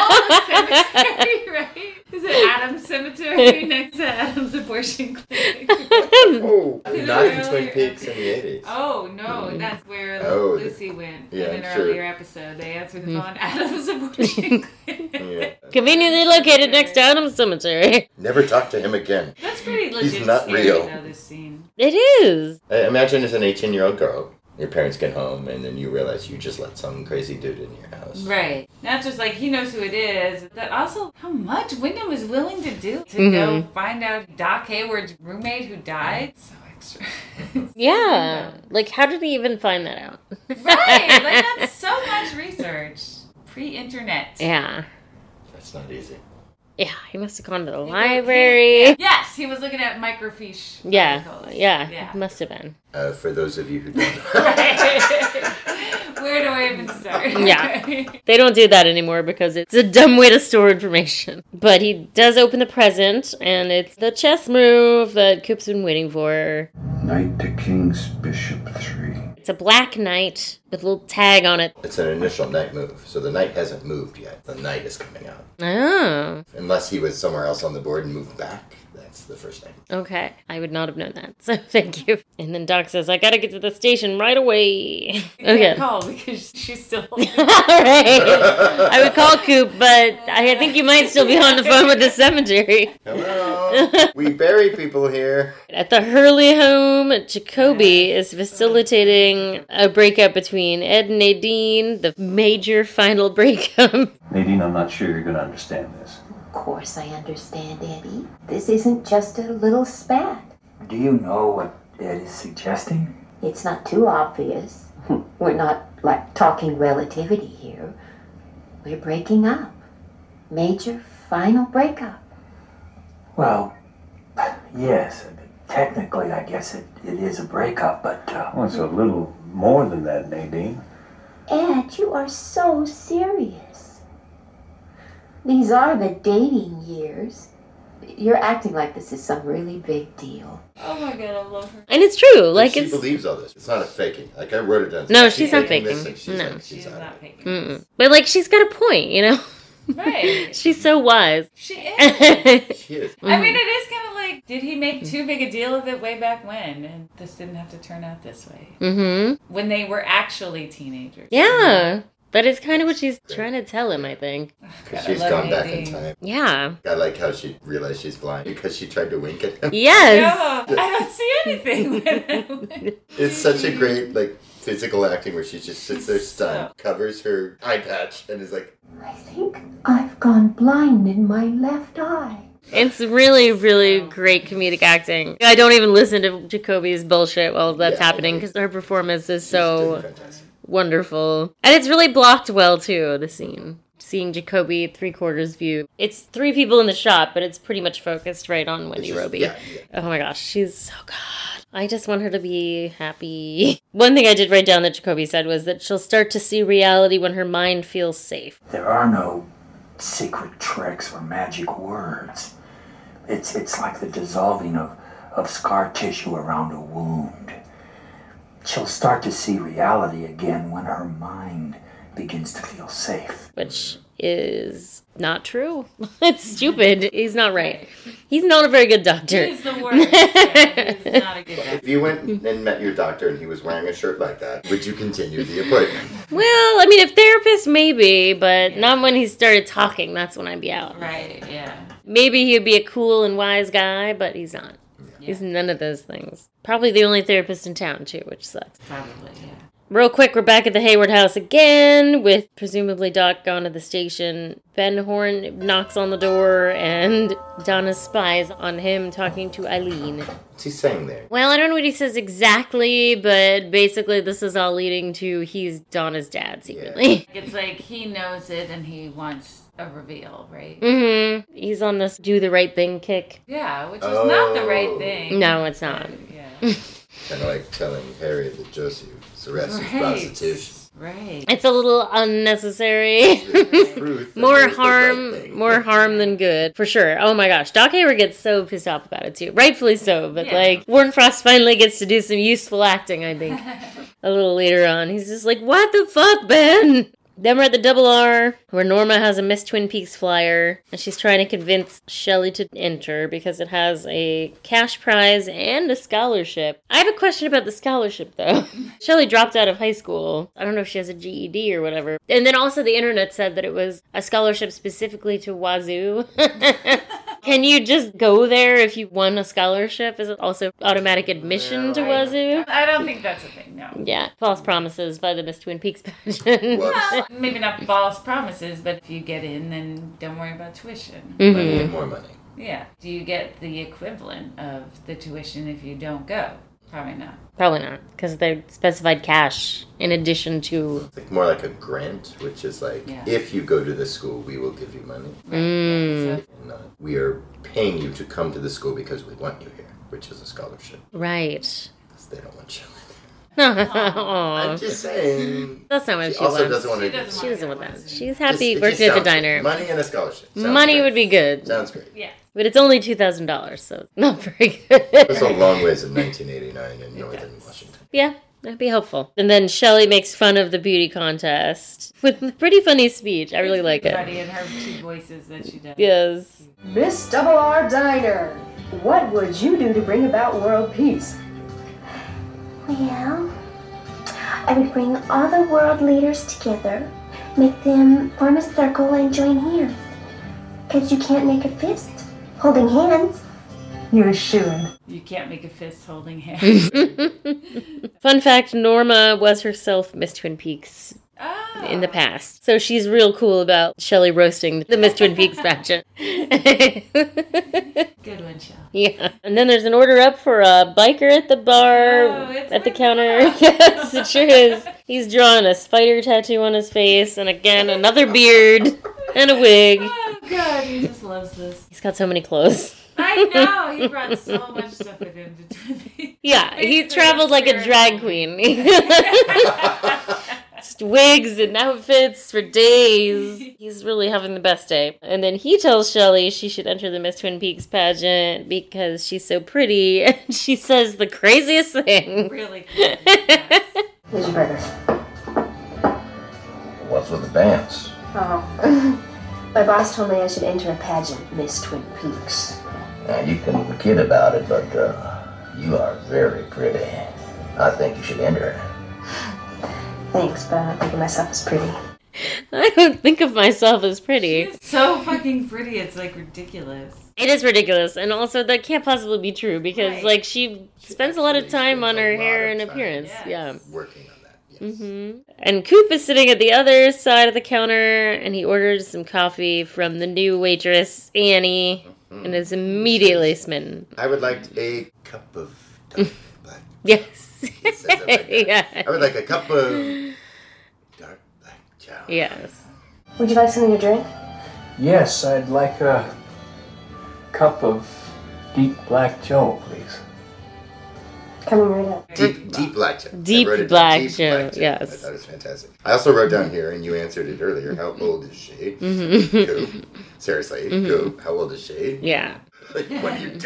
[SPEAKER 3] Hi, cemetery, right? Is it Adam's Cemetery next to Adam's abortion clinic?
[SPEAKER 4] oh,
[SPEAKER 3] Is it
[SPEAKER 4] not in
[SPEAKER 3] earlier?
[SPEAKER 4] Twin Peaks in the 80s.
[SPEAKER 3] Oh no, that's where
[SPEAKER 4] Oh, the-
[SPEAKER 3] Lucy went
[SPEAKER 4] yeah,
[SPEAKER 3] in an
[SPEAKER 4] I'm sure.
[SPEAKER 3] earlier episode. They answered the
[SPEAKER 2] Hmm.
[SPEAKER 3] phone Adam's abortion.
[SPEAKER 4] Yeah.
[SPEAKER 2] Conveniently located next to Adam's Cemetery.
[SPEAKER 4] Never talk to him again.
[SPEAKER 3] That's pretty legit.
[SPEAKER 4] He's not
[SPEAKER 3] scary,
[SPEAKER 4] real.
[SPEAKER 3] Though, this scene.
[SPEAKER 2] It is.
[SPEAKER 4] I- Imagine as an 18 year old girl, your parents get home and then you realize you just let some crazy dude in your house.
[SPEAKER 3] Right. Not just like he knows who it is, but also how much Wyndham is willing to do to go
[SPEAKER 2] Mhm.
[SPEAKER 3] find out Doc Hayward's roommate who died. So extra.
[SPEAKER 2] Yeah. Like, how did he even find that out?
[SPEAKER 3] right. Like that's so much research. Pre internet.
[SPEAKER 2] Yeah.
[SPEAKER 4] That's not easy.
[SPEAKER 2] Yeah, he must have gone to the library.
[SPEAKER 3] Yes, he was looking at microfiche.
[SPEAKER 2] Yeah. Yeah.
[SPEAKER 3] Yeah.
[SPEAKER 2] It must have been.
[SPEAKER 4] Uh, for those of you who don't know,
[SPEAKER 3] Where do I even start?
[SPEAKER 2] Yeah. They don't do that anymore because it's a dumb way to store information. But he does open the present, and it's the chess move that Coop's been waiting for.
[SPEAKER 16] Knight to King's Bishop 3.
[SPEAKER 2] It's a black knight with a little tag on it.
[SPEAKER 4] It's an initial night move, so the knight hasn't moved yet. The knight is coming out.
[SPEAKER 2] Oh.
[SPEAKER 4] Unless he was somewhere else on the board and moved back. That's the first night.
[SPEAKER 2] Okay. I would not have known that. So thank you. And then Doc says, I gotta get to the station right away.
[SPEAKER 3] Okay.
[SPEAKER 2] Okay.
[SPEAKER 3] Call because she's still.
[SPEAKER 2] All right. I would call Coop, but I think you might still be on the phone with the cemetery.
[SPEAKER 4] Hello. we bury people here.
[SPEAKER 2] At the Hurley home, Jacoby is facilitating a breakup between Ed and Nadine, the major final breakup.
[SPEAKER 20] Nadine, I'm not sure you're going to understand this.
[SPEAKER 12] Of course I understand, Eddie. This isn't just a little spat.
[SPEAKER 16] Do you know what Ed is suggesting?
[SPEAKER 12] It's not too obvious. We're not like talking relativity here. We're breaking up. Major final breakup.
[SPEAKER 16] Well, yes, technically, I guess it, it is a breakup, but. Uh,
[SPEAKER 20] Well, it's a little more than that, Nadine.
[SPEAKER 12] Ed, you are so serious. These are the dating years. You're acting like this is some really big deal.
[SPEAKER 3] Oh my god, I love her.
[SPEAKER 2] And it's true. Like,
[SPEAKER 4] she
[SPEAKER 2] it's.
[SPEAKER 4] believes all this. It's not a faking. Like I wrote it down.
[SPEAKER 2] No,
[SPEAKER 4] She
[SPEAKER 2] she's not
[SPEAKER 4] ain't
[SPEAKER 2] faking.
[SPEAKER 4] missing. She's
[SPEAKER 2] No.
[SPEAKER 4] like, she's out.
[SPEAKER 2] Mm-mm. But, like, she's got a point, you know?
[SPEAKER 3] Right.
[SPEAKER 2] she's so wise.
[SPEAKER 3] She is.
[SPEAKER 4] she is.
[SPEAKER 3] I
[SPEAKER 2] Hmm.
[SPEAKER 3] mean, it is kind of like, did he make too big a deal of it way back when? And this didn't have to turn out this way.
[SPEAKER 2] Mm hmm.
[SPEAKER 3] When they were actually teenagers.
[SPEAKER 2] Yeah. But it's kind of what she's trying to tell him, I think.
[SPEAKER 4] Because she's gone back in time.
[SPEAKER 2] Yeah.
[SPEAKER 4] I like how she realized she's blind because she tried to wink at him.
[SPEAKER 2] Yes.
[SPEAKER 3] Yeah, I don't see anything with it.
[SPEAKER 4] It's such a great like physical acting where she just sits there stunned, covers her eye patch, and is like,
[SPEAKER 12] I've gone blind in my left eye.
[SPEAKER 2] It's really, really great comedic acting. I don't even listen to Jacoby's bullshit while that's happening because her performance is so wonderful. And it's really blocked well, too, the scene. Seeing Jacoby three quarters view. It's three people in the shot, but it's pretty much focused right on Wendy
[SPEAKER 4] just-
[SPEAKER 2] Roby.
[SPEAKER 4] yeah,
[SPEAKER 2] Oh my gosh, she's so good. I just want her to be happy. One thing I did write down that Jacoby said was that she'll start to see reality when her mind feels safe.
[SPEAKER 16] There are no secret tricks or magic words. It's it's like the dissolving of, of scar tissue around a wound. She'll start to see reality again when her mind begins to feel safe.
[SPEAKER 2] which is not true. it's stupid. He's not right. He's not a very good doctor.
[SPEAKER 3] He's the worst. Yeah, he's not a good
[SPEAKER 4] "If you went and met your doctor and he was wearing a shirt like that, would you continue the appointment?"
[SPEAKER 2] Well, I mean, if therapist, maybe, but not when he started talking. That's when I'd be out.
[SPEAKER 3] Right, yeah.
[SPEAKER 2] Maybe he'd be a cool and wise guy, but he's not. He's none of those things. Probably the only therapist in town, too, which sucks.
[SPEAKER 3] Probably, yeah.
[SPEAKER 2] Real quick, we're back at the Hayward house again with presumably Doc gone to the station. Ben Horn knocks on the door, and Donna spies on him talking to Eileen.
[SPEAKER 4] What's he saying there?
[SPEAKER 2] Well, I don't know what he says exactly, but basically, this is all leading to he's Donna's dad secretly.
[SPEAKER 3] It's like he knows it and he wants a reveal, right?
[SPEAKER 2] mm hmm. He's on this do the right thing kick.
[SPEAKER 3] Yeah, which is not the right
[SPEAKER 4] Oh.
[SPEAKER 3] thing.
[SPEAKER 2] No, it's not.
[SPEAKER 4] Kind of like telling Harry that Josie was arrested for
[SPEAKER 3] Right.
[SPEAKER 4] prostitution.
[SPEAKER 3] Right.
[SPEAKER 2] It's a little unnecessary. more harm, more harm than good, for sure. Oh my gosh, Doc Hayward gets so pissed off about it too, rightfully so. But
[SPEAKER 3] Yeah.
[SPEAKER 2] like, Warren Frost finally gets to do some useful acting, I think. a little later on, he's just like, "What the fuck, Ben?" Then we're at the Double R, where Norma has a Miss Twin Peaks flyer, and she's trying to convince Shelley to enter because it has a cash prize and a scholarship. I have a question about the scholarship, though. Shelley dropped out of high school. I don't know if she has a GED or whatever. And then also the internet said that it was a scholarship specifically to Wazoo. Can you just go there if you won a scholarship? Is it also automatic admission to Wazoo?
[SPEAKER 3] I don't think that's a thing, no.
[SPEAKER 2] Yeah, false promises by the Miss Twin Peaks pageant.
[SPEAKER 3] Well, maybe not false promises, but if you get in, then don't worry about tuition.
[SPEAKER 2] Mhm.
[SPEAKER 3] But-
[SPEAKER 2] Yeah,
[SPEAKER 4] more money.
[SPEAKER 3] Yeah. Do you get the equivalent of the tuition if you don't go? Probably not.
[SPEAKER 2] Probably not, because they specified cash in addition to.
[SPEAKER 4] Like more like a grant, which is like,
[SPEAKER 2] Yeah.
[SPEAKER 4] if you go to the school, we will give you money.
[SPEAKER 2] Mm,
[SPEAKER 4] Not, we are paying you to come to the school because we want you here, which is a scholarship.
[SPEAKER 2] right.
[SPEAKER 4] 'Cause They don't want you.
[SPEAKER 2] I'm
[SPEAKER 4] I'm just saying.
[SPEAKER 2] That's not what
[SPEAKER 4] She
[SPEAKER 2] she,
[SPEAKER 4] also
[SPEAKER 2] wants.
[SPEAKER 4] doesn't want to.
[SPEAKER 2] She doesn't want that. She's
[SPEAKER 4] It's-
[SPEAKER 2] happy
[SPEAKER 4] it just
[SPEAKER 2] working at the
[SPEAKER 4] sounds good.
[SPEAKER 2] diner.
[SPEAKER 4] Money and a scholarship. Sounds
[SPEAKER 2] Money
[SPEAKER 4] great.
[SPEAKER 2] would be good.
[SPEAKER 4] Sounds great.
[SPEAKER 3] Yeah.
[SPEAKER 2] But it's only two thousand dollars, so it's not very good.
[SPEAKER 4] That's a long ways in 1989 in northern Washington.
[SPEAKER 2] Yeah, That'd be helpful. And then Shelley makes fun of the beauty contest with a pretty funny speech. I really like it.
[SPEAKER 3] Freddie and her two voices that she does.
[SPEAKER 2] Yes.
[SPEAKER 13] Miss Double R Diner, what would you do to bring about world peace?
[SPEAKER 17] Well, I would bring all the world leaders together, make them form a circle and join hands. Because you can't make a fist holding hands.
[SPEAKER 15] You're shooing.
[SPEAKER 3] You can't make a fist holding hands.
[SPEAKER 2] Fun fact Norma was herself Miss Twin Peaks.
[SPEAKER 3] Oh.
[SPEAKER 2] In the past. So she's real cool about Shelley roasting the Miss Twin Peaks pageant.
[SPEAKER 3] Good one, Shell.
[SPEAKER 2] yeah. And then there's an order up for a biker at the bar,
[SPEAKER 3] Oh,
[SPEAKER 2] at the counter. yes, it sure is. He's drawing a spider tattoo on his face, and again, another beard and a wig.
[SPEAKER 3] Oh, God, he just loves this.
[SPEAKER 2] He's got so many clothes.
[SPEAKER 3] I know. He brought so much stuff with him to Twin Peaks.
[SPEAKER 2] Yeah, he
[SPEAKER 3] Basically,
[SPEAKER 2] traveled like a
[SPEAKER 3] sure.
[SPEAKER 2] drag queen. Just wigs and outfits for days. He's really having the best day. And then he tells Shelly she should enter the Miss Twin Peaks pageant because she's so pretty. And she says the craziest thing.
[SPEAKER 3] Really?
[SPEAKER 19] Here's your burger.
[SPEAKER 16] What's with the dance?
[SPEAKER 19] Oh. My boss told me I should enter a pageant, Miss Twin Peaks.
[SPEAKER 5] Now, you can kid about it, but uh, you are very pretty. I think you should enter.
[SPEAKER 19] Thanks, but I don't think of myself as pretty.
[SPEAKER 2] I don't think of myself as pretty.
[SPEAKER 3] So fucking pretty. It's like ridiculous.
[SPEAKER 2] It is ridiculous, and also that can't possibly be true because
[SPEAKER 3] Right.
[SPEAKER 2] like she spends a lot of time on her hair and appearance. Yeah.
[SPEAKER 4] Working on
[SPEAKER 2] hmm And Coop is sitting at the other side of the counter, and he orders some coffee from the new waitress Annie,
[SPEAKER 4] Mm-hmm.
[SPEAKER 2] and is immediately smitten.
[SPEAKER 4] I would like a cup of. Dark, black.
[SPEAKER 2] Yes.
[SPEAKER 4] He says it like that.
[SPEAKER 2] Yeah.
[SPEAKER 4] I would like a cup of dark black chow.
[SPEAKER 2] Yes.
[SPEAKER 19] Would you like something to drink?
[SPEAKER 14] Yes, I'd like a cup of deep black joe, please.
[SPEAKER 19] Coming right up.
[SPEAKER 4] Deep, deep black chow. I
[SPEAKER 2] Deep
[SPEAKER 4] wrote it down.
[SPEAKER 2] black
[SPEAKER 4] Deep
[SPEAKER 2] Joe,
[SPEAKER 4] black chow. I
[SPEAKER 2] yes.
[SPEAKER 4] thought it was fantastic. I also wrote down here, and you answered it earlier. How
[SPEAKER 2] Mm-hmm.
[SPEAKER 4] old is she?
[SPEAKER 2] Mhm.
[SPEAKER 4] Coop. Seriously,
[SPEAKER 2] Mhm.
[SPEAKER 4] Coop. How old is she?
[SPEAKER 2] Yeah.
[SPEAKER 4] Like, what are you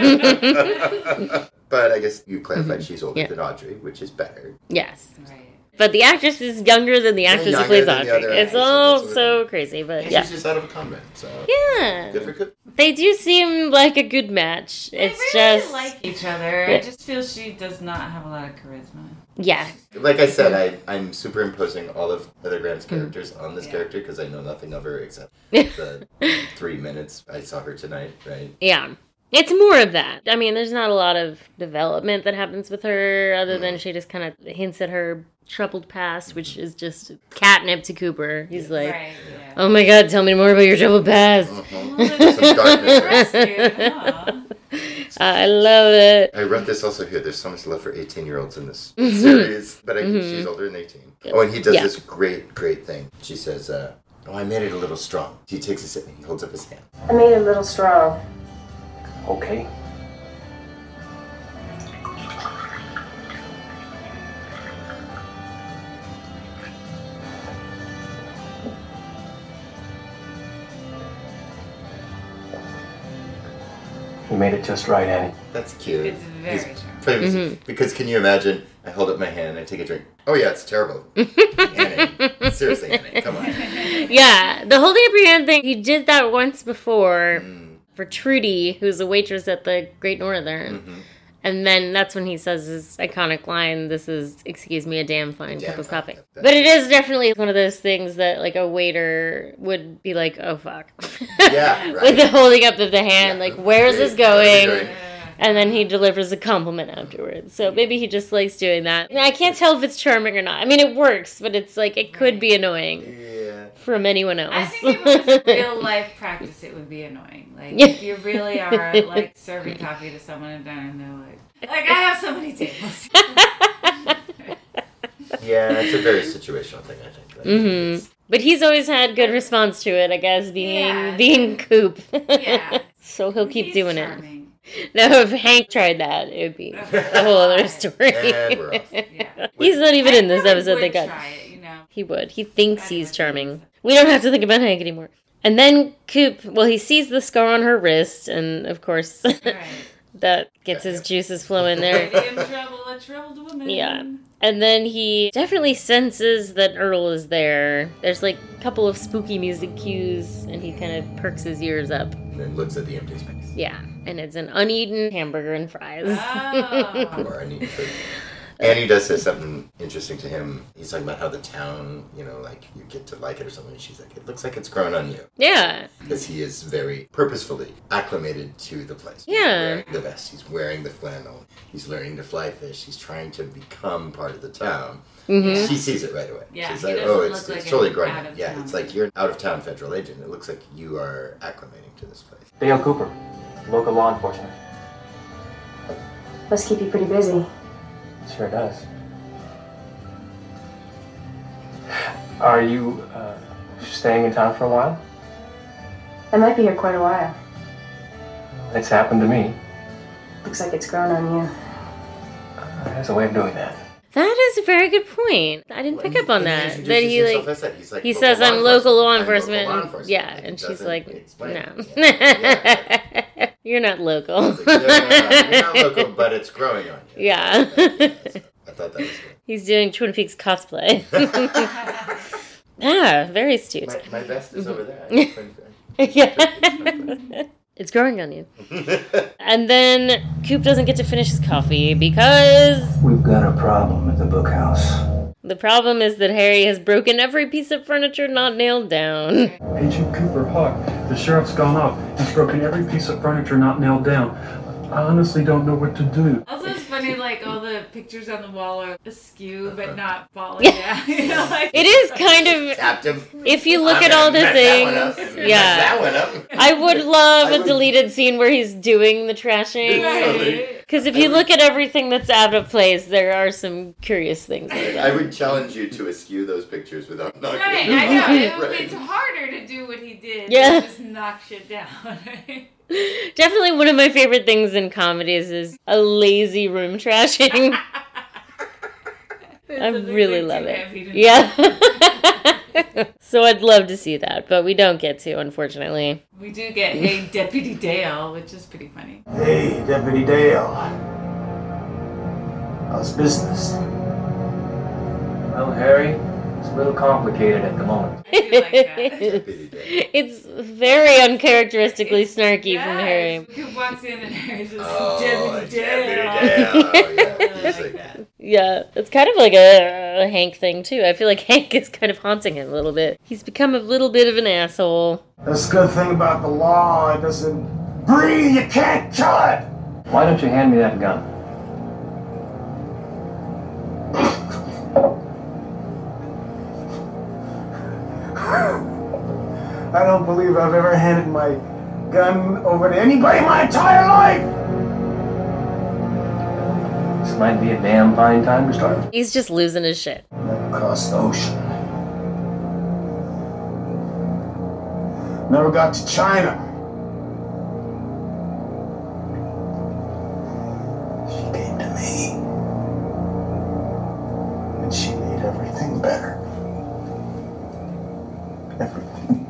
[SPEAKER 4] doing?
[SPEAKER 2] Mhm.
[SPEAKER 4] but I guess you clarified she's older
[SPEAKER 2] Mm-hmm. Yeah.
[SPEAKER 4] than Audrey, which is better.
[SPEAKER 2] Yes. But the actress is younger than the
[SPEAKER 4] And
[SPEAKER 2] actress who
[SPEAKER 4] younger
[SPEAKER 2] plays
[SPEAKER 4] than the
[SPEAKER 2] Audrey.
[SPEAKER 4] other
[SPEAKER 2] It's
[SPEAKER 4] actress,
[SPEAKER 2] all
[SPEAKER 4] absolutely.
[SPEAKER 2] so crazy, but
[SPEAKER 4] And
[SPEAKER 2] yeah.
[SPEAKER 4] She's just out of a convent, so
[SPEAKER 2] Yeah.
[SPEAKER 4] good for Coop.
[SPEAKER 2] They do seem like a good match. It's just
[SPEAKER 3] like each other. I just feel she does not have a lot of charisma.
[SPEAKER 2] yeah.
[SPEAKER 4] Like I said, I, I'm superimposing all of Heather Graham's
[SPEAKER 2] Mm-hmm.
[SPEAKER 4] characters on this character because I know nothing of her except the three minutes I saw her tonight, right?
[SPEAKER 2] Yeah. It's more of that. I mean, there's not a lot of development that happens with her other than she just kind of hints at her troubled past, which is just catnip to Cooper. He's like,
[SPEAKER 3] Right,
[SPEAKER 2] oh my God, tell me more about your troubled past.
[SPEAKER 4] Some darkness.
[SPEAKER 2] Uh, I love it.
[SPEAKER 4] I wrote this also here. There's so much love for 18 year olds in this
[SPEAKER 2] Mhm.
[SPEAKER 4] series, but I think
[SPEAKER 2] Mhm.
[SPEAKER 4] she's older than 18.
[SPEAKER 2] Yep.
[SPEAKER 4] Oh, and he does
[SPEAKER 2] Yeah.
[SPEAKER 4] this great, great thing. She says, uh, Oh, I made it a little strong. He takes a sip and he holds up his hand.
[SPEAKER 19] I made it a little strong.
[SPEAKER 14] Okay. You made it just right, Annie.
[SPEAKER 4] That's cute.
[SPEAKER 3] It's very
[SPEAKER 4] He's playing with-
[SPEAKER 2] Mhm.
[SPEAKER 4] Because can you imagine? I hold up my hand and I take a drink. Oh, yeah, it's terrible. Annie. Seriously, Annie, come on.
[SPEAKER 2] Yeah, the holding up your hand thing, he did that once before for Trudy, who's a waitress at the Great Northern. And then that's when he says his iconic line, This is, excuse me, a damn fine cup of coffee. but it is definitely one of those things that, like, a waiter would be like, Oh, fuck.
[SPEAKER 4] Yeah, right.
[SPEAKER 2] With the holding up of the hand, like, Where's this going?
[SPEAKER 4] Very-
[SPEAKER 2] And then he delivers a compliment afterwards. So maybe he just likes doing that. And I can't tell if it's charming or not. I mean, it works, but it's like, it could be annoying
[SPEAKER 4] Yeah.
[SPEAKER 2] from anyone else.
[SPEAKER 3] I think if it was real life practice, it would be annoying. Like if you really are like serving coffee to someone and done and they're like, like I have so many tables.
[SPEAKER 4] Yeah, it's a very situational thing, I think. Like,
[SPEAKER 2] hmm Mm. But he's always had good response to it, I guess, being being Coop.
[SPEAKER 3] Yeah.
[SPEAKER 2] so he'll keep doing it. No, if Hank tried that, it would be a whole other story.
[SPEAKER 3] And we're off.
[SPEAKER 2] He's not even in this
[SPEAKER 3] probably
[SPEAKER 2] episode.
[SPEAKER 3] would
[SPEAKER 2] Thank God.
[SPEAKER 3] try it, you know.
[SPEAKER 2] He would. He thinks he's charming. We don't have to think about Hank anymore. And then Coop, well, he sees the scar on her wrist, and of course, that gets his juices flowing there.
[SPEAKER 3] Lady in trouble, a troubled woman.
[SPEAKER 2] Yeah. And then he definitely senses that Earl is there. There's like a couple of spooky music cues, and he kind of perks his ears up.
[SPEAKER 4] And then looks at the empty space.
[SPEAKER 2] Yeah. And it's an uneaten hamburger and fries.
[SPEAKER 4] or any food. And he does say something interesting to him. He's talking about how the town, you know, like you get to like it or something. And she's like, it looks like it's grown on you.
[SPEAKER 2] yeah.
[SPEAKER 4] Because he is very purposefully acclimated to the place. He's
[SPEAKER 2] Yeah.
[SPEAKER 4] wearing the vest, he's wearing the flannel, he's learning to fly fish, he's trying to become part of the town.
[SPEAKER 2] Mhm.
[SPEAKER 4] She sees it right away.
[SPEAKER 3] Yeah,
[SPEAKER 4] She's
[SPEAKER 3] he
[SPEAKER 4] like,
[SPEAKER 3] doesn't
[SPEAKER 4] oh,
[SPEAKER 3] look
[SPEAKER 4] it's,
[SPEAKER 3] like
[SPEAKER 4] it's
[SPEAKER 3] an
[SPEAKER 4] totally grown.
[SPEAKER 3] out
[SPEAKER 4] up."
[SPEAKER 3] of
[SPEAKER 4] Yeah,
[SPEAKER 3] town.
[SPEAKER 4] it's like you're an out of town federal agent. It looks like you are acclimating to this place.
[SPEAKER 14] Dale Cooper, local law enforcement.
[SPEAKER 19] Must keep you pretty busy.
[SPEAKER 14] Sure does. Are you uh, staying in town for a while?
[SPEAKER 19] I might be here quite a while.
[SPEAKER 14] It's happened to me.
[SPEAKER 19] Looks like it's grown on you.
[SPEAKER 14] There's a way of doing that.
[SPEAKER 2] That is a very good point. I didn't pick up on that.
[SPEAKER 4] introduces
[SPEAKER 2] that he
[SPEAKER 4] himself
[SPEAKER 2] like,
[SPEAKER 4] as that. He's like
[SPEAKER 2] he
[SPEAKER 4] local
[SPEAKER 2] says
[SPEAKER 4] law
[SPEAKER 2] I'm local law
[SPEAKER 4] enforcement. I'm
[SPEAKER 2] enforcement.
[SPEAKER 4] local
[SPEAKER 2] Yeah,
[SPEAKER 4] law enforcement. And
[SPEAKER 2] and,
[SPEAKER 4] he
[SPEAKER 2] she's
[SPEAKER 4] doesn't
[SPEAKER 2] like,
[SPEAKER 4] explain it.
[SPEAKER 2] no,
[SPEAKER 4] Yeah.
[SPEAKER 2] you're not local.
[SPEAKER 4] Like, no, no, no, you're not local, but it's growing on you.
[SPEAKER 2] Yeah.
[SPEAKER 4] I thought that was
[SPEAKER 2] He's doing Twin Peaks cosplay. yeah, very astute.
[SPEAKER 4] My, my vest is over there. I
[SPEAKER 2] Mhm.
[SPEAKER 4] can find-
[SPEAKER 2] yeah. it's growing on you. and then Coop doesn't get to finish his coffee because
[SPEAKER 16] We've got a problem at the bookhouse.
[SPEAKER 2] the problem is that Harry has broken every piece of furniture not nailed down.
[SPEAKER 8] Agent Cooper Hawk, the sheriff's gone off. He's broken every piece of furniture not nailed down. I honestly don't know what to do.
[SPEAKER 3] Also, it's funny, like, all the pictures on the wall are askew, but not falling down. You know, like,
[SPEAKER 2] It is kind of. If you look
[SPEAKER 3] I'm
[SPEAKER 2] at all
[SPEAKER 3] gonna
[SPEAKER 2] the
[SPEAKER 3] mess that one up.
[SPEAKER 2] things,
[SPEAKER 3] Mess
[SPEAKER 2] yeah,
[SPEAKER 3] that one up.
[SPEAKER 2] I would love
[SPEAKER 3] I
[SPEAKER 2] a
[SPEAKER 3] would-
[SPEAKER 2] deleted scene where he's doing the trashing.
[SPEAKER 4] Right.
[SPEAKER 2] Because if you look at everything that's out of place, there are some curious things. Like that.
[SPEAKER 4] I would challenge you to eschew those pictures without knocking
[SPEAKER 3] Right,
[SPEAKER 4] them
[SPEAKER 3] I know. It,
[SPEAKER 4] out.
[SPEAKER 3] would-
[SPEAKER 4] Right.
[SPEAKER 3] It's harder to do what he did.
[SPEAKER 2] Yeah.
[SPEAKER 3] Than just knock shit down. Right?
[SPEAKER 2] Definitely one of my favorite things in comedies is a lazy room trashing. I really love it. Yeah. so I'd love to see that, but we don't get to, unfortunately.
[SPEAKER 3] We do get a Deputy Dale, which is pretty funny.
[SPEAKER 16] Hey, Deputy Dale. How's business?
[SPEAKER 14] Well, Harry, it's a little complicated at the moment.
[SPEAKER 2] it's very uncharacteristically snarky from Harry.
[SPEAKER 3] Who walks in and there's just
[SPEAKER 2] Oh,
[SPEAKER 3] Deputy Dale.
[SPEAKER 4] Deputy Dale. Oh, yeah, he's like,
[SPEAKER 2] Yeah, it's kind of like a, a Hank thing too. I feel like Hank is kind of haunting him a little bit. He's become a little bit of an asshole.
[SPEAKER 16] That's the good thing about the law. It doesn't breathe. You can't kill it.
[SPEAKER 14] Why don't you hand me that gun?
[SPEAKER 16] I don't believe I've ever handed my gun over to anybody in my entire life.
[SPEAKER 14] This might be a damn fine time to start.
[SPEAKER 2] He's just losing his shit.
[SPEAKER 16] Across the ocean. Never got to China. She came to me. And she made everything better. Everything.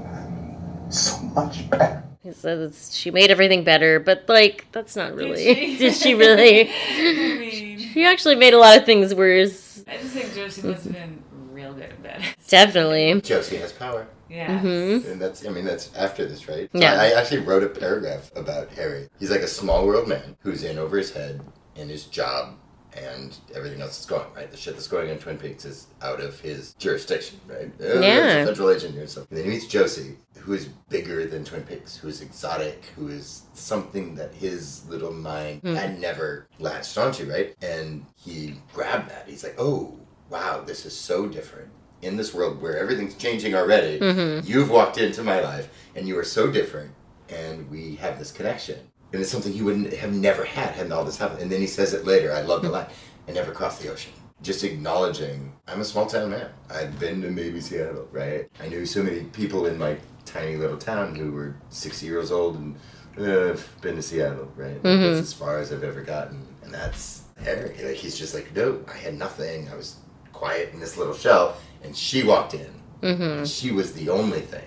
[SPEAKER 16] So much better.
[SPEAKER 2] He says she made everything better, but like that's not really.
[SPEAKER 3] she?
[SPEAKER 2] Did she really?
[SPEAKER 3] I mean-
[SPEAKER 2] she actually made a lot of things worse.
[SPEAKER 3] I just think Josie must have been real good at that.
[SPEAKER 2] Definitely.
[SPEAKER 4] Josie has power.
[SPEAKER 3] Yeah.
[SPEAKER 2] Mhm.
[SPEAKER 4] And that's, I mean, that's after this, right? So
[SPEAKER 2] Yeah.
[SPEAKER 4] I actually wrote a paragraph about Harry. He's like a small world man who's in over his head in his job and everything else that's going, right? The shit that's going on in Twin Peaks is out of his jurisdiction, right? Oh, it's
[SPEAKER 2] Yeah.
[SPEAKER 4] a federal agent or something. And then he meets Josie, who is bigger than Twin Peaks, who is exotic, who is something that his little mind
[SPEAKER 2] Hmm.
[SPEAKER 4] had never latched onto, right? And he grabbed that. He's like, oh, wow, this is so different. In this world where everything's changing already,
[SPEAKER 2] Mhm.
[SPEAKER 4] you've walked into my life and you are so different, and we have this connection. And it's something he wouldn't have never had had all this happened. And then he says it later. I love the line. I never crossed the ocean. Just acknowledging I'm a small town man. I've been to maybe Seattle, right? I knew so many people in my tiny little town who were 60 years old and uh, I've been to Seattle, right? Like,
[SPEAKER 2] Mhm.
[SPEAKER 4] That's as far as I've ever gotten. And that's Harry. Like, he's just like, no, I had nothing. I was quiet in this little shell. And she walked in.
[SPEAKER 2] Mhm.
[SPEAKER 4] She was the only thing.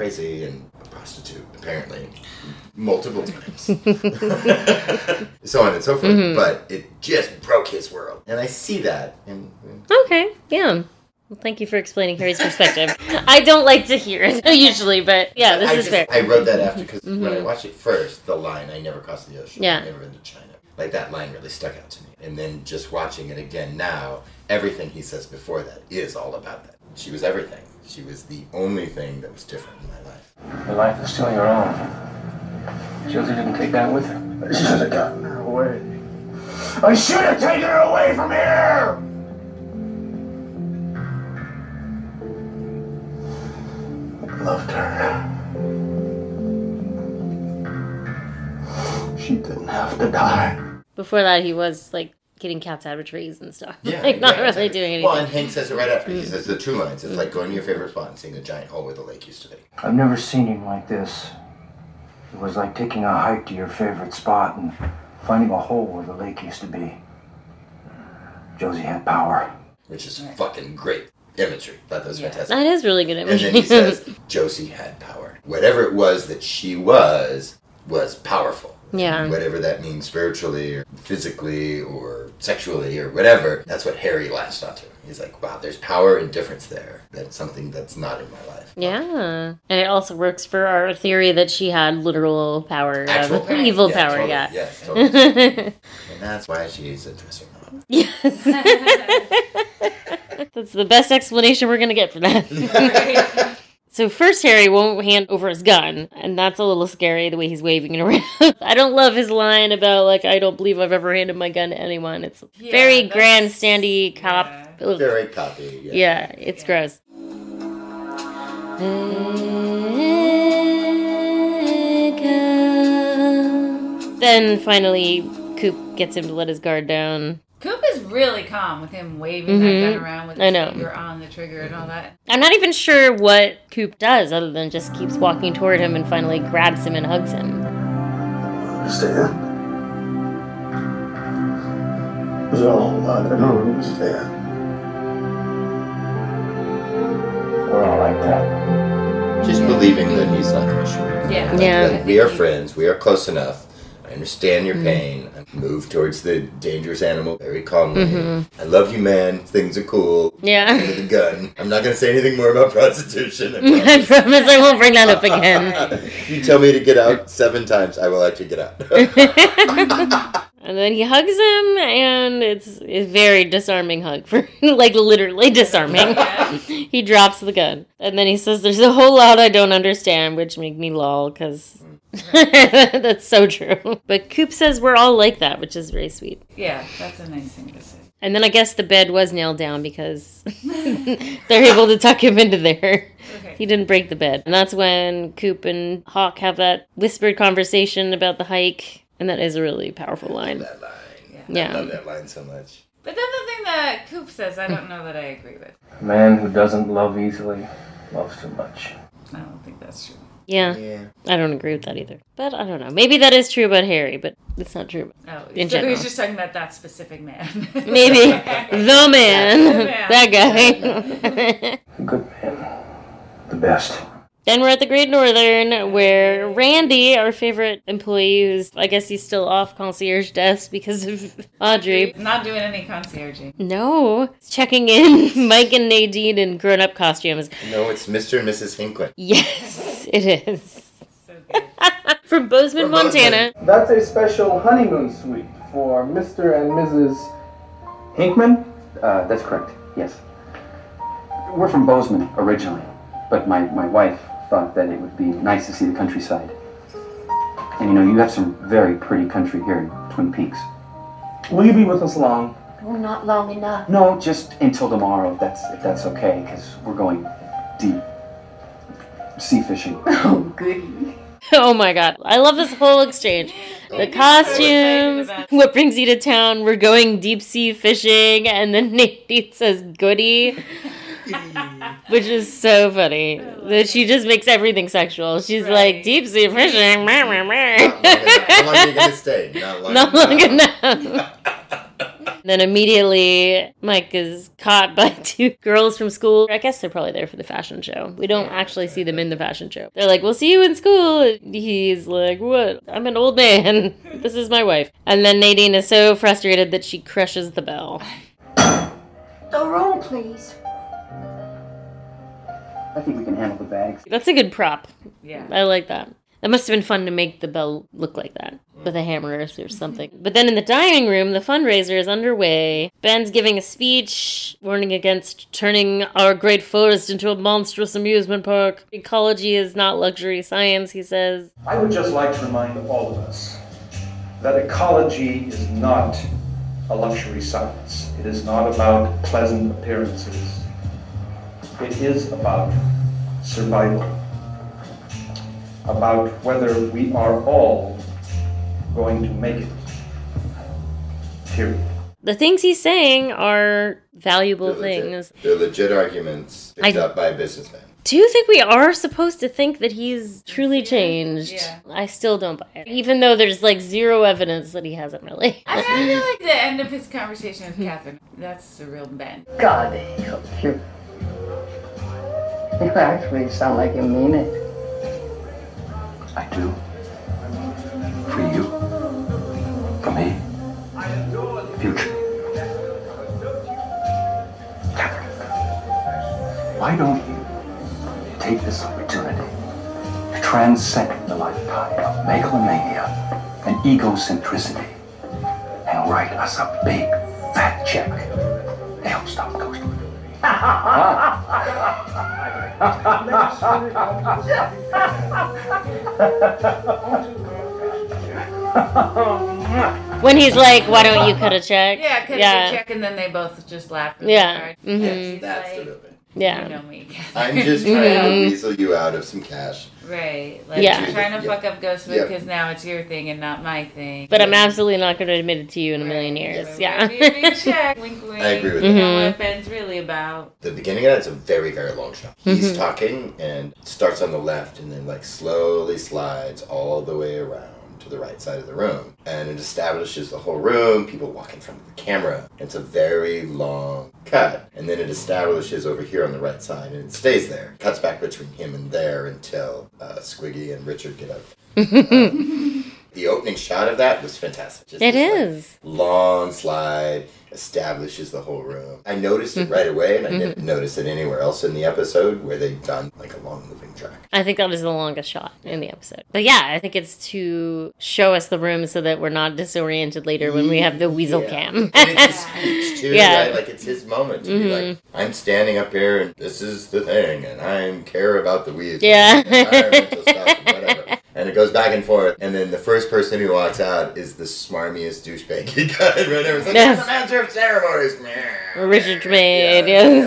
[SPEAKER 4] crazy and a prostitute, apparently, multiple times, so on and so forth.
[SPEAKER 2] Mhm.
[SPEAKER 4] But it just broke his world, and I see that. And
[SPEAKER 2] Okay, yeah. Well, thank you for explaining Harry's perspective. I don't like to hear it usually, but yeah, this
[SPEAKER 4] I
[SPEAKER 2] is
[SPEAKER 4] just-
[SPEAKER 2] fair.
[SPEAKER 4] I wrote that after because when I
[SPEAKER 2] Mhm.
[SPEAKER 4] watched it first, the line "I never crossed the ocean,
[SPEAKER 2] Yeah.
[SPEAKER 4] I never been to China," like that line really stuck out to me. And then just watching it again now, everything he says before that is all about that. She was everything. She was the only thing that was different in my life.
[SPEAKER 14] Your life is still your own. Josie didn't take that with her. She should have gotten her away. I should have taken her away from here!
[SPEAKER 16] Loved her. She didn't have to die.
[SPEAKER 2] Before that, he was like getting cats out of trees and stuff.
[SPEAKER 4] Yeah,
[SPEAKER 2] like not
[SPEAKER 4] yeah,
[SPEAKER 2] really
[SPEAKER 4] exactly. Mm.
[SPEAKER 2] doing anything. Mm.
[SPEAKER 4] Well, and Hank says it right after. He says the two lines. It's like going to your favorite spot and seeing the giant hole where the lake used to be.
[SPEAKER 16] I've never seen him like this. It was like taking a hike to your favorite spot and finding a hole where the lake used to be. Josie had power.
[SPEAKER 4] Which is fucking great imagery. Thought that was fantastic.
[SPEAKER 2] That is really good imagery.
[SPEAKER 4] And then he says Josie had power. Whatever it was that she was was powerful.
[SPEAKER 2] Yeah.
[SPEAKER 4] Whatever that means spiritually or physically or sexually or whatever, that's what Harry latched onto. He's like, wow, there's power and difference there. That's something that's not in my life.
[SPEAKER 2] Yeah, and it also works for our theory that she had literal power,
[SPEAKER 4] Actual
[SPEAKER 2] of,
[SPEAKER 4] power.
[SPEAKER 2] evil
[SPEAKER 4] Yeah,
[SPEAKER 2] power.
[SPEAKER 4] totally.
[SPEAKER 2] Yeah.
[SPEAKER 4] Yes, totally. And that's why she's a dresser.
[SPEAKER 2] That's the best explanation we're gonna get for that. so first, Harry won't hand over his gun, and that's a little scary the way he's waving it around. I don't love his line about like I don't believe I've ever handed my gun to anyone. It's
[SPEAKER 3] Yeah,
[SPEAKER 2] very
[SPEAKER 3] that's-
[SPEAKER 2] grandstandy cop.
[SPEAKER 4] Very copy.
[SPEAKER 2] Yeah,
[SPEAKER 4] Yeah.
[SPEAKER 2] it's gross. Then finally, Coop gets him to let his guard down.
[SPEAKER 3] Coop is really calm with him waving that
[SPEAKER 2] Mhm.
[SPEAKER 3] gun around with
[SPEAKER 2] I
[SPEAKER 3] his
[SPEAKER 2] know.
[SPEAKER 3] finger on the trigger and all that.
[SPEAKER 2] I'm not even sure what Coop does other than just keeps walking toward him and finally grabs him and hugs him.
[SPEAKER 16] Understand? There's a whole lot uh, I don't understand.
[SPEAKER 4] We're all like that. Just believing that he's not going to shoot. her.
[SPEAKER 3] Yeah.
[SPEAKER 4] Like,
[SPEAKER 2] Yeah. Mm-hmm.
[SPEAKER 4] that We are friends. We are close enough. I understand your pain. I move towards the dangerous animal very calmly.
[SPEAKER 2] Mhm.
[SPEAKER 4] I love you, man. Things are cool.
[SPEAKER 2] Yeah.
[SPEAKER 4] With a gun. I'm not going to say anything more about prostitution. I promise.
[SPEAKER 2] I promise I won't bring that up again.
[SPEAKER 4] you tell me to get out seven times, I will actually get out.
[SPEAKER 2] And then he hugs him, and it's a very disarming hug for like literally disarming. he drops the gun, and then he says, "There's a whole lot I don't understand," which made me lol because that's so true. But Coop says we're all like that, which is very sweet.
[SPEAKER 3] Yeah, that's a nice thing to say.
[SPEAKER 2] And then I guess the bed was nailed down because they're able to tuck him into there. He didn't break the bed. And that's when Coop and Hawk have that whispered conversation about the hike. And that is a really powerful line.
[SPEAKER 4] that line.
[SPEAKER 2] Yeah.
[SPEAKER 4] I love that line so much.
[SPEAKER 3] But then the thing that Coop says, I don't know that I agree with.
[SPEAKER 14] A man who doesn't love easily loves too much.
[SPEAKER 3] I don't think that's true.
[SPEAKER 2] Yeah. I don't agree with that either. But I don't know. Maybe that is true about Harry, but it's not true.
[SPEAKER 3] Oh,
[SPEAKER 2] in
[SPEAKER 3] so
[SPEAKER 2] general.
[SPEAKER 3] he's just talking about that specific man.
[SPEAKER 2] Maybe the man,
[SPEAKER 3] The man.
[SPEAKER 2] that guy.
[SPEAKER 14] Good man. The best.
[SPEAKER 2] Then we're at the Great Northern, where Randy, our favorite employee, who's I guess he's still off concierge desk because of Audrey.
[SPEAKER 3] Not doing any concierging.
[SPEAKER 2] No, he's checking in Mike and Nadine in grown-up costumes.
[SPEAKER 4] No, it's Mr. and Mrs. Hinklin.
[SPEAKER 2] Yes, it is. From Bozeman, Montana.
[SPEAKER 21] That's a special honeymoon suite for Mr. and Mrs.
[SPEAKER 22] Hinkman? Uh, that's correct, yes. We're from Bozeman originally, but my, my wife thought that it would be nice to see the countryside. And you know, you have some very pretty country here in Twin Peaks.
[SPEAKER 21] Will you be with us long?
[SPEAKER 12] Oh, not long enough.
[SPEAKER 22] No, just until tomorrow, if that's, if that's okay, because we're going deep sea fishing.
[SPEAKER 2] Oh my god. I love this whole exchange. The costumes, what brings you to town, we're going deep sea fishing, and then Nadine says goody. Which is so funny. That she just makes everything sexual. She's like deep sea fishing. meh, meh, meh."
[SPEAKER 4] How long are you going to stay? Not long.
[SPEAKER 2] Not long enough. And Then immediately, Mike is caught by two girls from school. I guess they're probably there for the fashion show. We don't actually see them in the fashion show. They're like, We'll see you in school. And he's like, What? I'm an old man. This is my wife. And then Nadine is so frustrated that she crushes the bell.
[SPEAKER 17] The room, please.
[SPEAKER 22] I think we can handle the bags.
[SPEAKER 2] That's a good prop.
[SPEAKER 3] Yeah.
[SPEAKER 2] I like that. That must have been fun to make the bell look like that with a hammer or something. but then in the dining room, the fundraiser is underway. Ben's giving a speech warning against turning our great forest into a monstrous amusement park. Ecology is not luxury science, he says.
[SPEAKER 1] I would just like to remind all of us that ecology is not a luxury science. It is not about pleasant appearances. It is about survival, about whether we are all going to make it. Period.
[SPEAKER 2] The things he's saying are valuable
[SPEAKER 4] Legit.
[SPEAKER 2] things.
[SPEAKER 4] They're legit arguments picked
[SPEAKER 2] I-
[SPEAKER 4] up by a businessman.
[SPEAKER 2] Do you think we are supposed to think that he's truly changed?
[SPEAKER 3] Yeah.
[SPEAKER 2] I still don't buy it. Even though there's like zero evidence that he hasn't really.
[SPEAKER 3] I kind of like the end of his conversation with Catherine. That's the real Ben.
[SPEAKER 15] God help you. You actually sound like you mean it.
[SPEAKER 22] I do. For you. For me. Future. Catherine, why don't you take this opportunity to transcend the lifetime of megalomania and egocentricity and write us a big fat check to help stop Ghost
[SPEAKER 2] When he's like, why don't you cut a check?
[SPEAKER 3] Yeah, cut
[SPEAKER 2] Yeah.
[SPEAKER 3] a check, and then they both just laugh.
[SPEAKER 2] Yeah. Mhm.
[SPEAKER 3] That's the
[SPEAKER 4] real Ben.
[SPEAKER 2] Yeah. Mm-hmm.
[SPEAKER 3] You know me, Catherine.
[SPEAKER 4] I'm just trying to weasel you out of some cash.
[SPEAKER 3] Right. Like,
[SPEAKER 2] Yeah.
[SPEAKER 3] you're trying to
[SPEAKER 4] Yeah.
[SPEAKER 3] fuck up Ghostwood
[SPEAKER 4] Yeah.
[SPEAKER 3] because now it's your thing and not my thing.
[SPEAKER 2] But I'm absolutely not going to admit it to you in a million years. Yeah. Mm-hmm.
[SPEAKER 3] Maybe a big check. Wink, wink.
[SPEAKER 4] I agree with
[SPEAKER 3] You
[SPEAKER 4] that.
[SPEAKER 3] know what Ben's really about.
[SPEAKER 4] The beginning of that is a very, very long shot. He's
[SPEAKER 3] Mhm.
[SPEAKER 4] talking and starts on the left and then like slowly slides all the way around to the right side of the room. And it establishes the whole room, people walk in front of the camera. It's a very long cut. And then it establishes over here on the right side and it stays there. Cuts back between him and there until uh, Squiggy and Richard get up. The opening shot of that was fantastic. Just
[SPEAKER 2] It
[SPEAKER 4] this, like,
[SPEAKER 2] is.
[SPEAKER 4] long slide establishes the whole room. I noticed
[SPEAKER 2] Mm-hmm.
[SPEAKER 4] it right away, and I didn't notice it anywhere else in the episode where they've done like a long moving track.
[SPEAKER 2] I think that was the longest shot in the episode. But yeah, I think it's to show us the room so that we're not disoriented later when we have the weasel cam.
[SPEAKER 4] And it's his speech too,
[SPEAKER 2] Yeah.
[SPEAKER 4] right? Like it's his moment to be
[SPEAKER 2] Mhm.
[SPEAKER 4] like, "I'm standing up here, and this is the thing, and I care about the weeds."
[SPEAKER 2] Yeah.
[SPEAKER 4] environmental stuff and whatever. And it goes back and forth, and then the first person who walks out is the smarmiest douchebag he got. Right there, It's like,
[SPEAKER 2] Yes.
[SPEAKER 4] "It's the master of ceremonies,
[SPEAKER 2] Richard Maid, yes.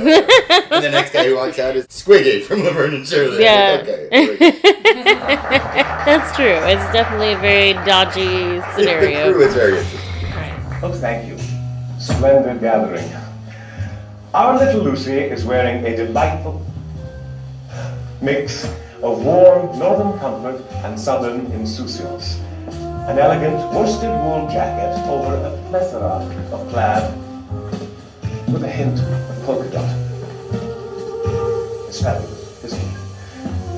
[SPEAKER 4] And the next guy who walks out is Squiggy from Laverne and Shirley.
[SPEAKER 2] Yeah.
[SPEAKER 4] Okay.
[SPEAKER 2] That's true. It's definitely a very dodgy scenario.
[SPEAKER 4] The crew is very interesting.
[SPEAKER 6] Oh, thank you. Splendid gathering. Our little Lucy is wearing a delightful mix of warm northern comfort and southern insouciance. An elegant worsted wool jacket over a plethora of plaid with a hint of polka dot. It's fabulous, isn't it?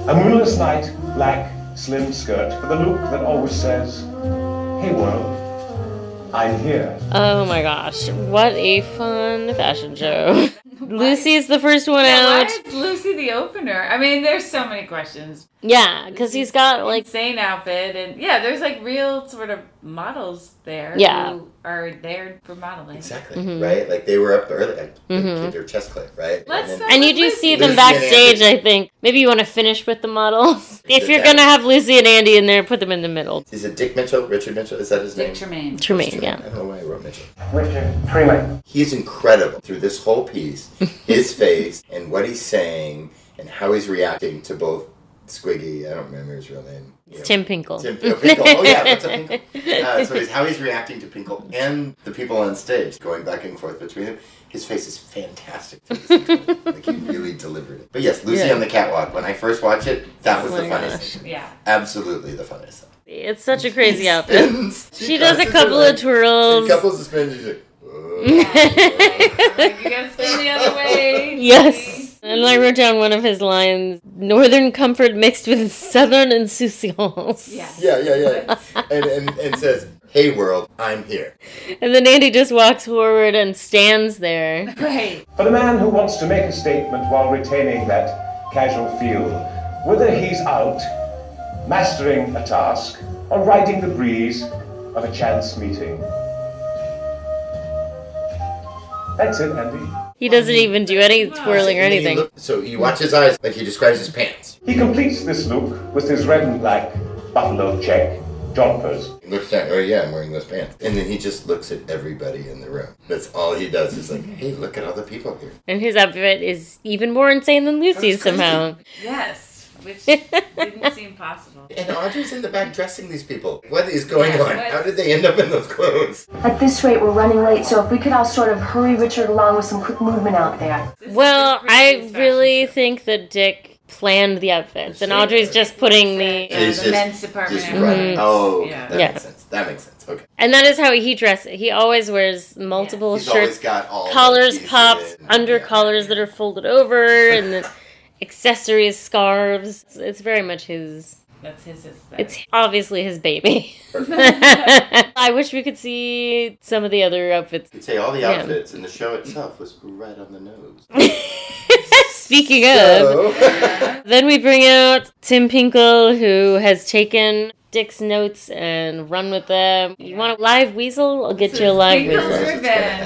[SPEAKER 6] A moonless night, black, slim skirt with a look that always says, Hey world, I'm here.
[SPEAKER 2] Oh my gosh. What a fun fashion show. Lucy's the first one
[SPEAKER 3] Yeah,
[SPEAKER 2] out.
[SPEAKER 3] why is Lucy the opener? I mean, there's so many questions.
[SPEAKER 2] Yeah, because he's got like.
[SPEAKER 3] Insane outfit, and yeah, there's like real sort of models there.
[SPEAKER 2] Yeah. Mm-hmm.
[SPEAKER 3] Who are there for modeling.
[SPEAKER 4] Exactly.
[SPEAKER 3] Mm-hmm.
[SPEAKER 4] Right? Like they were up early. Like, they did their chest clip, right?
[SPEAKER 3] Let's um,
[SPEAKER 4] then-
[SPEAKER 2] And you do see them
[SPEAKER 4] Lucy and
[SPEAKER 2] backstage,
[SPEAKER 4] Andy.
[SPEAKER 2] I think. Maybe you want to finish with the models. If
[SPEAKER 4] Did
[SPEAKER 2] you're
[SPEAKER 4] that.
[SPEAKER 2] going to have Lucy and Andy in there, put them in the middle.
[SPEAKER 4] Is it Dick Mitchell? Richard Mitchell? Is that his name?
[SPEAKER 3] Tremaine.
[SPEAKER 2] Tremaine, yeah.
[SPEAKER 4] I don't know why I wrote Mitchell.
[SPEAKER 6] Richard Freeman.
[SPEAKER 4] He's incredible through this whole piece. His face and what he's saying and how he's reacting to both Squiggy. I don't remember his real name.
[SPEAKER 2] It's Tim Pinkle.
[SPEAKER 4] Tim oh, Pinkle. Oh yeah, what's up, Pinkle? Uh, so he's, how he's reacting to Pinkle and the people on stage, going back and forth between them. His face is fantastic. through this entire- like he really delivered it. But yes, Lucy
[SPEAKER 2] Yeah.
[SPEAKER 4] on the catwalk. When I first watched it, that was
[SPEAKER 2] Oh
[SPEAKER 4] the
[SPEAKER 2] my
[SPEAKER 4] funniest.
[SPEAKER 2] gosh.
[SPEAKER 4] thing.
[SPEAKER 3] Yeah.
[SPEAKER 4] Absolutely the funniest. thing.
[SPEAKER 2] It's such a crazy outfit.
[SPEAKER 4] She
[SPEAKER 2] She does a
[SPEAKER 4] crosses her
[SPEAKER 2] couple of
[SPEAKER 4] legs.
[SPEAKER 2] twirls.
[SPEAKER 4] Couples of spins. She's like, "Oh."
[SPEAKER 3] you gotta spin the other way.
[SPEAKER 2] Yes. And I wrote down one of his lines Northern comfort mixed with Southern insouciance.
[SPEAKER 4] Yeah, yeah, yeah. and, and, and says, Hey world, I'm here.
[SPEAKER 2] And then Andy just walks forward and stands there.
[SPEAKER 3] Right.
[SPEAKER 6] For the man who wants to make a statement while retaining that casual feel, whether he's out mastering a task or riding the breeze of a chance meeting. That's it, Andy.
[SPEAKER 2] He doesn't even do any twirling or
[SPEAKER 4] And he
[SPEAKER 2] anything.
[SPEAKER 4] look- so you watch his eyes like he describes his pants.
[SPEAKER 6] He completes this look with his red and black buffalo check jumpers.
[SPEAKER 4] He looks down, oh yeah, I'm wearing those pants. And then he just looks at everybody in the room. That's all he does. He's like, hey, look at all the people here.
[SPEAKER 2] And his outfit is even more insane than Lucy's somehow.
[SPEAKER 3] Yes, which didn't seem possible.
[SPEAKER 4] And Audrey's in the back dressing these people. What is going on? How did they end up in those clothes?
[SPEAKER 9] At this rate, we're running late, so if we could all sort of hurry Richard along with some quick movement out there.
[SPEAKER 2] Well, I really think that Dick planned the outfits, and Audrey's just putting the.
[SPEAKER 4] And he's just- Just
[SPEAKER 2] Mhm.
[SPEAKER 4] running. Oh, okay, that
[SPEAKER 2] Yeah.
[SPEAKER 4] makes sense. That makes sense. Okay.
[SPEAKER 2] And that is how he dresses. He always wears multiple
[SPEAKER 4] He's
[SPEAKER 2] shirts,
[SPEAKER 4] always got all the
[SPEAKER 2] collars
[SPEAKER 4] pieces.
[SPEAKER 2] popped, under collars that are folded over, and the accessories, scarves. It's, it's very much his.
[SPEAKER 3] That's his aesthetic.
[SPEAKER 2] It's obviously his baby. I wish we could see some of the other outfits.
[SPEAKER 4] You'd say all the
[SPEAKER 2] Yeah.
[SPEAKER 4] outfits and the show itself was right on the nose.
[SPEAKER 2] Speaking
[SPEAKER 4] So-
[SPEAKER 2] of, then we bring out Tim Pinkle, who has taken Dick's notes and run with them. You want a live weasel? I'll get you a live
[SPEAKER 3] Pinkle's
[SPEAKER 2] weasel.
[SPEAKER 3] revenge.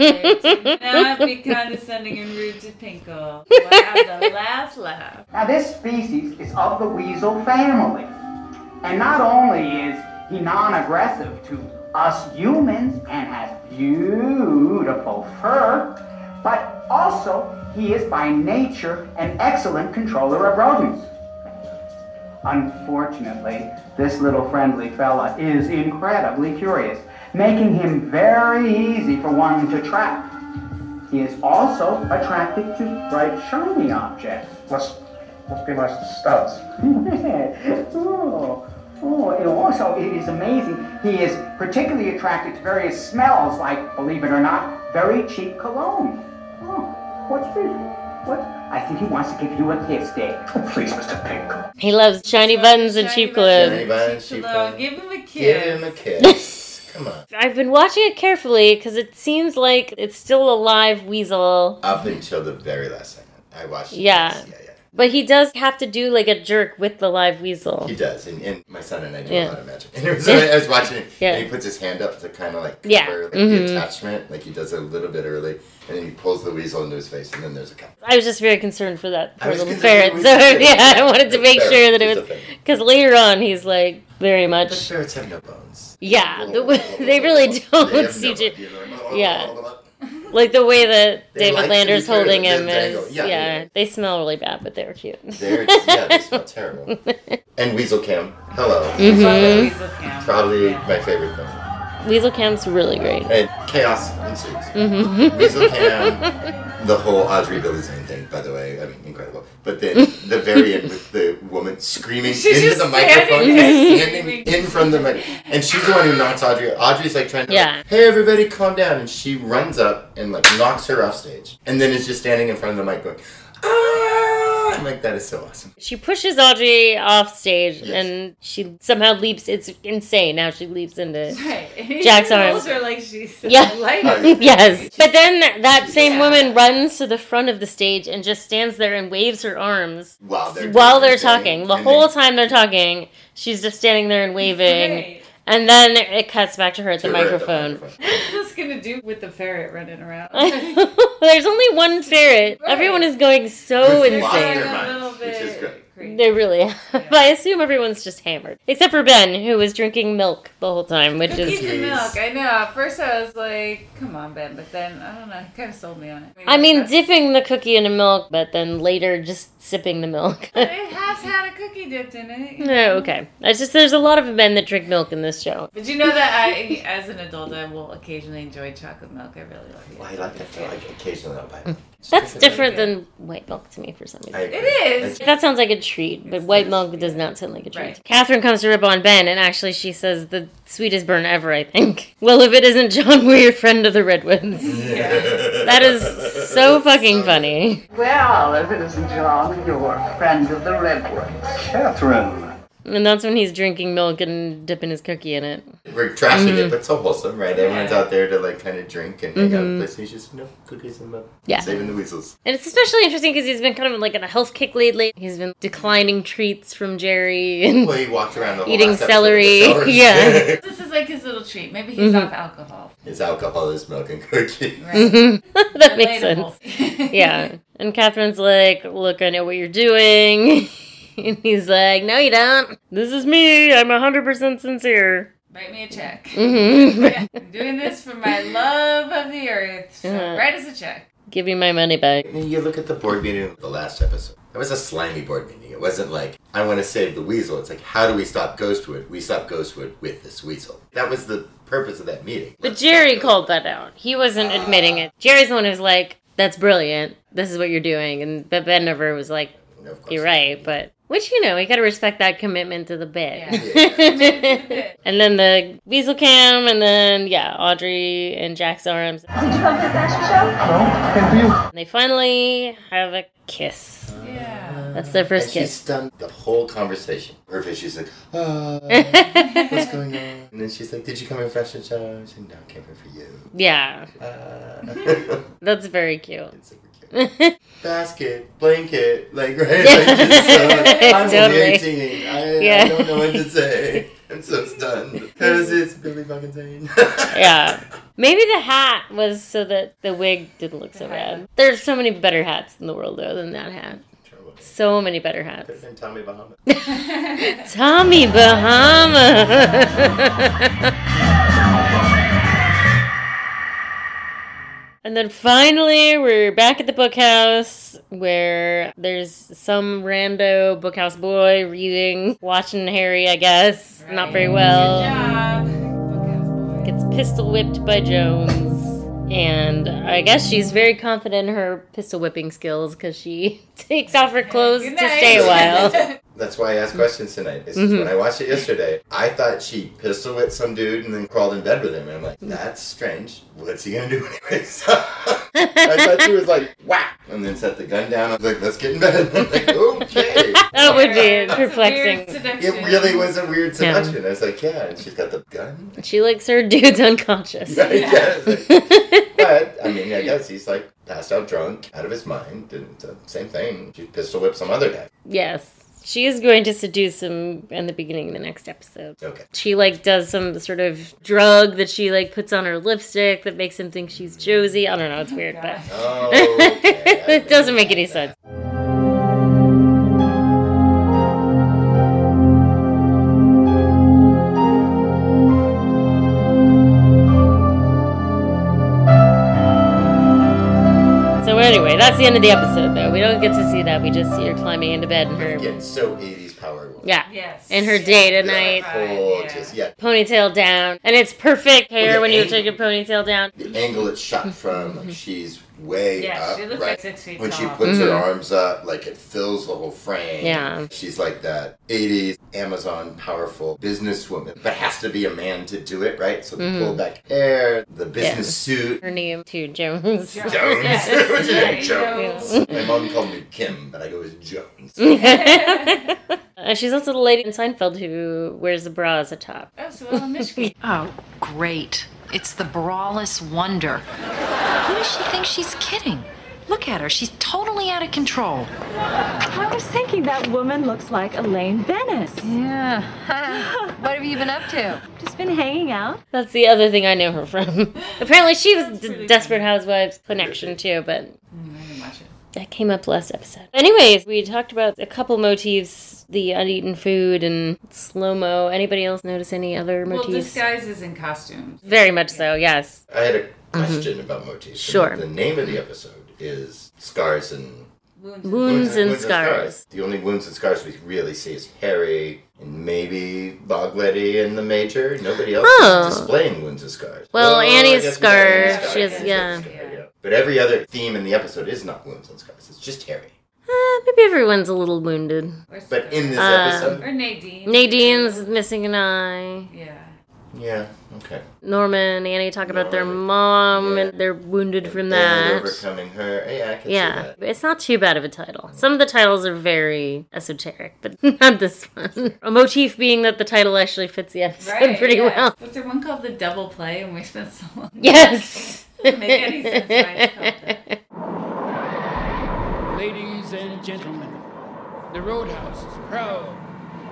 [SPEAKER 2] Mhm.
[SPEAKER 3] Not be condescending and rude to Pinkle. We'll have the last laugh.
[SPEAKER 11] Now, this species is of the weasel family. And not only is he non aggressive to us humans and has beautiful fur, but also he is by nature an excellent controller of rodents. Unfortunately, this little friendly fella is incredibly curious, making him very easy for one to trap. He is also attracted to bright, shiny objects.
[SPEAKER 6] Must, must be my stance.
[SPEAKER 11] oh, oh, and also it is amazing. He is particularly attracted to various smells, like, believe it or not, very cheap cologne. Oh, what's this? What? I think he wants to give you a kiss, Dick. Oh, please, Mr. Pink.
[SPEAKER 2] He loves shiny buttons and cheap clothes.
[SPEAKER 3] Give him a kiss.
[SPEAKER 4] Give him a kiss. Come on.
[SPEAKER 2] I've been watching it carefully because it seems like it's still a live weasel.
[SPEAKER 4] Up until the very last second. I watched it.
[SPEAKER 2] Yeah. But he does have to do like a jerk with the live weasel.
[SPEAKER 4] He does, and, and my son and I do
[SPEAKER 2] Yeah.
[SPEAKER 4] a lot of magic. And so I, I was watching it,
[SPEAKER 2] Yeah.
[SPEAKER 4] and he puts his hand up to kind of like cover
[SPEAKER 2] Yeah.
[SPEAKER 4] like,
[SPEAKER 2] Mhm.
[SPEAKER 4] the attachment, like he does it a little bit early, and then he pulls the weasel into his face, and then there's a cup.
[SPEAKER 2] I was just very concerned for that
[SPEAKER 4] I
[SPEAKER 2] poor
[SPEAKER 4] was
[SPEAKER 2] little
[SPEAKER 4] concerned
[SPEAKER 2] ferret.
[SPEAKER 4] we
[SPEAKER 2] So
[SPEAKER 4] did.
[SPEAKER 2] yeah, I wanted to
[SPEAKER 4] The
[SPEAKER 2] make
[SPEAKER 4] ferret
[SPEAKER 2] sure that
[SPEAKER 4] is
[SPEAKER 2] it
[SPEAKER 4] a
[SPEAKER 2] was
[SPEAKER 4] thing.
[SPEAKER 2] because later on he's like very much.
[SPEAKER 4] But ferrets have no bones.
[SPEAKER 2] Yeah, the, they really don't.
[SPEAKER 4] They have no
[SPEAKER 2] CJ.
[SPEAKER 4] idea.
[SPEAKER 2] yeah, like the way that
[SPEAKER 4] They
[SPEAKER 2] David
[SPEAKER 4] like to
[SPEAKER 2] Lander's
[SPEAKER 4] be ferrets,
[SPEAKER 2] holding
[SPEAKER 4] then
[SPEAKER 2] him
[SPEAKER 4] dangle.
[SPEAKER 2] is.
[SPEAKER 4] Yeah,
[SPEAKER 2] Yeah,
[SPEAKER 4] yeah.
[SPEAKER 2] they smell really bad, but they're cute.
[SPEAKER 4] They're- yeah, they smell terrible. And Weasel Cam, hello.
[SPEAKER 2] Mhm. Love that Weasel
[SPEAKER 4] Probably my favorite thing.
[SPEAKER 2] Weasel Camp's really great.
[SPEAKER 4] And chaos ensues.
[SPEAKER 3] Mm-hmm.
[SPEAKER 2] Mhm.
[SPEAKER 4] Weasel Cam, the whole Audrey Bellizane thing, by the way, I mean, incredible. But then the very end with the woman screaming
[SPEAKER 3] She's
[SPEAKER 4] into
[SPEAKER 3] just
[SPEAKER 4] the microphone,
[SPEAKER 3] standing there
[SPEAKER 4] and standing in from the mic. And she's the one who knocks Audrey. Audrey's like trying to, like,
[SPEAKER 2] Yeah.
[SPEAKER 4] hey, everybody, calm down. And she runs up and like knocks her off stage. And then is just standing in front of the mic going, ah! I'm like, that is so awesome.
[SPEAKER 2] She pushes Audrey off stage, and she somehow leaps. It's insane. Now she leaps into
[SPEAKER 3] Right.
[SPEAKER 2] Jack's
[SPEAKER 3] He
[SPEAKER 2] arms.
[SPEAKER 3] holds her like she's
[SPEAKER 2] Yeah.
[SPEAKER 3] light.
[SPEAKER 4] Oh,
[SPEAKER 2] yes. But then that same woman runs to the front of the stage and just stands there and waves her arms
[SPEAKER 4] While they're
[SPEAKER 2] while
[SPEAKER 4] doing
[SPEAKER 2] they're
[SPEAKER 4] their thing.
[SPEAKER 2] talking. The
[SPEAKER 4] And
[SPEAKER 2] whole time they're talking, she's just standing there and waving.
[SPEAKER 3] Right.
[SPEAKER 2] And then it cuts back to her at the
[SPEAKER 4] To her at the
[SPEAKER 2] microphone.
[SPEAKER 3] What's this gonna do with the ferret running around?
[SPEAKER 2] There's only one ferret. Everyone is going so
[SPEAKER 4] With lost
[SPEAKER 2] insane.
[SPEAKER 4] their minds, which is great.
[SPEAKER 2] They really have. But I assume everyone's just hammered. Except for Ben, who was drinking milk the whole time, which
[SPEAKER 3] Cookies and
[SPEAKER 2] is.
[SPEAKER 3] milk. I know. At first, I was like, "Come on, Ben," but then I don't know. It kind of sold me on it.
[SPEAKER 2] I mean, dipping the cookie into milk, but then later just sipping the milk.
[SPEAKER 3] But it has had a cookie dipped in it. you
[SPEAKER 2] No,
[SPEAKER 3] know?
[SPEAKER 2] okay. It's just there's a lot of men that drink milk in this show.
[SPEAKER 3] Did you know that I, as an adult, I will occasionally enjoy chocolate milk. I really love it.
[SPEAKER 4] I like that. I like occasionally I'll buy
[SPEAKER 2] That's different than white milk to me for some reason.
[SPEAKER 3] I agree. It is.
[SPEAKER 2] That sounds like a treat, but white milk does not sound like a treat. Catherine comes to rip on Ben, and actually she says the sweetest burn ever, I think. Well, if it isn't John, we're your friend of the Redwoods. that is so fucking funny.
[SPEAKER 11] Well, if it isn't John, you're a friend of the Redwood.
[SPEAKER 20] Catherine.
[SPEAKER 2] And that's when he's drinking milk and dipping his cookie in it.
[SPEAKER 4] We're trashing
[SPEAKER 2] Mhm.
[SPEAKER 3] Mm-hmm.
[SPEAKER 4] it, but it's so wholesome, right? Everyone's out there to like kind of drink and hang out
[SPEAKER 2] Mhm.
[SPEAKER 3] Mm-hmm.
[SPEAKER 4] and play. So he's just no cookies and milk.
[SPEAKER 2] Yeah.
[SPEAKER 4] Saving the weasels.
[SPEAKER 2] And it's especially interesting because he's been kind of like on a health kick lately. He's been declining treats from Jerry and
[SPEAKER 4] Well, he walked around the whole
[SPEAKER 2] eating
[SPEAKER 4] last episode
[SPEAKER 2] celery.
[SPEAKER 4] with the celery.
[SPEAKER 2] Yeah.
[SPEAKER 3] This is like his little treat. Maybe he's
[SPEAKER 2] Mhm.
[SPEAKER 3] off alcohol.
[SPEAKER 4] His alcohol is milk and cookies.
[SPEAKER 2] Mhm. that makes
[SPEAKER 3] Relatable.
[SPEAKER 2] sense. yeah. And Catherine's like, Look, I know what you're doing. and he's like, No, you don't. This is me. I'm 100% sincere.
[SPEAKER 3] Write me a check.
[SPEAKER 2] Mhm.
[SPEAKER 3] Yeah, I'm doing this for my love of the earth. So
[SPEAKER 2] Uh-huh.
[SPEAKER 3] Write us a check.
[SPEAKER 2] Give me my money back.
[SPEAKER 4] And you look at the board meeting of the last episode. It was a slimy board meeting. It wasn't like, I want to save the weasel. It's like, how do we stop Ghostwood? We stop Ghostwood with this weasel. That was the purpose of that meeting.
[SPEAKER 2] But Jerry called that out. He wasn't admitting it. Jerry's the one who's like, That's brilliant. This is what you're doing. And but Ben never was like, You're right. But which, you know, we got to respect that commitment to the bit. and then the weasel cam, and then, yeah, Audrey and Jack's arms.
[SPEAKER 17] Did you come to the fashion show?
[SPEAKER 2] And they finally have a kiss. Yeah. That's their first
[SPEAKER 4] and She
[SPEAKER 2] kiss.
[SPEAKER 4] stunned the whole conversation. Her face, she's like, uh, what's going on? And then she's like, did you come in fashion show? She's like, no, I came here for you.
[SPEAKER 2] Yeah.
[SPEAKER 4] Uh,
[SPEAKER 2] That's very cute.
[SPEAKER 4] basket, blanket, like, right?
[SPEAKER 2] Yeah.
[SPEAKER 4] Like, just so, I'm
[SPEAKER 2] Totally.
[SPEAKER 4] totally. I, I
[SPEAKER 2] Yeah.
[SPEAKER 4] don't know what to say. I'm so stunned. Because it's Billy fucking Zane.
[SPEAKER 2] yeah. Maybe the hat was so that the wig didn't look so bad. There's so many better hats in the world though than that hat. So many better hats.
[SPEAKER 4] And Tommy Bahama.
[SPEAKER 2] Tommy Bahama. and then finally, we're back at the bookhouse where there's some rando bookhouse boy reading, watching Harry, I guess, not very well. Gets pistol whipped by Jones. And I guess she's very confident in her pistol whipping skills because she takes off her clothes to stay a while.
[SPEAKER 4] That's why I asked questions tonight. It's just
[SPEAKER 2] Mhm.
[SPEAKER 4] when I watched it yesterday, I thought she pistol whipped some dude and then crawled in bed with him. And I'm like,
[SPEAKER 2] Hmm.
[SPEAKER 4] that's strange. What's he gonna do anyways? I thought she was like, whack, and then set the gun down. I was like, let's get in bed. I'm like, okay.
[SPEAKER 2] That would be
[SPEAKER 3] Weird
[SPEAKER 2] perplexing.
[SPEAKER 3] seduction.
[SPEAKER 4] It really was a weird
[SPEAKER 2] Yeah.
[SPEAKER 4] seduction. I was like, yeah, and she's got the gun.
[SPEAKER 2] She likes her dudes unconscious.
[SPEAKER 4] I guess. but I mean, I guess he's like passed out drunk, out of his mind, and uh, same thing. She pistol whipped some other guy.
[SPEAKER 2] Yes. She is going to seduce him in the beginning of the next episode.
[SPEAKER 4] Okay.
[SPEAKER 2] She like does some sort of drug that she like puts on her lipstick that makes him think she's Josie. I don't know, it's weird, but
[SPEAKER 4] Oh,
[SPEAKER 2] it doesn't make any sense. So anyway, that's the end of the episode though. We don't get to see that. We just see her climbing into bed and her
[SPEAKER 4] Again, so 80s power. woman.
[SPEAKER 2] Yeah.
[SPEAKER 3] Yes.
[SPEAKER 2] And her day tonight.
[SPEAKER 4] Oh, just yeah.
[SPEAKER 2] Ponytail down. And it's perfect hair
[SPEAKER 4] the
[SPEAKER 2] when you
[SPEAKER 4] angle.
[SPEAKER 2] take your ponytail down. Mm-hmm.
[SPEAKER 4] the angle it's shot from, like she's way
[SPEAKER 2] Yeah,
[SPEAKER 4] up.
[SPEAKER 2] she looks
[SPEAKER 4] right?
[SPEAKER 2] like six feet
[SPEAKER 4] When she
[SPEAKER 2] tall.
[SPEAKER 4] puts her
[SPEAKER 2] Mhm.
[SPEAKER 4] arms up, like it fills the whole frame.
[SPEAKER 2] Yeah.
[SPEAKER 4] She's like that 80s Amazon powerful businesswoman, but has to be a man to do it, right? So the
[SPEAKER 2] Mhm.
[SPEAKER 4] pulled back hair, the business suit.
[SPEAKER 2] Her name too, Jones.
[SPEAKER 4] Jones.
[SPEAKER 2] Yeah,
[SPEAKER 4] Which is
[SPEAKER 2] that's
[SPEAKER 4] Jones.
[SPEAKER 2] right,
[SPEAKER 4] My mom called me Kim, but I go, it's Jones.
[SPEAKER 2] Jones. Uh, she's also the lady in Seinfeld who wears the bra as a top.
[SPEAKER 3] Oh, so well, Michigan.
[SPEAKER 7] Oh, great. It's the braless wonder. Who does she think she's kidding? Look at her. She's totally out of control.
[SPEAKER 10] I was thinking that woman looks like Elaine Bennis. Yeah. what have you been up to? Just been hanging out.
[SPEAKER 2] That's the other thing I know her from. Apparently, she was the Desperate Housewives connection too, but that came up last episode. Anyways, we talked about a couple motifs the uneaten food and slow mo. Anybody else notice any other
[SPEAKER 3] Well,
[SPEAKER 2] motifs?
[SPEAKER 3] disguises and costumes.
[SPEAKER 2] Very much so, yes.
[SPEAKER 4] I had a question about motifs.
[SPEAKER 2] Mm-hmm. Sure.
[SPEAKER 4] The name of the episode is Scars and
[SPEAKER 3] Wounds,
[SPEAKER 2] Wounds and scars.
[SPEAKER 4] The only wounds and scars we really see is Harry and maybe Bogletty and the Major. Nobody else
[SPEAKER 2] Huh.
[SPEAKER 4] is displaying wounds and scars.
[SPEAKER 2] Well,
[SPEAKER 4] I
[SPEAKER 2] Annie's
[SPEAKER 4] guess
[SPEAKER 2] scar,
[SPEAKER 4] Annie's
[SPEAKER 2] she has, yeah.
[SPEAKER 4] But But every other theme in the episode is not wounds and scars. It's just Harry.
[SPEAKER 2] Uh, maybe everyone's a little wounded.
[SPEAKER 4] But in this
[SPEAKER 2] Uh,
[SPEAKER 4] episode,
[SPEAKER 3] Or Nadine.
[SPEAKER 2] Nadine's missing an eye.
[SPEAKER 3] Yeah.
[SPEAKER 4] yeah, okay.
[SPEAKER 2] Norman and Annie talk about their mom and they're wounded from that.
[SPEAKER 4] Overcoming her. Yeah, I can see
[SPEAKER 2] yeah,
[SPEAKER 4] that.
[SPEAKER 2] it's not too bad of a title. Some of the titles are very esoteric, but not this one. A motif being that the title actually fits the episode pretty
[SPEAKER 3] yeah.
[SPEAKER 2] well.
[SPEAKER 3] Was there one called the double play and we spent so long?
[SPEAKER 2] Yes.
[SPEAKER 3] Doesn't make any sense why it's called that.
[SPEAKER 13] Ladies and gentlemen, the Roadhouse is proud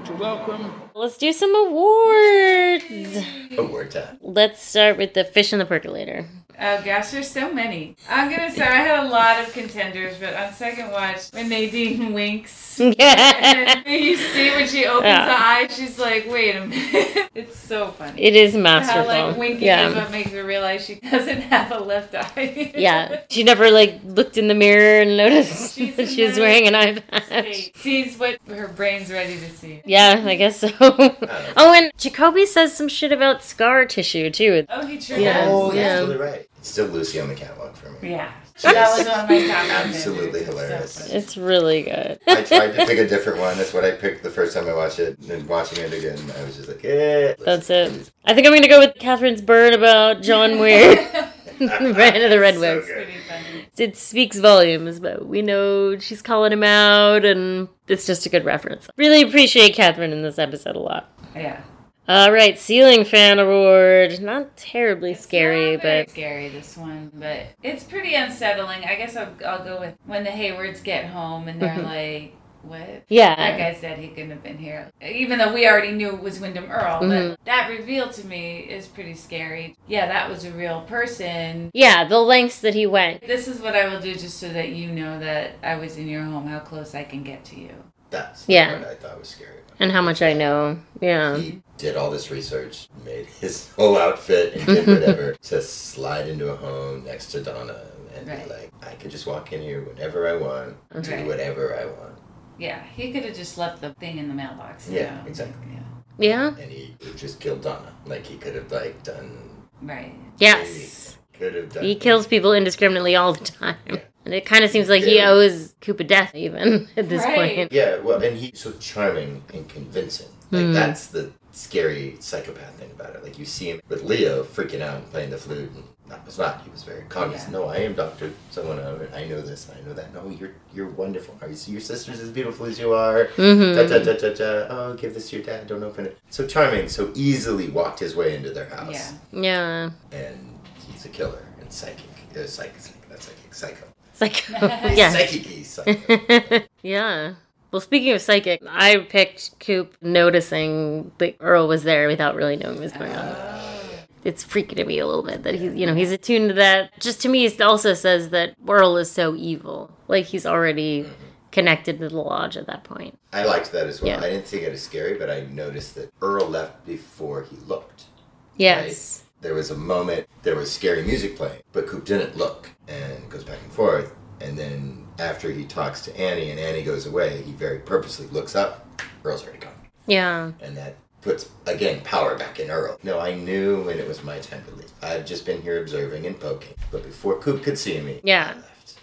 [SPEAKER 13] to welcome
[SPEAKER 2] Let's do some awards.
[SPEAKER 4] Award time.
[SPEAKER 2] Let's start with the fish in the percolator.
[SPEAKER 3] Oh gosh, there's so many. I'm gonna say I had a lot of contenders, but on second watch, when Nadine winks,
[SPEAKER 2] Yeah.
[SPEAKER 3] and you see when she opens
[SPEAKER 2] Yeah.
[SPEAKER 3] the eye, she's like, "Wait a minute!" It's so funny.
[SPEAKER 2] It is
[SPEAKER 3] How
[SPEAKER 2] masterful.
[SPEAKER 3] like winking
[SPEAKER 2] Yeah.
[SPEAKER 3] is what makes her realize she doesn't have a left eye.
[SPEAKER 2] Yeah, she never like looked in the mirror and noticed
[SPEAKER 3] She's
[SPEAKER 2] that
[SPEAKER 3] in
[SPEAKER 2] she was
[SPEAKER 3] that
[SPEAKER 2] wearing an eye patch.
[SPEAKER 3] state. Sees what her brain's ready to see.
[SPEAKER 2] Yeah, I guess so. oh, and Jacoby says some shit about scar tissue too.
[SPEAKER 3] Oh, he sure
[SPEAKER 2] Yeah,
[SPEAKER 4] Oh,
[SPEAKER 2] yeah.
[SPEAKER 4] that's totally right. It's still Lucy on the catwalk for me.
[SPEAKER 3] Yeah. That was one of my top
[SPEAKER 4] Absolutely hilarious.
[SPEAKER 2] It's really good.
[SPEAKER 4] I tried to pick a different one. That's what I picked the first time I watched it. And then watching it again, I was just like, eh.
[SPEAKER 2] That's it. I think I'm gonna go with Catherine's burn about John Weir, Brand of the Red Wigs. it speaks volumes, but we know she's calling him out, and it's just a good reference. Really appreciate Catherine in this episode a lot.
[SPEAKER 3] Yeah.
[SPEAKER 2] All right, ceiling fan award. Not terribly scary,
[SPEAKER 3] very
[SPEAKER 2] but
[SPEAKER 3] scary this one, but it's pretty unsettling. I guess I'll, I'll go with when the Haywards get home and they're
[SPEAKER 2] Mhm.
[SPEAKER 3] like, "What?
[SPEAKER 2] Yeah.
[SPEAKER 3] that guy said he couldn't have been here." Even though we already knew it was Wyndham Earl,
[SPEAKER 2] Mhm.
[SPEAKER 3] but that reveal to me is pretty scary. Yeah, that was a real person.
[SPEAKER 2] yeah, the lengths that he went.
[SPEAKER 3] This is what I will do just so that you know that I was in your home, how close I can get to you.
[SPEAKER 4] That's
[SPEAKER 2] Yeah.
[SPEAKER 4] the one I thought was scary.
[SPEAKER 2] and how much I know. Yeah.
[SPEAKER 4] Did all this research, made his whole outfit, and did whatever to slide into a home next to Donna and
[SPEAKER 3] Right.
[SPEAKER 4] be like, I can just walk in here whenever I want,
[SPEAKER 3] Right.
[SPEAKER 4] do whatever I want.
[SPEAKER 3] Yeah, he could have just left the thing in the mailbox. you
[SPEAKER 4] Yeah,
[SPEAKER 3] know?
[SPEAKER 4] exactly.
[SPEAKER 2] Yeah.
[SPEAKER 4] And he just killed Donna. Like, he could have, like, done.
[SPEAKER 3] Right.
[SPEAKER 2] Yes.
[SPEAKER 4] Could have done.
[SPEAKER 2] He kills people indiscriminately all the time. And it kind of seems like he
[SPEAKER 4] Yeah.
[SPEAKER 2] owes Coop a death, even at this point.
[SPEAKER 4] Yeah, well, and he's so charming and convincing. Like,
[SPEAKER 2] Hmm.
[SPEAKER 4] that's the scary psychopath thing about it. Like, you see him with Leo freaking out and playing the flute, and that was not. He was very cognizant. No, I am Dr. Someone, I know this, I know that. No, you're you're wonderful. Are you, your sister's as beautiful as you are?
[SPEAKER 2] Mhm.
[SPEAKER 4] Da, da, da, da, da. Oh, give this to your dad. Don't open it. So charming, so easily walked his way into their house.
[SPEAKER 2] Yeah.
[SPEAKER 4] And he's a killer and psychic. Uh, psychic, psychic, not psychic, psycho.
[SPEAKER 2] Psycho.
[SPEAKER 4] He's
[SPEAKER 2] yes.
[SPEAKER 4] Psychic, he's psycho.
[SPEAKER 2] yeah. Well, speaking of psychic, I picked Coop noticing that Earl was there without really knowing what was going on. It's freaking to me a little bit that he's, you know, he's attuned to that. Just to me, it also says that Earl is so evil. Like he's already connected to the lodge at that point.
[SPEAKER 4] I liked that as well.
[SPEAKER 2] Yeah.
[SPEAKER 4] I didn't think it was scary, but I noticed that Earl left before he looked.
[SPEAKER 2] Yes.
[SPEAKER 4] right? There was a moment, there was scary music playing, but Coop didn't look and goes back and forth. And then after he talks to Annie and Annie goes away, he very purposely looks up. Earl's already gone.
[SPEAKER 2] Yeah.
[SPEAKER 4] And that puts, again, power back in Earl. No, I knew when it was my time to leave. I've just been here observing and poking. But before Coop could see me,
[SPEAKER 2] Yeah.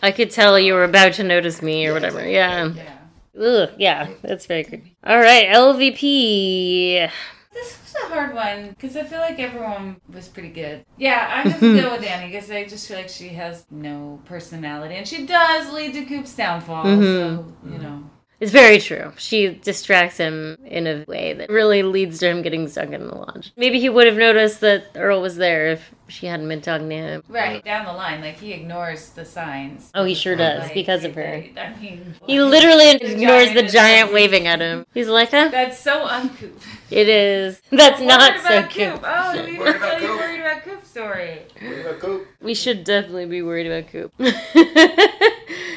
[SPEAKER 2] I could tell you were about to notice me or whatever. Yeah. Ugh, yeah, that's very creepy. All right, LVP.
[SPEAKER 3] This was a hard one because I feel like everyone was pretty good. Yeah, I'm just gonna go with Annie because I just feel like she has no personality, and she does lead to Coop's downfall. So
[SPEAKER 2] Mhm.
[SPEAKER 3] you know,
[SPEAKER 2] It's very true. She distracts him in a way that really leads to him getting stuck in the lodge. Maybe he would have noticed that Earl was there if she hadn't been talking to him.
[SPEAKER 3] right down the line, like he ignores the signs.
[SPEAKER 2] Oh, he sure does
[SPEAKER 3] Like,
[SPEAKER 2] because of her.
[SPEAKER 3] I mean,
[SPEAKER 2] He literally
[SPEAKER 3] The
[SPEAKER 2] ignores the
[SPEAKER 3] is-
[SPEAKER 2] giant waving at him. He's like, huh?
[SPEAKER 3] That's so uncoop.
[SPEAKER 2] It is. That's
[SPEAKER 3] Worried
[SPEAKER 2] not so
[SPEAKER 3] about
[SPEAKER 2] cute.
[SPEAKER 3] Coop. Oh, we didn't tell you worried about Coop's story.
[SPEAKER 2] We should definitely be worried about Coop.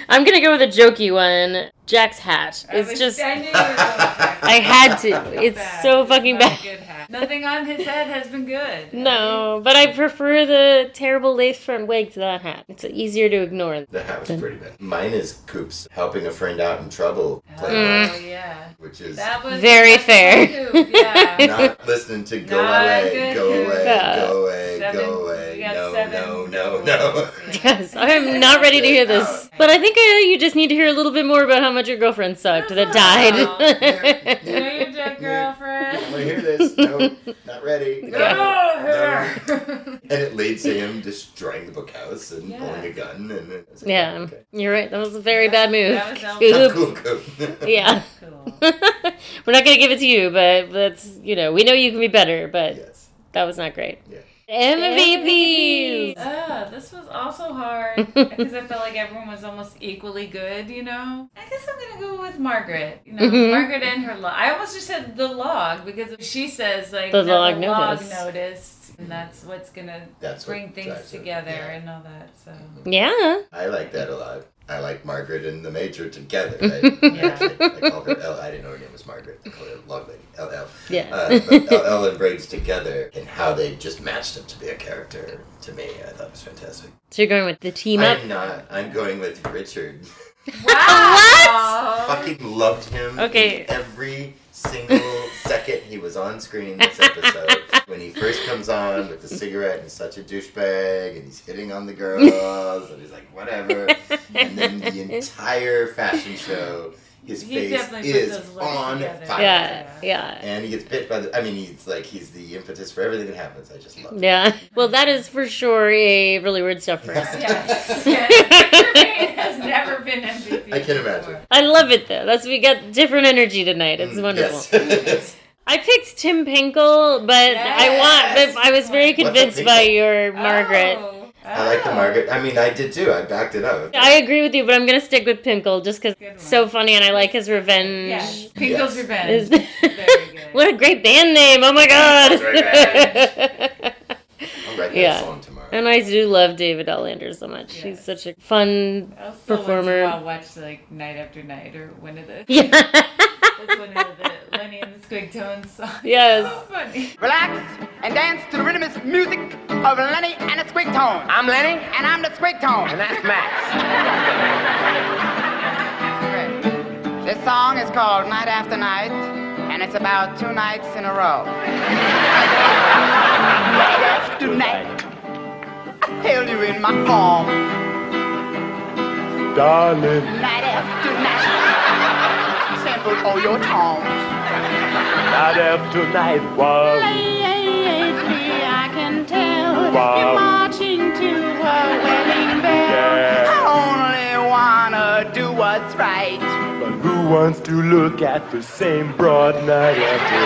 [SPEAKER 2] I'm gonna go with a jokey one. Jack's hat.
[SPEAKER 3] I
[SPEAKER 2] It's
[SPEAKER 3] was-
[SPEAKER 2] just
[SPEAKER 3] I knew you were going back.
[SPEAKER 2] I had to. It's so fucking
[SPEAKER 3] Not a
[SPEAKER 2] bad.
[SPEAKER 3] good hat. Nothing on his head has been good.
[SPEAKER 2] No, but I prefer the terrible lace front wig to that hat. It's easier to ignore.
[SPEAKER 4] The hat was pretty bad. Mine is Coop's helping a friend out in trouble.
[SPEAKER 3] Oh
[SPEAKER 4] playlist,
[SPEAKER 3] yeah.
[SPEAKER 4] Which is
[SPEAKER 3] That was
[SPEAKER 2] Very fair.
[SPEAKER 3] Coop, yeah.
[SPEAKER 4] not listening to go
[SPEAKER 3] Not
[SPEAKER 4] away,
[SPEAKER 3] good
[SPEAKER 4] go
[SPEAKER 3] Coop.
[SPEAKER 4] away,
[SPEAKER 3] Yeah.
[SPEAKER 4] go away,
[SPEAKER 3] Seven-
[SPEAKER 4] go away.
[SPEAKER 3] we got
[SPEAKER 4] no,
[SPEAKER 3] seven
[SPEAKER 4] no, no, no.
[SPEAKER 2] Yes, I'm not ready to hear this. But I think uh, you just need to hear a little bit more about how much your girlfriend sucked that died.
[SPEAKER 4] Well, here it is. No, not ready.
[SPEAKER 2] Go.
[SPEAKER 4] No. And it leads to him destroying the bookhouse and pulling a gun. And it's like,
[SPEAKER 2] yeah, you're right. That was a very bad move.
[SPEAKER 4] That was
[SPEAKER 2] Coop.
[SPEAKER 4] cool, cool.
[SPEAKER 2] yeah. We're not going to give it to you, but that's, you know, we know you can be better, but that was not great. MVPs!
[SPEAKER 3] Ah, this was also hard because I felt like everyone was almost equally good, you know? I guess I'm going to go with Margaret. You know,
[SPEAKER 2] Mhm.
[SPEAKER 3] Margaret and her log. I almost just said the log because she says, like,
[SPEAKER 2] The
[SPEAKER 3] that
[SPEAKER 2] log
[SPEAKER 3] the log
[SPEAKER 2] noticed.
[SPEAKER 3] noticed. And that's what's going to
[SPEAKER 4] That's what
[SPEAKER 3] bring things
[SPEAKER 4] drives it,
[SPEAKER 3] together and all that. So,
[SPEAKER 2] Mm-hmm. Yeah.
[SPEAKER 4] I like that a lot. I like Margaret and the Major together. I, I, I call her L. I didn't know her name was Margaret. I call her Love Lady, LL.
[SPEAKER 2] Yeah.
[SPEAKER 4] Uh, but LL and Briggs together and how they just matched him to be a character to me, I thought was fantastic.
[SPEAKER 2] So you're going with the team up?
[SPEAKER 4] I'm not. I'm going with Richard.
[SPEAKER 2] what?
[SPEAKER 4] Fucking loved him.
[SPEAKER 2] Okay.
[SPEAKER 4] in Every single second he was on screen in this episode. when he first comes on with the cigarette, and he's such a douchebag, and he's hitting on the girls, and he's like, whatever. And then the entire fashion show, his
[SPEAKER 3] He
[SPEAKER 4] face
[SPEAKER 3] definitely put
[SPEAKER 4] is
[SPEAKER 3] those legs
[SPEAKER 4] on
[SPEAKER 3] together.
[SPEAKER 4] fire.
[SPEAKER 2] Yeah, yeah.
[SPEAKER 4] And he gets bit by the. I mean, he's like, he's the impetus for everything that happens. I just love it.
[SPEAKER 2] Yeah. Well, that is for sure a really weird stuff first.
[SPEAKER 3] yes. yes. has never been MVP.
[SPEAKER 4] I can imagine.
[SPEAKER 2] I love it though. That's we got different energy tonight. It's wonderful.
[SPEAKER 4] Mm, Yes.
[SPEAKER 2] I picked Tim Pinkle, but I want. But I was very convinced by your Margaret.
[SPEAKER 4] I like the Margaret. I mean, I did too. I backed it up.
[SPEAKER 2] I agree with you, but I'm gonna stick with Pinkle just because it's so funny and I like his revenge.
[SPEAKER 3] Yes. Pinkle's
[SPEAKER 2] Is-
[SPEAKER 3] Revenge.
[SPEAKER 2] what a great band name! Oh my god.
[SPEAKER 3] Pinkle's Revenge.
[SPEAKER 4] I'll write that
[SPEAKER 2] yeah.
[SPEAKER 4] song tomorrow.
[SPEAKER 2] And I do love David Allander so much. He's such a fun
[SPEAKER 4] Oh,
[SPEAKER 3] I'll still
[SPEAKER 2] performer.
[SPEAKER 3] I'll uh, watch like night after night or one of the.
[SPEAKER 2] Yeah.
[SPEAKER 3] That's one of the Lenny and the Squigtones songs.
[SPEAKER 2] Yes.
[SPEAKER 3] So funny.
[SPEAKER 11] Relax and dance to the rhythmous music of Lenny and the Squig Tone. I'm Lenny. And I'm the Squig Tone. And that's Max. this song is called Night After Night, and it's about two nights in a row. Night after night, I held you in my arms.
[SPEAKER 5] Darling.
[SPEAKER 11] Night after night, sampled all your tones.
[SPEAKER 5] Night after night was
[SPEAKER 11] Lately, I can tell
[SPEAKER 5] Wow.
[SPEAKER 11] you're marching to a wedding bell.
[SPEAKER 5] Yeah.
[SPEAKER 11] I only wanna do what's right.
[SPEAKER 5] but who wants to look at the same broad night after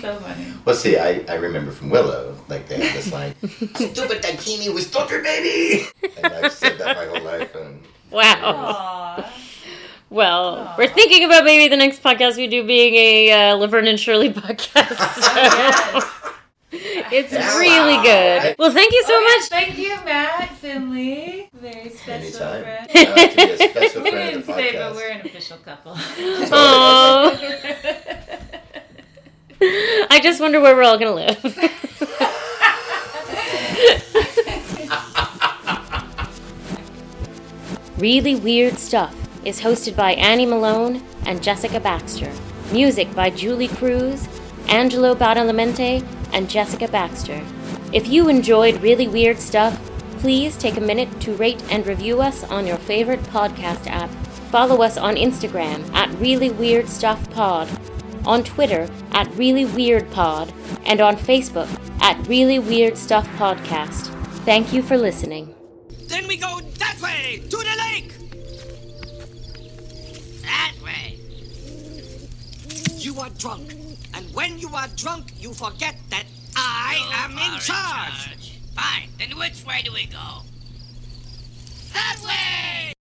[SPEAKER 3] So funny.
[SPEAKER 4] Well, see, I, I remember from Willow, like they had this line, stupid Dakini was torture baby! and I've said that my whole life. And
[SPEAKER 2] Wow. Well, we're thinking about maybe the next podcast we do being a uh, Laverne and Shirley podcast. it's really good. Well, thank you so
[SPEAKER 3] Oh, yeah,
[SPEAKER 2] much.
[SPEAKER 3] Thank you, Matt Finley. Very special
[SPEAKER 4] Anytime.
[SPEAKER 3] friend.
[SPEAKER 2] I like to be a
[SPEAKER 4] special
[SPEAKER 3] we
[SPEAKER 4] friend
[SPEAKER 3] didn't
[SPEAKER 4] of the
[SPEAKER 3] say, but
[SPEAKER 4] podcast.
[SPEAKER 3] we're an official couple.
[SPEAKER 2] I just wonder where we're all gonna live. really Weird Stuff is hosted by Annie Malone and Jessica Baxter. Music by Julie Cruz, Angelo Badalamenti, and Jessica Baxter. If you enjoyed Really Weird Stuff, please take a minute to rate and review us on your favorite podcast app. Follow us on Instagram at Really Weird Stuff Pod on Twitter at Really Weird Pod, and on Facebook at Really Weird Stuff Podcast. Thank you for listening.
[SPEAKER 18] Then we go that way to the lake. That way. You are drunk, and when you are drunk, you forget that I
[SPEAKER 11] Oh,
[SPEAKER 18] am in charge. Fine. Then which way do we go? That way.